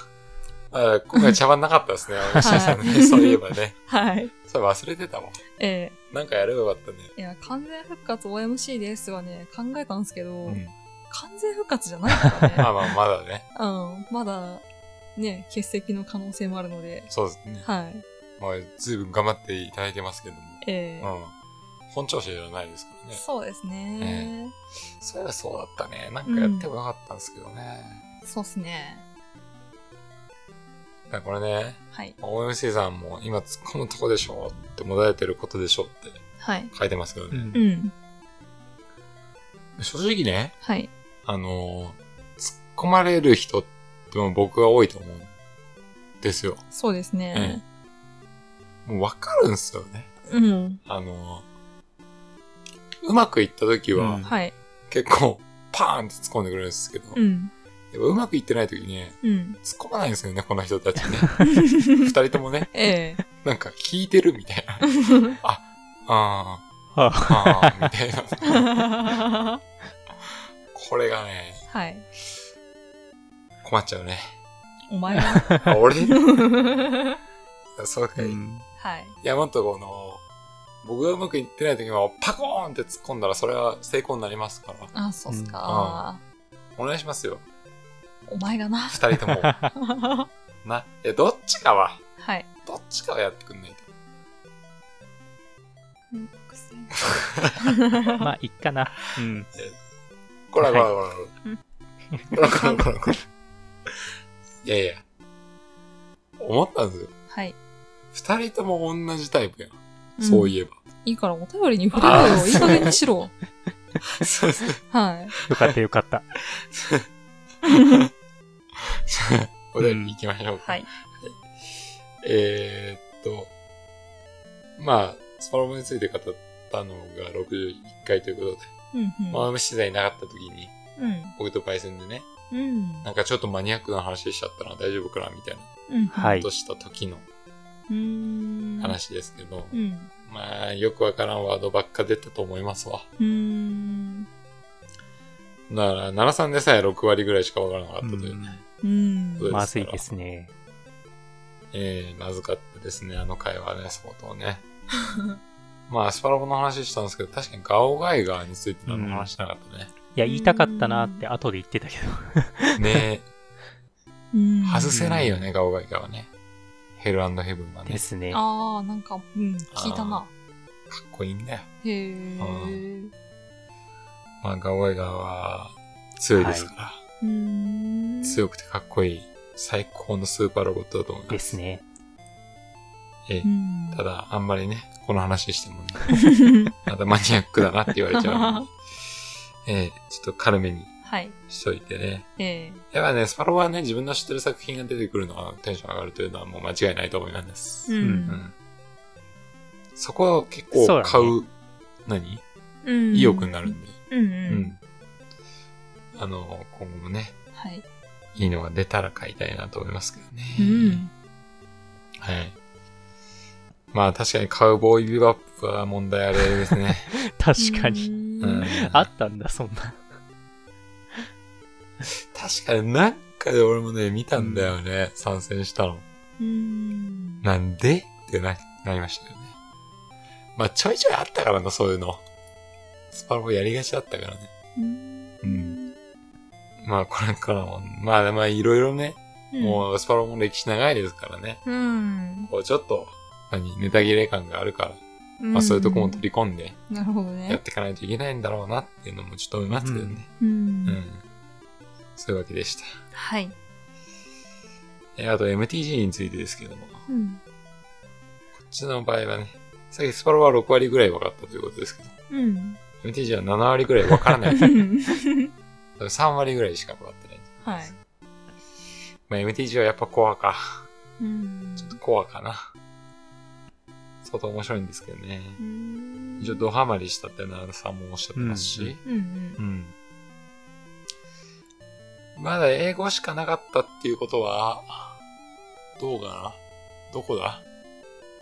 [SPEAKER 2] あ今回茶番なかったですね、大西さんね。 [LAUGHS] そういえばね。
[SPEAKER 3] はい。
[SPEAKER 2] それ忘れてたもん。
[SPEAKER 3] え
[SPEAKER 2] なんかやればよか [LAUGHS] ったね。
[SPEAKER 3] ーいや、完全復活 OMC ですはね、考えたんですけど、
[SPEAKER 2] うん。
[SPEAKER 3] 完全復活じゃないからね。
[SPEAKER 2] まあ [LAUGHS] まあ、まだね。
[SPEAKER 3] うん、まだ、ね、欠席の可能性もあるので、
[SPEAKER 2] そうですね。
[SPEAKER 3] はい。
[SPEAKER 2] まあ、ずいぶん頑張っていただいてますけども。
[SPEAKER 3] えー
[SPEAKER 2] うん。本調子ではないですからね。
[SPEAKER 3] そうですね、
[SPEAKER 2] そういえばそうだったね。なんかやってもよかったんですけどね。
[SPEAKER 3] そうっすね。
[SPEAKER 2] だからこれね、
[SPEAKER 3] はい。
[SPEAKER 2] OMC さんも今突っ込むとこでしょうってもだえてることでしょうって
[SPEAKER 3] はい。
[SPEAKER 2] 書いてますけど
[SPEAKER 4] う
[SPEAKER 2] ね。
[SPEAKER 4] ん
[SPEAKER 3] うん。
[SPEAKER 2] 正直ね、
[SPEAKER 3] はい。
[SPEAKER 2] あのー突っ込まれる人っても僕は多いと思うんですよ。
[SPEAKER 3] そうですね。
[SPEAKER 2] もうわかるんですよね。
[SPEAKER 3] うん。
[SPEAKER 2] あのーうまくいった時
[SPEAKER 4] う
[SPEAKER 2] は
[SPEAKER 4] ん
[SPEAKER 3] はい。
[SPEAKER 2] 結構パーンって突っ込んでくれるんですけど、
[SPEAKER 3] う
[SPEAKER 2] やっ
[SPEAKER 3] ん。
[SPEAKER 2] ぱうまくいってない時にね、
[SPEAKER 3] うん。
[SPEAKER 2] [LAUGHS] 突っ込まないんですよね、この人たちね。二人と
[SPEAKER 3] [LAUGHS]
[SPEAKER 2] もね、
[SPEAKER 3] ええ
[SPEAKER 2] なんか聞いてるみたいな。あ、あー、
[SPEAKER 4] あ
[SPEAKER 2] あー、みたいな。
[SPEAKER 3] は
[SPEAKER 2] これがね、
[SPEAKER 3] い。
[SPEAKER 2] 困っちゃうね。
[SPEAKER 3] お前は。
[SPEAKER 2] あ俺
[SPEAKER 3] [LAUGHS] は
[SPEAKER 2] そうかい。
[SPEAKER 3] い。
[SPEAKER 2] 山とこの、僕がうまくいってない時もパコーンって突っ込んだらそれは成功になりますから。
[SPEAKER 3] あ、そうっすか、
[SPEAKER 2] お願いしますよ。
[SPEAKER 3] お前が
[SPEAKER 2] [LAUGHS]
[SPEAKER 3] な。
[SPEAKER 2] 二人とも。な。いや、どっちかは、
[SPEAKER 3] はい。
[SPEAKER 2] どっちかはやってくんないと。
[SPEAKER 3] めんどくさい
[SPEAKER 4] まあ、いっかな。うん。
[SPEAKER 2] こらこら
[SPEAKER 4] は
[SPEAKER 2] こらこら。こらこらこらこら。いやいや。思ったんですよ。
[SPEAKER 3] はい。
[SPEAKER 2] 二人とも同じタイプやん。そうい
[SPEAKER 3] え
[SPEAKER 2] えば。
[SPEAKER 3] いいからお便りに触れろ
[SPEAKER 2] あ
[SPEAKER 3] よ。いい加減にし
[SPEAKER 2] [LAUGHS]
[SPEAKER 3] ろ。
[SPEAKER 2] そうそう。
[SPEAKER 3] はい。
[SPEAKER 4] よかったよかった。
[SPEAKER 2] じゃあお便り行きましょうか。
[SPEAKER 3] はい。
[SPEAKER 2] えーっと、まあ、スパロボについて語ったのが61回ということで、
[SPEAKER 3] うんうん。
[SPEAKER 2] まあ、無視材なかった時に、
[SPEAKER 3] うん。
[SPEAKER 2] 僕とパイセンでね、
[SPEAKER 3] うん。
[SPEAKER 2] なんかちょっとマニアックな話しちゃったら大丈夫かな、みたいな
[SPEAKER 3] うん。
[SPEAKER 4] は
[SPEAKER 2] こ
[SPEAKER 4] い
[SPEAKER 2] と。した時の
[SPEAKER 3] うーん。。
[SPEAKER 2] 話ですけど、
[SPEAKER 3] うん。
[SPEAKER 2] まあ、よくわからんワードばっか出たと思いますわ。
[SPEAKER 3] うーん。
[SPEAKER 2] だから、奈良さんでさえ6割ぐらいしかわからなかったという。
[SPEAKER 3] うん。
[SPEAKER 2] うん
[SPEAKER 4] まずいですね。
[SPEAKER 2] ええまずかったですね、あの会話ね、相当ね。まあ、スパロボの話したんですけど、確かにガオガイガーについて何も話しなかったね。
[SPEAKER 4] いや、言いたかったなって後で言ってたけど。
[SPEAKER 2] ね
[SPEAKER 3] うん
[SPEAKER 4] [LAUGHS]
[SPEAKER 2] え、外せないよね、ガオガイガーはね。ヘルヘブンはね、
[SPEAKER 4] で
[SPEAKER 2] か
[SPEAKER 4] すね。
[SPEAKER 3] ああ、なんか、うん、聞いたな。
[SPEAKER 2] っこいいんだよ。
[SPEAKER 3] へえ。
[SPEAKER 2] まあ、ガオガイガーは強いですから、
[SPEAKER 3] うーん。
[SPEAKER 2] 強くてかっこいい、最高のスーパーロボットだと思います。
[SPEAKER 4] ですね。
[SPEAKER 2] ええ
[SPEAKER 3] うん。
[SPEAKER 2] ただ、あんまりね、この話してもね、 [LAUGHS] またマニアックだなって言われちゃうんで。ええちょっと軽めに
[SPEAKER 3] はい。
[SPEAKER 2] しといてね。
[SPEAKER 3] ええ。
[SPEAKER 2] やっぱね、スパロボはね、自分の知ってる作品が出てくるのはテンション上がるというのはもう間違いないと思います。
[SPEAKER 3] う。
[SPEAKER 2] うんんそこは結
[SPEAKER 4] そう
[SPEAKER 2] 構
[SPEAKER 4] だね
[SPEAKER 2] 買う、何
[SPEAKER 3] うん。
[SPEAKER 2] 意欲になる。んで、
[SPEAKER 3] うんう
[SPEAKER 2] うん
[SPEAKER 3] ん。
[SPEAKER 2] あの、今後もね、
[SPEAKER 3] はい。
[SPEAKER 2] いいのが出たら買いたいなと思いますけどね。
[SPEAKER 3] うん。
[SPEAKER 2] はい。まあ確かにカウボーイビバップは問題あれです [LAUGHS] ね。
[SPEAKER 4] 確かに。
[SPEAKER 2] うん
[SPEAKER 3] に。
[SPEAKER 4] あったんだ、そんな。
[SPEAKER 2] 確かになんかで俺もね、見たんだよね。参戦したの。
[SPEAKER 3] うーん。
[SPEAKER 2] なんでってな、なりましたよね。まあ、ちょいちょいあったからな、そういうの。スパロボやりがちだったからね。
[SPEAKER 3] うん
[SPEAKER 2] うんまあ、これからも、まあ、まあ、いろいろね、もう、スパロボも歴史長いですからね。
[SPEAKER 3] うん。
[SPEAKER 2] こう、ちょっと、何、ネタ切れ感があるから、
[SPEAKER 3] うん。
[SPEAKER 2] まあ、そういうとこも取り込んで、
[SPEAKER 3] なるほど
[SPEAKER 2] やっ
[SPEAKER 3] ね。
[SPEAKER 2] ていかないといけないんだろうなっていうのもちょっと思いますけどね。
[SPEAKER 3] う
[SPEAKER 2] うん。
[SPEAKER 3] ん。
[SPEAKER 2] そういうわけでした。
[SPEAKER 3] はい。
[SPEAKER 2] え、あと MTG についてですけども、こ
[SPEAKER 3] うん。
[SPEAKER 2] っちの場合はね、さっきスパロボは6割ぐらい分かったということですけど、
[SPEAKER 3] うん。
[SPEAKER 2] MTG は7割ぐらい分か
[SPEAKER 3] [LAUGHS]
[SPEAKER 2] らない。3割ぐらいしか分かってない。
[SPEAKER 3] はい。
[SPEAKER 2] まあ、MTG はやっぱコアか。
[SPEAKER 3] うん。
[SPEAKER 2] ちょっとコアかな。相当面白いんですけどね。
[SPEAKER 3] うん
[SPEAKER 2] 一応ドハマりしたって奈良さんもおっしゃってますし。
[SPEAKER 3] うんうん
[SPEAKER 2] うん。まだ英語しかなかったっていうことは、どうかなどこだ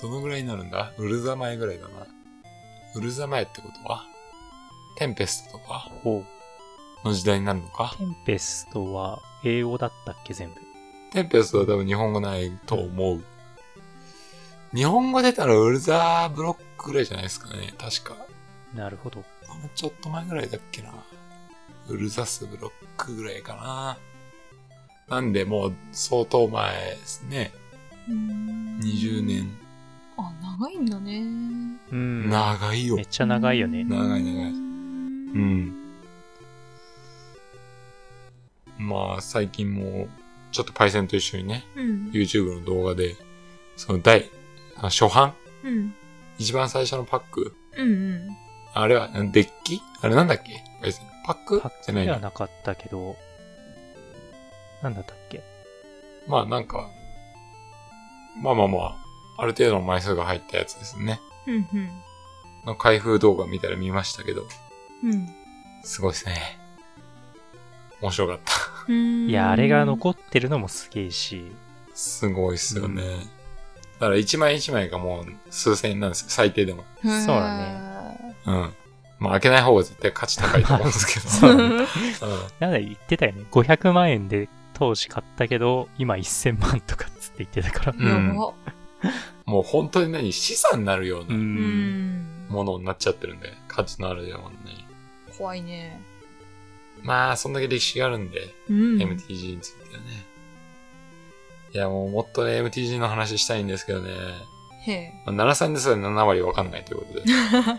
[SPEAKER 2] どのぐらいになるんだウルザマエぐらいだな。ウルザマエってことはテンペストとか
[SPEAKER 4] おう
[SPEAKER 2] の時代になるのか
[SPEAKER 4] テンペストは英語だったっけ全部。
[SPEAKER 2] テンペストは多分日本語ないと思う。日本語出たらウルザーブロックぐらいじゃないですかね。確か。
[SPEAKER 4] なるほど。
[SPEAKER 2] もうちょっと前ぐらいだっけな。ウルザスブロックぐらいかな。なんで、もう相当前ですね。
[SPEAKER 3] うん。
[SPEAKER 2] 20年。
[SPEAKER 3] あ、長いんだね。
[SPEAKER 4] うん。
[SPEAKER 2] 長いよ
[SPEAKER 4] めっ。ちゃ長いよね。
[SPEAKER 2] 長い長い
[SPEAKER 3] うん。
[SPEAKER 2] うん。まあ、最近も、ちょっとパイセンと一緒にね、
[SPEAKER 3] うん。
[SPEAKER 2] YouTube の動画で、その第、あ初版
[SPEAKER 3] うん。
[SPEAKER 2] 一番最初のパック
[SPEAKER 3] うん。
[SPEAKER 2] あれは、デッキあれなんだっけパイセンパック
[SPEAKER 4] パッ
[SPEAKER 2] じ
[SPEAKER 4] ク
[SPEAKER 2] ゃない
[SPEAKER 4] では
[SPEAKER 2] な。
[SPEAKER 4] なかったけど、なんだったっけ
[SPEAKER 2] まあなんか、まあまあまあ、ある程度の枚数が入ったやつですね。
[SPEAKER 3] うん。
[SPEAKER 2] の開封動画見たら見ましたけど、
[SPEAKER 3] うん。
[SPEAKER 2] すごいですね。面白かった。
[SPEAKER 3] うん。
[SPEAKER 4] いや、あれが残ってるのもすげえし、
[SPEAKER 2] すごいっすよね。
[SPEAKER 4] う
[SPEAKER 2] だから一枚一枚がもう数千円なんですよ、最低でも。
[SPEAKER 3] へー
[SPEAKER 4] そうだ
[SPEAKER 2] うん。まあ開けない方が絶対価値高いと思うんです [LAUGHS] け
[SPEAKER 4] そうだね
[SPEAKER 2] ど。うん。
[SPEAKER 4] なんだ言ってたよね。500万円で当時買ったけど、今1000万とかっつって言ってたから。
[SPEAKER 2] うん
[SPEAKER 3] やば。
[SPEAKER 2] もう本当に何、資産になるよう
[SPEAKER 4] う。
[SPEAKER 2] な
[SPEAKER 3] ん。
[SPEAKER 2] んものになっちゃってるんで、価値のあるようなね。
[SPEAKER 3] 怖いね。
[SPEAKER 2] まあ、そんだけ歴史があるんで、
[SPEAKER 3] うん。
[SPEAKER 2] MTG についてはね。いや、もうもっとね、MTG の話したいんですけどね。
[SPEAKER 3] へえ。
[SPEAKER 2] まあ、奈良さんですら7割わかんないということで。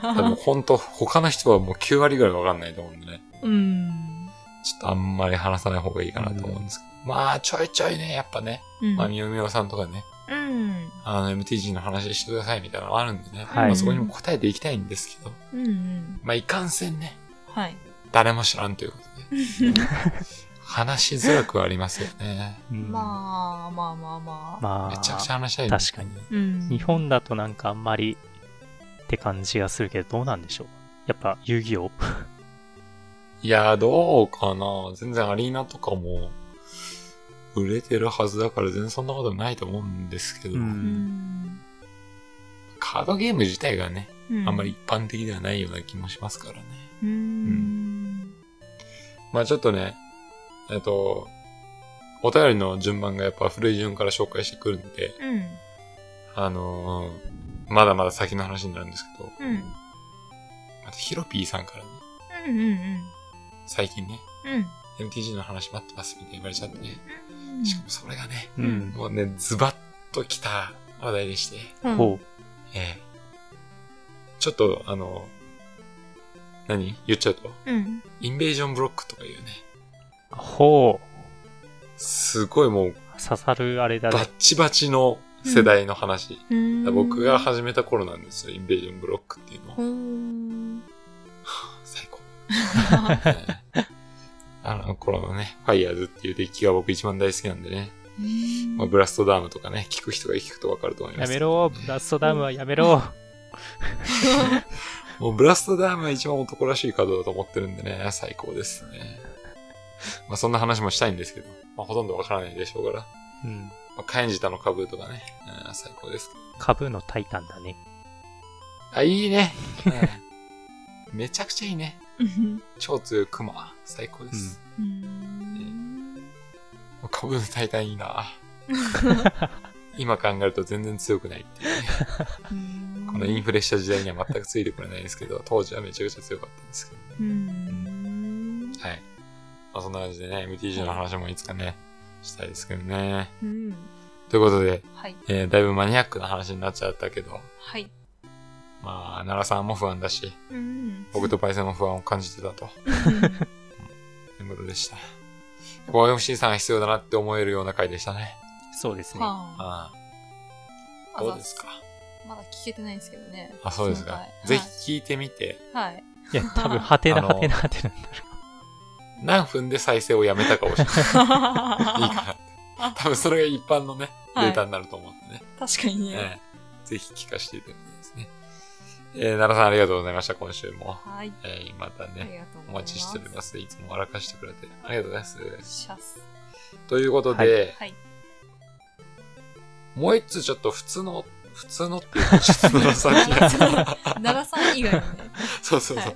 [SPEAKER 2] 多分ほんと、他の人はもう9割ぐらいわかんないと思うんでね。
[SPEAKER 3] うん。
[SPEAKER 2] ちょっとあんまり話さない方がいいかなと思うんですけど。まあ、ちょいちょいね、やっぱね。
[SPEAKER 3] うん。
[SPEAKER 2] まあ、みよみよさんとかね、
[SPEAKER 3] うん。
[SPEAKER 2] あの、MTG の話してくださいみたいなのがあるんでね。
[SPEAKER 4] はい
[SPEAKER 2] まあ、そこにも答えていきたいんですけど。
[SPEAKER 3] うんうん。
[SPEAKER 2] まあ、いかんせんね、
[SPEAKER 3] はい。
[SPEAKER 2] 誰も知らんということで。話しづらくはありますよね。
[SPEAKER 4] うん
[SPEAKER 3] まあまあまあまあ。
[SPEAKER 4] ま
[SPEAKER 2] め
[SPEAKER 4] あ、
[SPEAKER 2] ちゃくちゃ話したいんですけどね
[SPEAKER 4] 確
[SPEAKER 3] うん。
[SPEAKER 4] 日本だとなんかあんまりって感じがするけど、どうなんでしょうやっぱ遊戯王
[SPEAKER 2] いやー、どうかな全然アリーナとかも、売れてるはずだから全然そんなことないと思うんですけど、
[SPEAKER 4] うん
[SPEAKER 3] うん。
[SPEAKER 2] カードゲーム自体がね、
[SPEAKER 3] うん。
[SPEAKER 2] あんまり。一般的ではないような気もしますからね。
[SPEAKER 3] うん。
[SPEAKER 2] まあちょっとね、えっと、お便りの順番がやっぱ古い順から紹介してくるんで、
[SPEAKER 3] うん。
[SPEAKER 2] あのー、まだまだ先の話になるんですけど、
[SPEAKER 3] うん。うん
[SPEAKER 2] あとヒロピーさんからね、
[SPEAKER 3] うんうん。
[SPEAKER 2] 最近ね、
[SPEAKER 3] うん。
[SPEAKER 2] MTG の話待ってますみたいに言われちゃってね、
[SPEAKER 3] うん
[SPEAKER 2] しかもそれがね、
[SPEAKER 4] うん
[SPEAKER 2] もうね、ズバッと来た話題でして、
[SPEAKER 4] ほ
[SPEAKER 2] ええ。ちょっと、あの、何言っちゃうと、
[SPEAKER 3] うん。
[SPEAKER 2] インベージョンブロックとかいうね、
[SPEAKER 4] う。ほう。
[SPEAKER 2] すごいもう、
[SPEAKER 4] 刺さるあれだ
[SPEAKER 2] バ
[SPEAKER 4] ね
[SPEAKER 2] ッ。チバチの世代の話。
[SPEAKER 3] うん。
[SPEAKER 2] 僕が始めた頃なんですよ、インベージョンブロックっていうの
[SPEAKER 3] う。ん。
[SPEAKER 2] 最高。ええ [LAUGHS] あの頃のね、ファイヤーズっていうデッキが僕一番大好きなんでね、まあ、ブラストダームとかね、聞く人が聞くとわかると思いま
[SPEAKER 4] や
[SPEAKER 2] す。
[SPEAKER 4] めろ、ブラストダムはやめろ。
[SPEAKER 2] もうブラストダームが一番男らしいカードだと思ってるんでね、最高ですね。まあそんな話もしたいんですけど、まあほとんどわからないでしょうから、
[SPEAKER 4] うん。
[SPEAKER 2] まあ、カエンジタの株とかね、うん、最高ですけど。
[SPEAKER 4] 株のタイタンだね。
[SPEAKER 2] あ、いいね。うんめちゃくちゃいいね。超強いクマ、最高です。
[SPEAKER 3] うん。
[SPEAKER 2] 株の大会いいな。今考えると全然強くないっていうね。このインフレした時代には全くついてくれないですけど、当時はめちゃくちゃ強かったんですけどね。
[SPEAKER 3] うん
[SPEAKER 2] はい。まあそんな感じでね、MTG の話もいつかね、したいですけどね。
[SPEAKER 3] うん
[SPEAKER 2] ということで、
[SPEAKER 3] はい
[SPEAKER 2] えーだいぶマニアックな話になっちゃったけど、
[SPEAKER 3] はい
[SPEAKER 2] まあ、奈良さんも不安だし、 [LAUGHS]
[SPEAKER 3] うん
[SPEAKER 2] 僕とパイセンも不安を感じてたと。ということでした。YMC さんが必要だなって思えるような回でしたね。
[SPEAKER 4] そうですね。
[SPEAKER 3] は
[SPEAKER 2] あ
[SPEAKER 3] あ
[SPEAKER 2] あ、どうですか
[SPEAKER 3] まだ聞けてないんですけどね
[SPEAKER 2] あ、そうですか
[SPEAKER 3] は。い
[SPEAKER 2] ぜひ聞いてみて、
[SPEAKER 3] はい
[SPEAKER 4] いや、多分、はて
[SPEAKER 2] [LAUGHS] あ
[SPEAKER 4] な
[SPEAKER 2] の
[SPEAKER 4] はてなはてな。
[SPEAKER 2] 何分で再生をやめたか教え [LAUGHS] ていい [LAUGHS] かなって。多分それが一般のね、デ
[SPEAKER 3] はい
[SPEAKER 2] ータになると思うんでね。
[SPEAKER 3] 確かにね
[SPEAKER 2] ええぜひ聞かせていただきたいですね。えー、奈良さんありがとうございました、今週も。
[SPEAKER 3] はい
[SPEAKER 2] えーまた
[SPEAKER 3] あり
[SPEAKER 2] ね、
[SPEAKER 3] がとう
[SPEAKER 2] お
[SPEAKER 3] ございます
[SPEAKER 2] 待ちしております。いつも笑かしてくれて。ありがとうございます。
[SPEAKER 3] シャス
[SPEAKER 2] ということで、
[SPEAKER 3] はい
[SPEAKER 2] もう一つちょっと普通の、普通のっていうか、ちょっと奈良さんに
[SPEAKER 3] 奈良さん以外のね
[SPEAKER 2] [LAUGHS] そうそうそう。
[SPEAKER 3] はい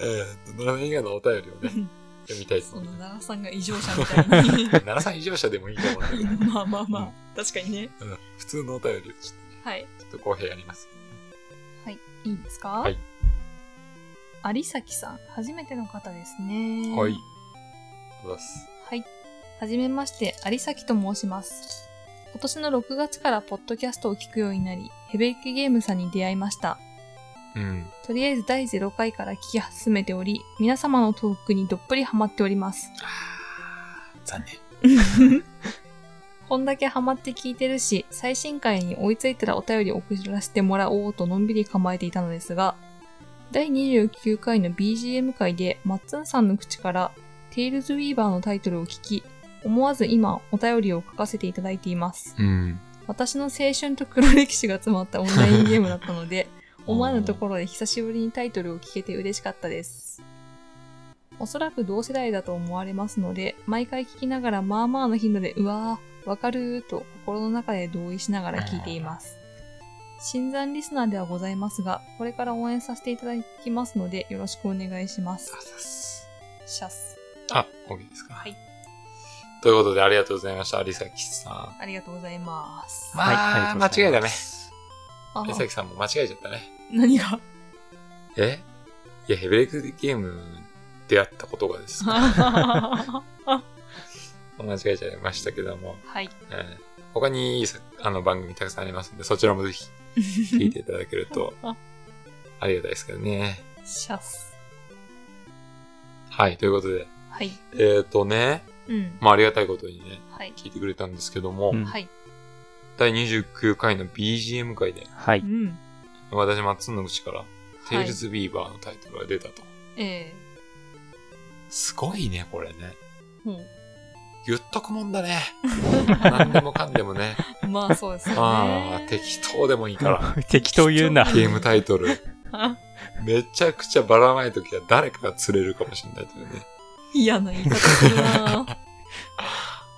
[SPEAKER 2] えー、奈良さん以外のお便りをね、読みたいと
[SPEAKER 3] そ
[SPEAKER 2] 思い
[SPEAKER 3] の
[SPEAKER 2] ます。
[SPEAKER 3] 奈良さんが異常者みたいに
[SPEAKER 2] 奈良さん異常者でもいいと思うんだけど、
[SPEAKER 3] まあまあまあ、確かにね
[SPEAKER 2] うん普通のお便りをち
[SPEAKER 3] はい
[SPEAKER 2] ょっと公平あります。
[SPEAKER 3] はいいいですか
[SPEAKER 2] はい
[SPEAKER 3] 有崎さん初めての方ですね
[SPEAKER 2] はい。ありがとうございます。
[SPEAKER 3] はい。はじめまして、有崎と申します。今年の6月からポッドキャストを聞くようになり、ヘベレケゲームさんに出会いました。
[SPEAKER 2] うん。
[SPEAKER 3] とりあえず第0回から聞き進めており、皆様のトークにどっぷりハマっております。
[SPEAKER 2] 残念。
[SPEAKER 3] [LAUGHS] こんだけハマって聞いてるし、最新回に追いついたらお便りを送らせてもらおうとのんびり構えていたのですが、第29回の BGM 回でマッツンさんの口から、テイルズ・ウィーバーのタイトルを聞き、思わず今お便りを書かせていただいています。
[SPEAKER 2] うん。
[SPEAKER 3] 私の青春と黒歴史が詰まったオンラインゲームだったので、思わぬところで久しぶりにタイトルを聞けて嬉しかったです。おそらく同世代だと思われますので、毎回聞きながらまあまあの頻度で、うわー、わかるーと心の中で同意しながら聞いています。新参リスナーではございますが、これから応援させていただきますので、よろしくお願いします
[SPEAKER 2] あ。ざっす。
[SPEAKER 3] シャス。
[SPEAKER 2] あ、OK ですか。
[SPEAKER 3] はい。
[SPEAKER 2] ということで、ありがとうございました、有崎さ
[SPEAKER 3] ありがとうございます。
[SPEAKER 2] ん。まあ、
[SPEAKER 4] はいありがとうござ
[SPEAKER 2] 間違い
[SPEAKER 4] い
[SPEAKER 2] だ
[SPEAKER 4] ま
[SPEAKER 2] ね。
[SPEAKER 3] あー
[SPEAKER 2] 有崎さんも間違えちゃったね。
[SPEAKER 3] 何
[SPEAKER 2] [LAUGHS]
[SPEAKER 3] が
[SPEAKER 2] えいや、ヘブレクゲームでやったことがですか。間違えちゃいましたけども、
[SPEAKER 3] はい。
[SPEAKER 2] えー他にいいさあの番組たくさんありますので、そちらもぜひ聞いていただけるとありがたいですけどね。
[SPEAKER 3] シャス。
[SPEAKER 2] はい、ということで、
[SPEAKER 3] はい。
[SPEAKER 2] えっ、ー、とね、
[SPEAKER 3] うん。
[SPEAKER 2] まあありがたいことにね、
[SPEAKER 3] はい。
[SPEAKER 2] 聞いてくれたんですけども、
[SPEAKER 4] うん
[SPEAKER 3] はい。
[SPEAKER 2] 第29回の BGM 回で、
[SPEAKER 4] は
[SPEAKER 3] う
[SPEAKER 4] い。
[SPEAKER 3] ん。
[SPEAKER 2] 私、松の口から、テイル
[SPEAKER 3] は
[SPEAKER 2] ズ・ビーバーのタイトルが出たと。
[SPEAKER 3] い、え
[SPEAKER 2] すごいね、これね。
[SPEAKER 3] え
[SPEAKER 2] 言っとくもんだね。何でもかんでもね。
[SPEAKER 3] うん。 [LAUGHS] まあそうですよね。
[SPEAKER 2] ああ、適当でもいい
[SPEAKER 4] [LAUGHS]
[SPEAKER 2] か
[SPEAKER 4] 適当言うな
[SPEAKER 2] ら。。
[SPEAKER 3] 適
[SPEAKER 2] ゲームタイトル。
[SPEAKER 3] あ
[SPEAKER 2] めちゃくちゃばらまいときは誰かが釣れるかもしれないというね。
[SPEAKER 3] 嫌な言い方するな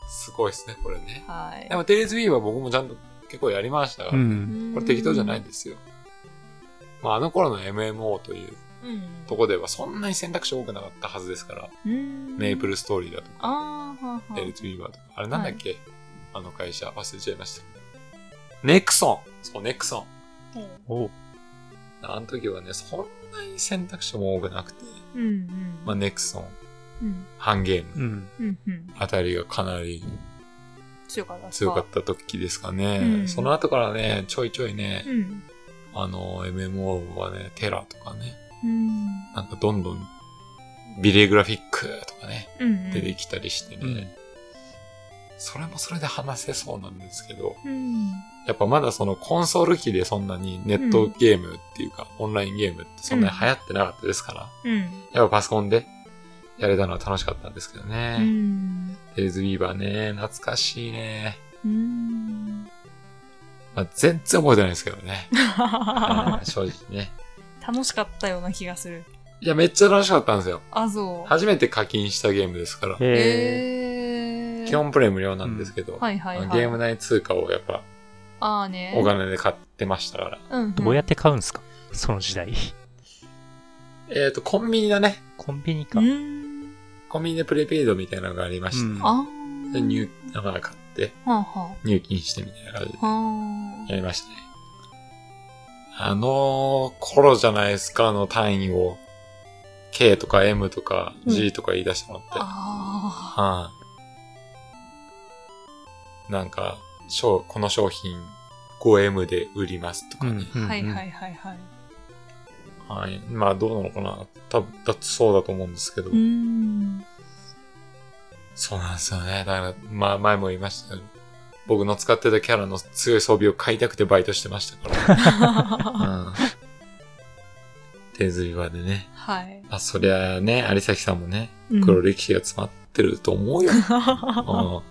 [SPEAKER 2] すごいですね、これね。
[SPEAKER 3] はい
[SPEAKER 2] で。も、テイルズ・ビーバー僕もちゃんと結構やりましたが、
[SPEAKER 4] うん。
[SPEAKER 2] これ適当じゃないん
[SPEAKER 3] で
[SPEAKER 2] ですよ。まあ、あの頃の MMO という
[SPEAKER 3] うん。
[SPEAKER 2] とこではそんなに選択肢多くなかったはずですから、
[SPEAKER 3] うん。
[SPEAKER 2] メイプ
[SPEAKER 3] ル。
[SPEAKER 2] ルストーリーだとか、
[SPEAKER 3] ああ、はあ
[SPEAKER 2] テイル
[SPEAKER 3] は
[SPEAKER 2] ズ・ビーバーとか、あれなんだっけ、あの会社忘れちゃいましたけど。ネクソンそう、ネクソン。
[SPEAKER 4] お
[SPEAKER 2] あの時はね、そんなに選択肢も多くなくて、
[SPEAKER 3] うんうん。
[SPEAKER 2] まあ、ネクソン、
[SPEAKER 3] うん。
[SPEAKER 2] ハンゲーム
[SPEAKER 4] うん。
[SPEAKER 3] うんうん。
[SPEAKER 2] あたりがかなり
[SPEAKER 3] 強かった。
[SPEAKER 2] 強かった時ですかね。
[SPEAKER 3] うん
[SPEAKER 2] その後からね、ちょいちょいね、
[SPEAKER 3] うん。
[SPEAKER 2] あの、MMO はね、テラとかね、
[SPEAKER 3] うん。
[SPEAKER 2] なんかどんどんビレグラフィックとかね、
[SPEAKER 3] うん。
[SPEAKER 2] 出てきたりしてね、
[SPEAKER 4] うん
[SPEAKER 2] それもそれで話せそうなんですけど、
[SPEAKER 3] うん。
[SPEAKER 2] やっぱまだそのコンソール機でそんなにネットゲームっていうか、オンラインゲームってそんなに流行ってなかったですから、
[SPEAKER 3] うん。
[SPEAKER 2] やっぱパソコンでやれたのは楽しかったんですけど
[SPEAKER 3] う
[SPEAKER 2] ね。
[SPEAKER 3] ん。
[SPEAKER 2] テレズビーバーね、懐かしいね。
[SPEAKER 3] うん。
[SPEAKER 2] まあ、全然覚えてないですけど
[SPEAKER 3] [LAUGHS]
[SPEAKER 2] ね。あー正直ね。
[SPEAKER 3] 楽しかったような気がする。
[SPEAKER 2] いや、めっちゃ楽しかったんですよ。
[SPEAKER 3] あ、そう。
[SPEAKER 2] 初めて課金したゲームですから。
[SPEAKER 4] へえ。
[SPEAKER 3] えー。
[SPEAKER 2] 基本プレイ無料なんですけど、
[SPEAKER 3] はいはいはい。
[SPEAKER 2] ゲーム内通貨をやっぱ
[SPEAKER 3] ああね。
[SPEAKER 2] お金で買ってましたから。
[SPEAKER 3] うんうん。
[SPEAKER 4] どうやって買うんすかその時代。
[SPEAKER 2] えっ、と、コンビニだね。
[SPEAKER 4] コンビニか
[SPEAKER 3] う。ん。
[SPEAKER 2] コンビニでプレペイドみたいなのがありまして、
[SPEAKER 4] うん
[SPEAKER 3] あ
[SPEAKER 2] で入、だから買って、
[SPEAKER 3] はあは
[SPEAKER 2] 入金してみたいな感じで
[SPEAKER 3] あ。はあ。
[SPEAKER 2] やりましたね。あの頃じゃないですか、あの単位を。K とか M とか G とか言い出してもらって。
[SPEAKER 3] あ
[SPEAKER 2] はい、なんか、商この商品 5M で売りますとかね。
[SPEAKER 3] あ。はいはいはいはい。
[SPEAKER 2] はい。まあどうなのかな。多分、だってそうだと思うんですけど。
[SPEAKER 3] うーん。
[SPEAKER 2] そうなんですよね。だから、まあ前も言いましたけど、僕の使ってたキャラの強い装備を買いたくてバイトしてましたから。うん、手釣り場でね。
[SPEAKER 3] はい。
[SPEAKER 2] あ、そりゃあね、有崎さんもね、
[SPEAKER 3] うん
[SPEAKER 2] 黒歴史が詰まってると思う [LAUGHS] よ。うん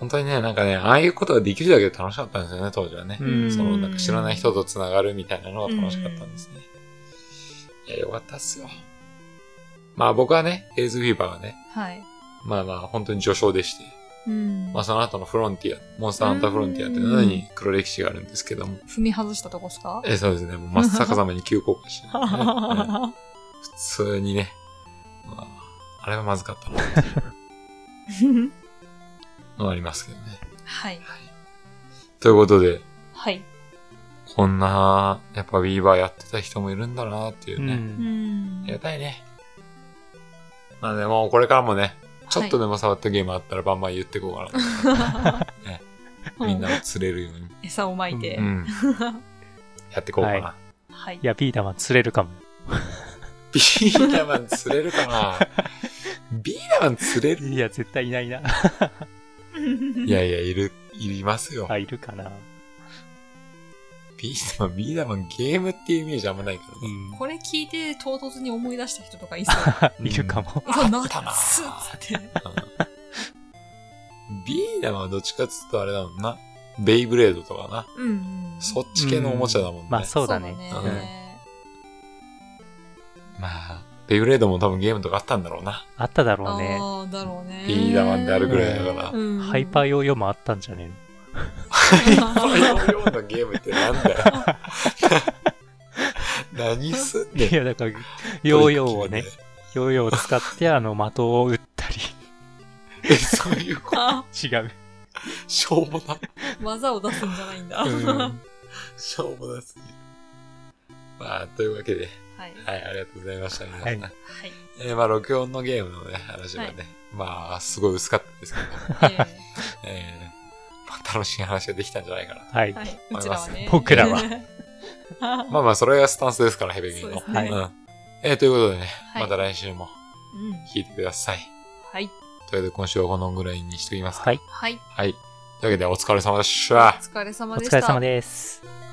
[SPEAKER 2] 本当にね、なんかね、ああいうことができるだけで楽しかったんですよね、当時はね。
[SPEAKER 4] うん
[SPEAKER 2] その、なんか知らない人と繋がるみたいなのが楽しかったんですね。いや、よかったっすよ。まあ僕はね、エイズフィーバーはね、
[SPEAKER 3] はい。
[SPEAKER 2] まあまあ本当に序章でして、
[SPEAKER 3] うん。
[SPEAKER 2] まあその後のフロンティア、モンスターハンターフロンティアっていうのに黒歴史があるんですけども、
[SPEAKER 3] 踏み外したとこっすか [LAUGHS]
[SPEAKER 2] えそうですね、もう真っ逆さまに急降下 [LAUGHS] して、ねええ普通にね、まあ、あれはまずかったなっていうのはありますけどね。
[SPEAKER 3] はい。
[SPEAKER 2] ということで、
[SPEAKER 3] はい。
[SPEAKER 2] こんな、やっぱ Weaver やってた人もいるんだなっていう
[SPEAKER 4] う
[SPEAKER 2] ね。
[SPEAKER 3] うんん
[SPEAKER 2] あ
[SPEAKER 3] [LAUGHS]
[SPEAKER 2] り。がたいね。まあでもこれからもね、ちょっとでも触ったゲームあったらバンバン言ってこうかなと
[SPEAKER 3] [LAUGHS] う
[SPEAKER 2] みんなを釣れるように。
[SPEAKER 3] 餌をまいて。
[SPEAKER 2] うん。やってこうかな。
[SPEAKER 4] は
[SPEAKER 3] はい
[SPEAKER 4] い。
[SPEAKER 3] [LAUGHS]
[SPEAKER 4] や、ピーターマン釣れるかも。
[SPEAKER 2] ビーダマン釣れるかなビーダマン釣れる
[SPEAKER 4] いや、絶対いないな。
[SPEAKER 2] いやいや、いる、いりますよ。
[SPEAKER 4] あ、いるかな。
[SPEAKER 2] ビーダマン、ビーダマンゲームっていうイメージあんまないからね。
[SPEAKER 3] これ聞いて唐突に思い出した人とかい
[SPEAKER 2] [LAUGHS]
[SPEAKER 3] そう。
[SPEAKER 2] うん
[SPEAKER 4] [LAUGHS] いるかも。
[SPEAKER 3] そう、
[SPEAKER 2] あったな
[SPEAKER 3] 夏っつって。
[SPEAKER 2] うんビーダマンはどっちかっつうとあれだもんな。ベイブレードとかな。
[SPEAKER 3] うんうん。
[SPEAKER 2] そっち系のおもちゃだもんね。
[SPEAKER 4] うんまあそうだね
[SPEAKER 3] そうだね
[SPEAKER 2] まあベイブレードも多分ゲームとかあったんだろうな。
[SPEAKER 4] あっただろ
[SPEAKER 3] あ
[SPEAKER 4] うね。
[SPEAKER 3] あ、だろうね。
[SPEAKER 2] ビーダマンであるぐらいだから。
[SPEAKER 3] うん
[SPEAKER 4] ハイパー用用もあったんじゃねえの
[SPEAKER 2] そういうようなゲームってなんだよ。 [LAUGHS] 何すんねん
[SPEAKER 4] い。や、だから、ヨーヨーをね、。ヨーヨーを使って、あの、的を打ったり、
[SPEAKER 2] え、そういうこと
[SPEAKER 3] あ
[SPEAKER 4] [LAUGHS] 違う。
[SPEAKER 2] しょうもな。
[SPEAKER 3] [LAUGHS] 技を出すんじゃないんだ。
[SPEAKER 2] うんしょうもなすぎる。まあ、というわけで、
[SPEAKER 3] はい。
[SPEAKER 2] はい、ありがとうございました、皆さん。
[SPEAKER 4] はい
[SPEAKER 3] はい。
[SPEAKER 2] えーまあ、録音のゲームのね、話はね、
[SPEAKER 3] はい
[SPEAKER 2] まあ、すごい薄かったですけど、
[SPEAKER 3] え
[SPEAKER 2] えーまあ、楽しい話ができたんじゃないかな。
[SPEAKER 4] は
[SPEAKER 3] え
[SPEAKER 4] [LAUGHS] い。
[SPEAKER 3] はい。うちらはね。
[SPEAKER 4] 僕
[SPEAKER 3] [LAUGHS]
[SPEAKER 4] らは。
[SPEAKER 2] まあまあ、それがスタンスですから、ヘベゲーの。
[SPEAKER 3] そうです
[SPEAKER 4] ねはい
[SPEAKER 2] うん。えーということでね、
[SPEAKER 3] はい
[SPEAKER 2] また来週も
[SPEAKER 3] うん。
[SPEAKER 2] 聞いてください。
[SPEAKER 3] はい。
[SPEAKER 2] というわけで、今週はこのぐらいにしときますか。
[SPEAKER 4] はい。
[SPEAKER 3] はい。
[SPEAKER 2] はい。というわけで、お疲れ様でし
[SPEAKER 3] お
[SPEAKER 2] た。
[SPEAKER 3] 疲れ様
[SPEAKER 4] お
[SPEAKER 3] でし
[SPEAKER 4] 疲
[SPEAKER 3] た。
[SPEAKER 4] れ様です。